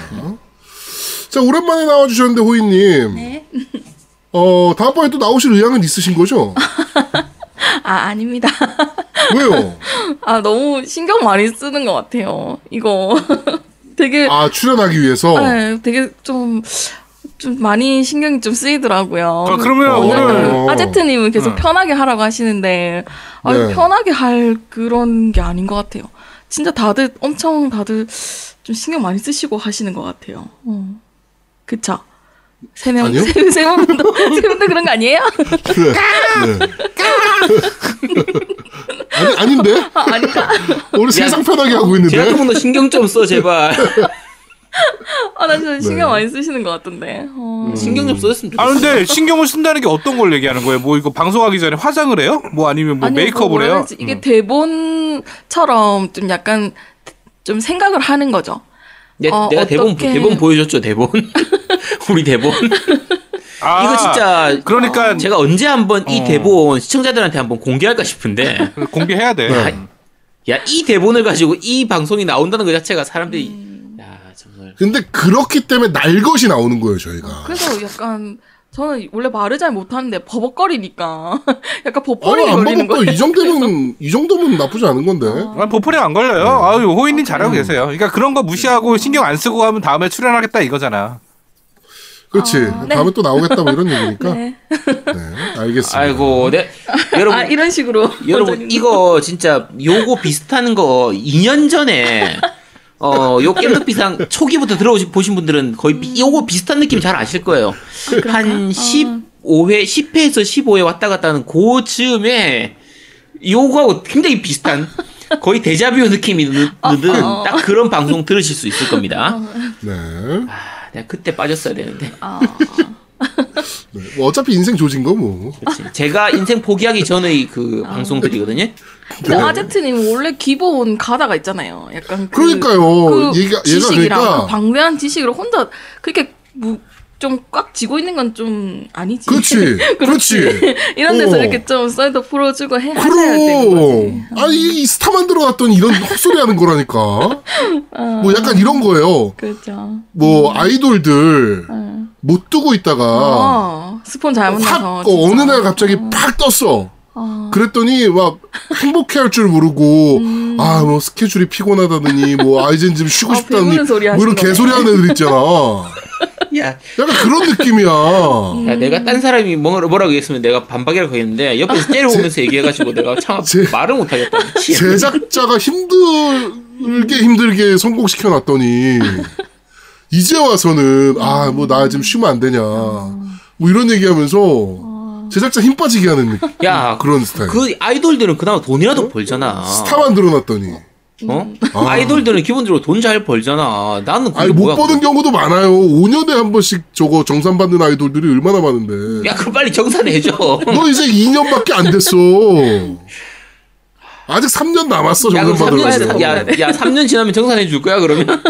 [SPEAKER 1] 자, 오랜만에 나와주셨는데, 호이님.
[SPEAKER 2] 네.
[SPEAKER 1] 어, 다음번에 또 나오실 의향은 있으신 거죠?
[SPEAKER 2] 아, 아닙니다.
[SPEAKER 1] 왜요?
[SPEAKER 2] 아, 너무 신경 많이 쓰는 것 같아요. 이거. 되게,
[SPEAKER 1] 아, 출연하기 위해서?
[SPEAKER 2] 네, 되게 좀, 좀 많이 신경이 좀 쓰이더라고요.
[SPEAKER 4] 아, 그러면
[SPEAKER 1] 어.
[SPEAKER 4] 오늘
[SPEAKER 1] 어.
[SPEAKER 2] 아제트님은 계속
[SPEAKER 4] 응.
[SPEAKER 2] 편하게 하라고 하시는데, 아,
[SPEAKER 1] 네.
[SPEAKER 2] 편하게 할 그런 게 아닌 것 같아요. 진짜 다들, 엄청 다들 좀 신경 많이 쓰시고 하시는 것 같아요. 어. 그쵸? 세 명,
[SPEAKER 1] 아니요?
[SPEAKER 2] 세, 세 분도, 세 분도 그런 거 아니에요?
[SPEAKER 1] 네. 네. 아니, 아닌데?
[SPEAKER 2] 아, 아닌가?
[SPEAKER 1] 우리 세상 편하게 하고 있는데?
[SPEAKER 3] 제가 조금 더 신경 좀 써 제발
[SPEAKER 2] 아, 나 진짜 신경
[SPEAKER 1] 네.
[SPEAKER 2] 많이 쓰시는 것 같던데. 어.
[SPEAKER 1] 음.
[SPEAKER 3] 신경 좀 써줬으면
[SPEAKER 4] 아
[SPEAKER 3] 좋겠어요.
[SPEAKER 4] 근데 신경을 쓴다는 게 어떤 걸 얘기하는 거예요? 뭐 이거 방송하기 전에 화장을 해요? 뭐 아니면 뭐
[SPEAKER 2] 아니,
[SPEAKER 4] 메이크업을
[SPEAKER 2] 뭐라
[SPEAKER 4] 해요?
[SPEAKER 2] 그러지? 이게 대본처럼 좀 약간 좀 생각을 하는 거죠.
[SPEAKER 3] 내,
[SPEAKER 2] 어,
[SPEAKER 3] 내가 대본
[SPEAKER 2] 어떡해.
[SPEAKER 3] 대본 보여줬죠 대본 우리 대본
[SPEAKER 4] 아,
[SPEAKER 3] 이거 진짜
[SPEAKER 4] 그러니까 어.
[SPEAKER 3] 제가 언제 한번 이 대본 시청자들한테 한번 공개할까 싶은데
[SPEAKER 4] 공개해야 돼.
[SPEAKER 1] 네.
[SPEAKER 3] 야, 이 대본을 가지고 이 방송이 나온다는 것 자체가 사람들이
[SPEAKER 2] 음.
[SPEAKER 3] 야, 정말
[SPEAKER 1] 근데 그렇기 때문에 날 것이 나오는 거예요, 저희가.
[SPEAKER 2] 그래서 약간 저는 원래 말을 잘 못하는데 버벅거리니까 약간
[SPEAKER 1] 아니,
[SPEAKER 2] 버퍼링이
[SPEAKER 1] 어, 안
[SPEAKER 2] 걸리는
[SPEAKER 1] 먹었고,
[SPEAKER 2] 거예요. 어.
[SPEAKER 1] 이 정도면, 이 정도면 나쁘지 않은 건데.
[SPEAKER 4] 아, 보풀이 안 걸려요. 아유, 호인님 잘하고 계세요. 그러니까 그런 거 무시하고 신경 안 쓰고 하면 다음에 출연하겠다 이거잖아.
[SPEAKER 1] 그렇지.
[SPEAKER 2] 아, 네.
[SPEAKER 1] 다음에 또 나오겠다 뭐 이런 얘기니까. 네.
[SPEAKER 2] 네.
[SPEAKER 1] 알겠습니다.
[SPEAKER 3] 아이고, 네 여러분
[SPEAKER 2] 아 이런 식으로
[SPEAKER 3] 여러분
[SPEAKER 2] 버전이-
[SPEAKER 3] 이거 진짜 요거 비슷한 거 2년 전에 어요 깻득비상 초기부터 들어오신 보신 분들은 거의
[SPEAKER 2] 음.
[SPEAKER 3] 비- 요거 비슷한 느낌 잘 아실 거예요.
[SPEAKER 2] 어.
[SPEAKER 3] 한 15회 10회에서 15회 왔다 갔다 하는 그 즈음에 요거하고 굉장히 비슷한 거의 데자뷰 느낌이 드는
[SPEAKER 2] 어,
[SPEAKER 3] 딱 그런 방송 들으실 수 있을 겁니다.
[SPEAKER 1] 네.
[SPEAKER 3] 아, 내가 그때 빠졌어야 되는데.
[SPEAKER 2] 아,
[SPEAKER 1] 네. 뭐 어차피 인생 조진 거 뭐.
[SPEAKER 3] 그치. 제가 인생 포기하기 전의 그 방송들이거든요.
[SPEAKER 1] 네.
[SPEAKER 2] 근데 아제트님 원래 기본 가다가 있잖아요. 약간 그,
[SPEAKER 1] 그러니까요.
[SPEAKER 2] 그
[SPEAKER 1] 얘가- 얘가
[SPEAKER 2] 지식이랑
[SPEAKER 1] 그러니까-
[SPEAKER 2] 그 방대한 지식으로 혼자 그렇게 뭐 좀 꽉 쥐고 있는 건 좀 아니지.
[SPEAKER 1] 그렇지. 그렇지.
[SPEAKER 2] 이런 데서
[SPEAKER 1] 어.
[SPEAKER 2] 이렇게 좀 사이드 풀어주고 해 하셔야 되는 거지.
[SPEAKER 1] 그럼. 아니 이, 이 스타 만들어 놨던 이런 헛소리 하는 거라니까.
[SPEAKER 2] 어.
[SPEAKER 1] 뭐 약간 이런 거예요.
[SPEAKER 2] 그렇죠.
[SPEAKER 1] 뭐 아이돌들 못 뜨고 있다가
[SPEAKER 2] 음. 어, 스폰 잘못
[SPEAKER 1] 확
[SPEAKER 2] 나서
[SPEAKER 1] 아.
[SPEAKER 2] 아.
[SPEAKER 1] 어, 어느 날 갑자기 팍 떴어. 그랬더니 막 행복해 할 줄 모르고 아 뭐 스케줄이 피곤하다느니 뭐 아 이젠 좀 쉬고
[SPEAKER 2] 음. 아,
[SPEAKER 1] 싶다느니
[SPEAKER 2] 배부른 소리
[SPEAKER 1] 뭐 이런
[SPEAKER 2] 하시네.
[SPEAKER 1] 개소리 하는 애들 있잖아.
[SPEAKER 3] 야,
[SPEAKER 1] 약간 그런 느낌이야.
[SPEAKER 3] 야, 내가 딴 사람이 뭐- 뭐라고 얘기했으면 내가 반박이라고 했는데 옆에서 째려보면서 얘기해가지고 내가 참
[SPEAKER 1] 제-
[SPEAKER 3] 말을 못하겠다. 미친.
[SPEAKER 1] 제작자가 힘들게 힘들게 성공시켜 놨더니 이제 와서는 아 뭐 나 지금 쉬면 안 되냐 뭐 이런
[SPEAKER 2] 아.
[SPEAKER 1] 얘기하면서 제작자 힘 빠지게 하는 느낌.
[SPEAKER 3] 야,
[SPEAKER 1] 그런 스타일.
[SPEAKER 3] 그 아이돌들은 그나마 돈이라도 벌잖아.
[SPEAKER 1] 스타 만들어 놨더니
[SPEAKER 3] 어?
[SPEAKER 1] 아.
[SPEAKER 3] 아이돌들은 기본적으로 돈 잘 벌잖아. 나는 그게
[SPEAKER 1] 아니 못
[SPEAKER 3] 뭐야,
[SPEAKER 1] 버는
[SPEAKER 3] 그거.
[SPEAKER 1] 경우도 많아요. 5년에 한 번씩 저거 정산 받는 아이돌들이 얼마나 많은데.
[SPEAKER 3] 야, 음. 그럼 빨리 정산해줘.
[SPEAKER 1] 너 이제 2년밖에 안 됐어. 아직 3년 남았어
[SPEAKER 3] 야, 그럼
[SPEAKER 1] 정산
[SPEAKER 3] 3년,
[SPEAKER 1] 받으려면.
[SPEAKER 3] 야, 네. 야, 3년 지나면 정산해 줄 거야, 그러면?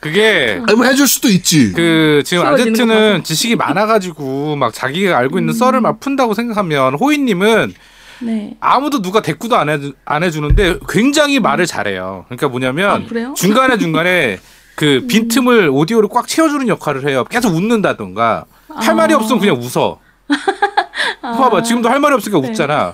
[SPEAKER 4] 그게
[SPEAKER 1] 아니 뭐 해줄 수도 있지.
[SPEAKER 4] 그 지금
[SPEAKER 2] 쓰러지는 거
[SPEAKER 4] 아제트는 지식이 많아가지고 막 자기가 알고 있는 썰을 막 푼다고 생각하면 호이님은
[SPEAKER 2] 네.
[SPEAKER 4] 아무도 누가 대꾸도 안, 해, 안 해주는데 굉장히 말을 잘해요. 그러니까 뭐냐면
[SPEAKER 2] 아, 그래요? 음.
[SPEAKER 4] 중간에 중간에 그 빈틈을 오디오로 꽉 채워주는 역할을 해요. 계속 웃는다던가 할
[SPEAKER 2] 아.
[SPEAKER 4] 말이 없으면 그냥 웃어. 봐봐 지금도 할 말이 없으니까 웃잖아.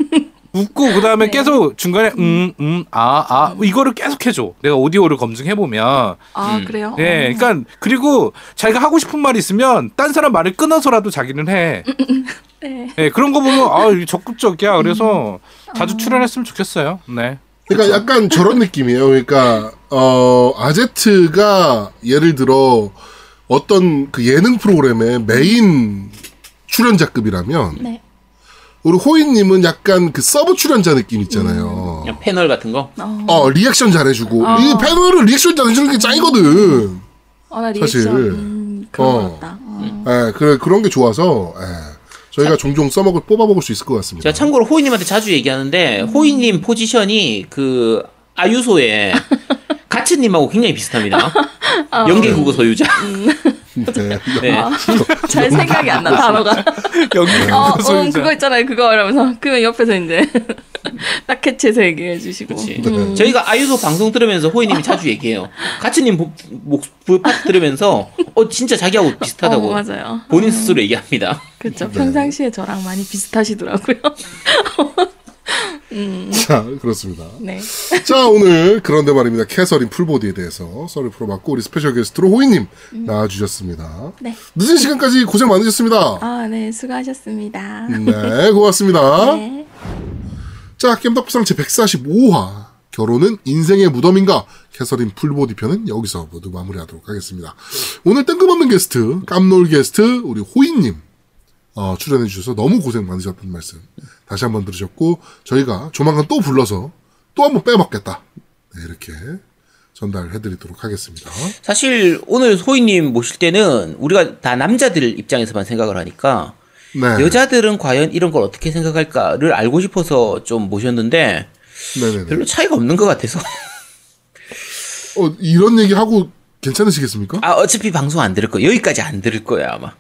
[SPEAKER 4] 웃고 그 다음에
[SPEAKER 2] 네.
[SPEAKER 4] 계속 중간에 음, 음음아아 이거를 계속 해줘. 내가 오디오를 검증해 보면
[SPEAKER 2] 아
[SPEAKER 3] 음.
[SPEAKER 2] 그래요?
[SPEAKER 4] 예,
[SPEAKER 2] 어.
[SPEAKER 4] 그러니까 그리고 자기가 하고 싶은 말이 있으면 딴 사람 말을 끊어서라도 자기는 해.
[SPEAKER 2] 네. 음.
[SPEAKER 4] 예, 그런 거 보면 아 이거 적극적이야. 그래서 자주
[SPEAKER 2] 어.
[SPEAKER 4] 출연했으면 좋겠어요. 네.
[SPEAKER 1] 그러니까 약간 저런 느낌이에요. 그러니까 어 아제트가 예를 들어 어떤 그 예능 프로그램의 메인 출연자급이라면
[SPEAKER 2] 네.
[SPEAKER 1] 우리 호인님은 약간 그 서브 출연자 느낌 있잖아요.
[SPEAKER 3] 그냥 패널 같은 거?
[SPEAKER 2] 어.
[SPEAKER 1] 어 리액션 잘해주고
[SPEAKER 2] 어.
[SPEAKER 1] 이 패널은 리액션 잘해주는 게 짱이거든.
[SPEAKER 2] 어, 나
[SPEAKER 1] 사실.
[SPEAKER 2] 리액션. 음, 그런
[SPEAKER 1] 어.
[SPEAKER 2] 거 같다. 어.
[SPEAKER 1] 예, 그래 그런 게 좋아서 예, 저희가 종종 써먹을 뽑아먹을 수 있을 것 같습니다.
[SPEAKER 3] 제가 참고로 호이님한테 자주 얘기하는데,
[SPEAKER 2] 음.
[SPEAKER 3] 호이님 포지션이 그 아유소의 가츠님하고 굉장히 비슷합니다.
[SPEAKER 2] 아.
[SPEAKER 3] 연계국어 소유자.
[SPEAKER 1] 네.
[SPEAKER 3] 네.
[SPEAKER 2] 잘 생각이 안 나, 단어가.
[SPEAKER 4] 여기
[SPEAKER 2] 어,
[SPEAKER 4] 웃어서
[SPEAKER 2] 음,
[SPEAKER 4] 이제.
[SPEAKER 2] 그거 있잖아요. 그거 이러면서. 그러면 옆에서 이제 딱 캐치해서 얘기해 주시고.
[SPEAKER 3] 그치.
[SPEAKER 2] 음.
[SPEAKER 3] 저희가 아유소 방송 들으면서 호이님이 자주 얘기해요. 가츠님 목, 목, 부- 파트 들으면서, 어, 진짜 자기하고 비슷하다고.
[SPEAKER 2] 어, 맞아요.
[SPEAKER 3] 본인 스스로 얘기합니다.
[SPEAKER 2] 그렇죠. 평상시에 저랑 많이 비슷하시더라고요.
[SPEAKER 1] 자 그렇습니다.
[SPEAKER 2] 네.
[SPEAKER 1] 자 오늘 그런데 말입니다 캐서린 풀보디에 대해서 썰을 풀어봤고 우리 스페셜 게스트로 호이님 나와주셨습니다.
[SPEAKER 2] 음. 네.
[SPEAKER 1] 늦은 시간까지 고생 많으셨습니다.
[SPEAKER 2] 아, 네. 수고하셨습니다.
[SPEAKER 1] 네 고맙습니다.
[SPEAKER 2] 네.
[SPEAKER 1] 자 겜덕부상 제 145화 결혼은 인생의 무덤인가 캐서린 풀보디 편은 여기서 모두 마무리하도록 하겠습니다. 오늘 뜬금없는 게스트 깜놀 게스트 우리 호이님 어, 출연해 주셔서 너무 고생 많으셨던 말씀 다시 한번 들으셨고 저희가 조만간 또 불러서 또 한번 빼먹겠다 네, 이렇게 전달해드리도록 하겠습니다.
[SPEAKER 3] 사실 오늘 소희님 모실 때는 우리가 다 남자들 입장에서만 생각을 하니까
[SPEAKER 1] 네.
[SPEAKER 3] 여자들은 과연 이런 걸 어떻게 생각할까를 알고 싶어서 좀 모셨는데
[SPEAKER 1] 네네네.
[SPEAKER 3] 별로 차이가 없는 것 같아서
[SPEAKER 1] 어, 이런 얘기 하고 괜찮으시겠습니까?
[SPEAKER 3] 아 어차피 방송 안 들을 거야 여기까지 안 들을 거야 아마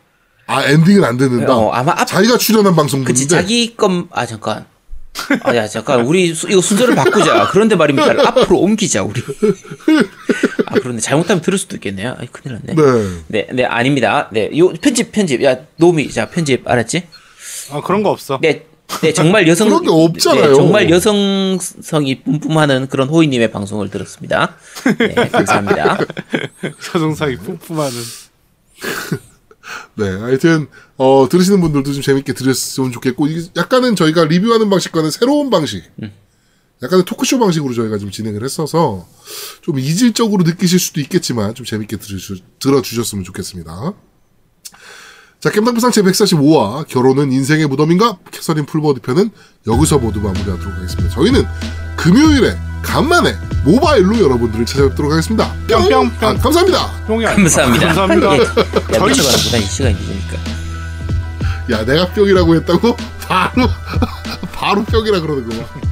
[SPEAKER 1] 아 엔딩은 안 듣는다.
[SPEAKER 3] 어, 아마 앞-
[SPEAKER 1] 자기가 출연한 방송 듣는데
[SPEAKER 3] 그치 자기 건아 잠깐 아 야 잠깐 우리 수- 이거 순서를 바꾸자 그런데 말입니다 앞으로 옮기자 우리 아 그런데 잘못하면 들을 수도 있겠네요 아이 큰일 났네
[SPEAKER 1] 네.
[SPEAKER 3] 네, 네, 아닙니다. 네, 요 편집, 편집. 야, 노미, 자, 편집 알았지?
[SPEAKER 4] 아 그런 거 없어.
[SPEAKER 3] 네, 네 정말 여성
[SPEAKER 1] 그런 게 없잖아요.
[SPEAKER 3] 네, 정말 여성성이 뿜뿜하는 그런 호이님의 방송을 들었습니다. 네, 감사합니다.
[SPEAKER 4] 자동사기 뿜뿜하는.
[SPEAKER 1] 네, 하여튼 어, 들으시는 분들도 좀 재밌게 들으셨으면 좋겠고 이게 약간은 저희가 리뷰하는 방식과는 새로운 방식,
[SPEAKER 3] 음.
[SPEAKER 1] 약간의 토크쇼 방식으로 저희가 좀 진행을 했어서 좀 이질적으로 느끼실 수도 있겠지만 좀 재밌게 들으주, 들어주셨으면 좋겠습니다. 자, 겜당부상 제145화 결혼은 인생의 무덤인가? 캐서린 풀버드 편은 여기서 모두 마무리하도록 하겠습니다. 저희는 금요일에 간만에 모바일로 여러분들을 찾아뵙도록 하겠습니다.
[SPEAKER 4] 뿅뿅뿅.
[SPEAKER 1] 아, 감사합니다.
[SPEAKER 4] 뿅이 아니야.
[SPEAKER 3] 감사합니다.
[SPEAKER 4] 감사합니다.
[SPEAKER 3] 예, 야, 미쳐가는구나, 이 시간이 되니까.
[SPEAKER 1] 야 내가 뿅이라고 했다고 바로 바로 뿅이라 그러는구만.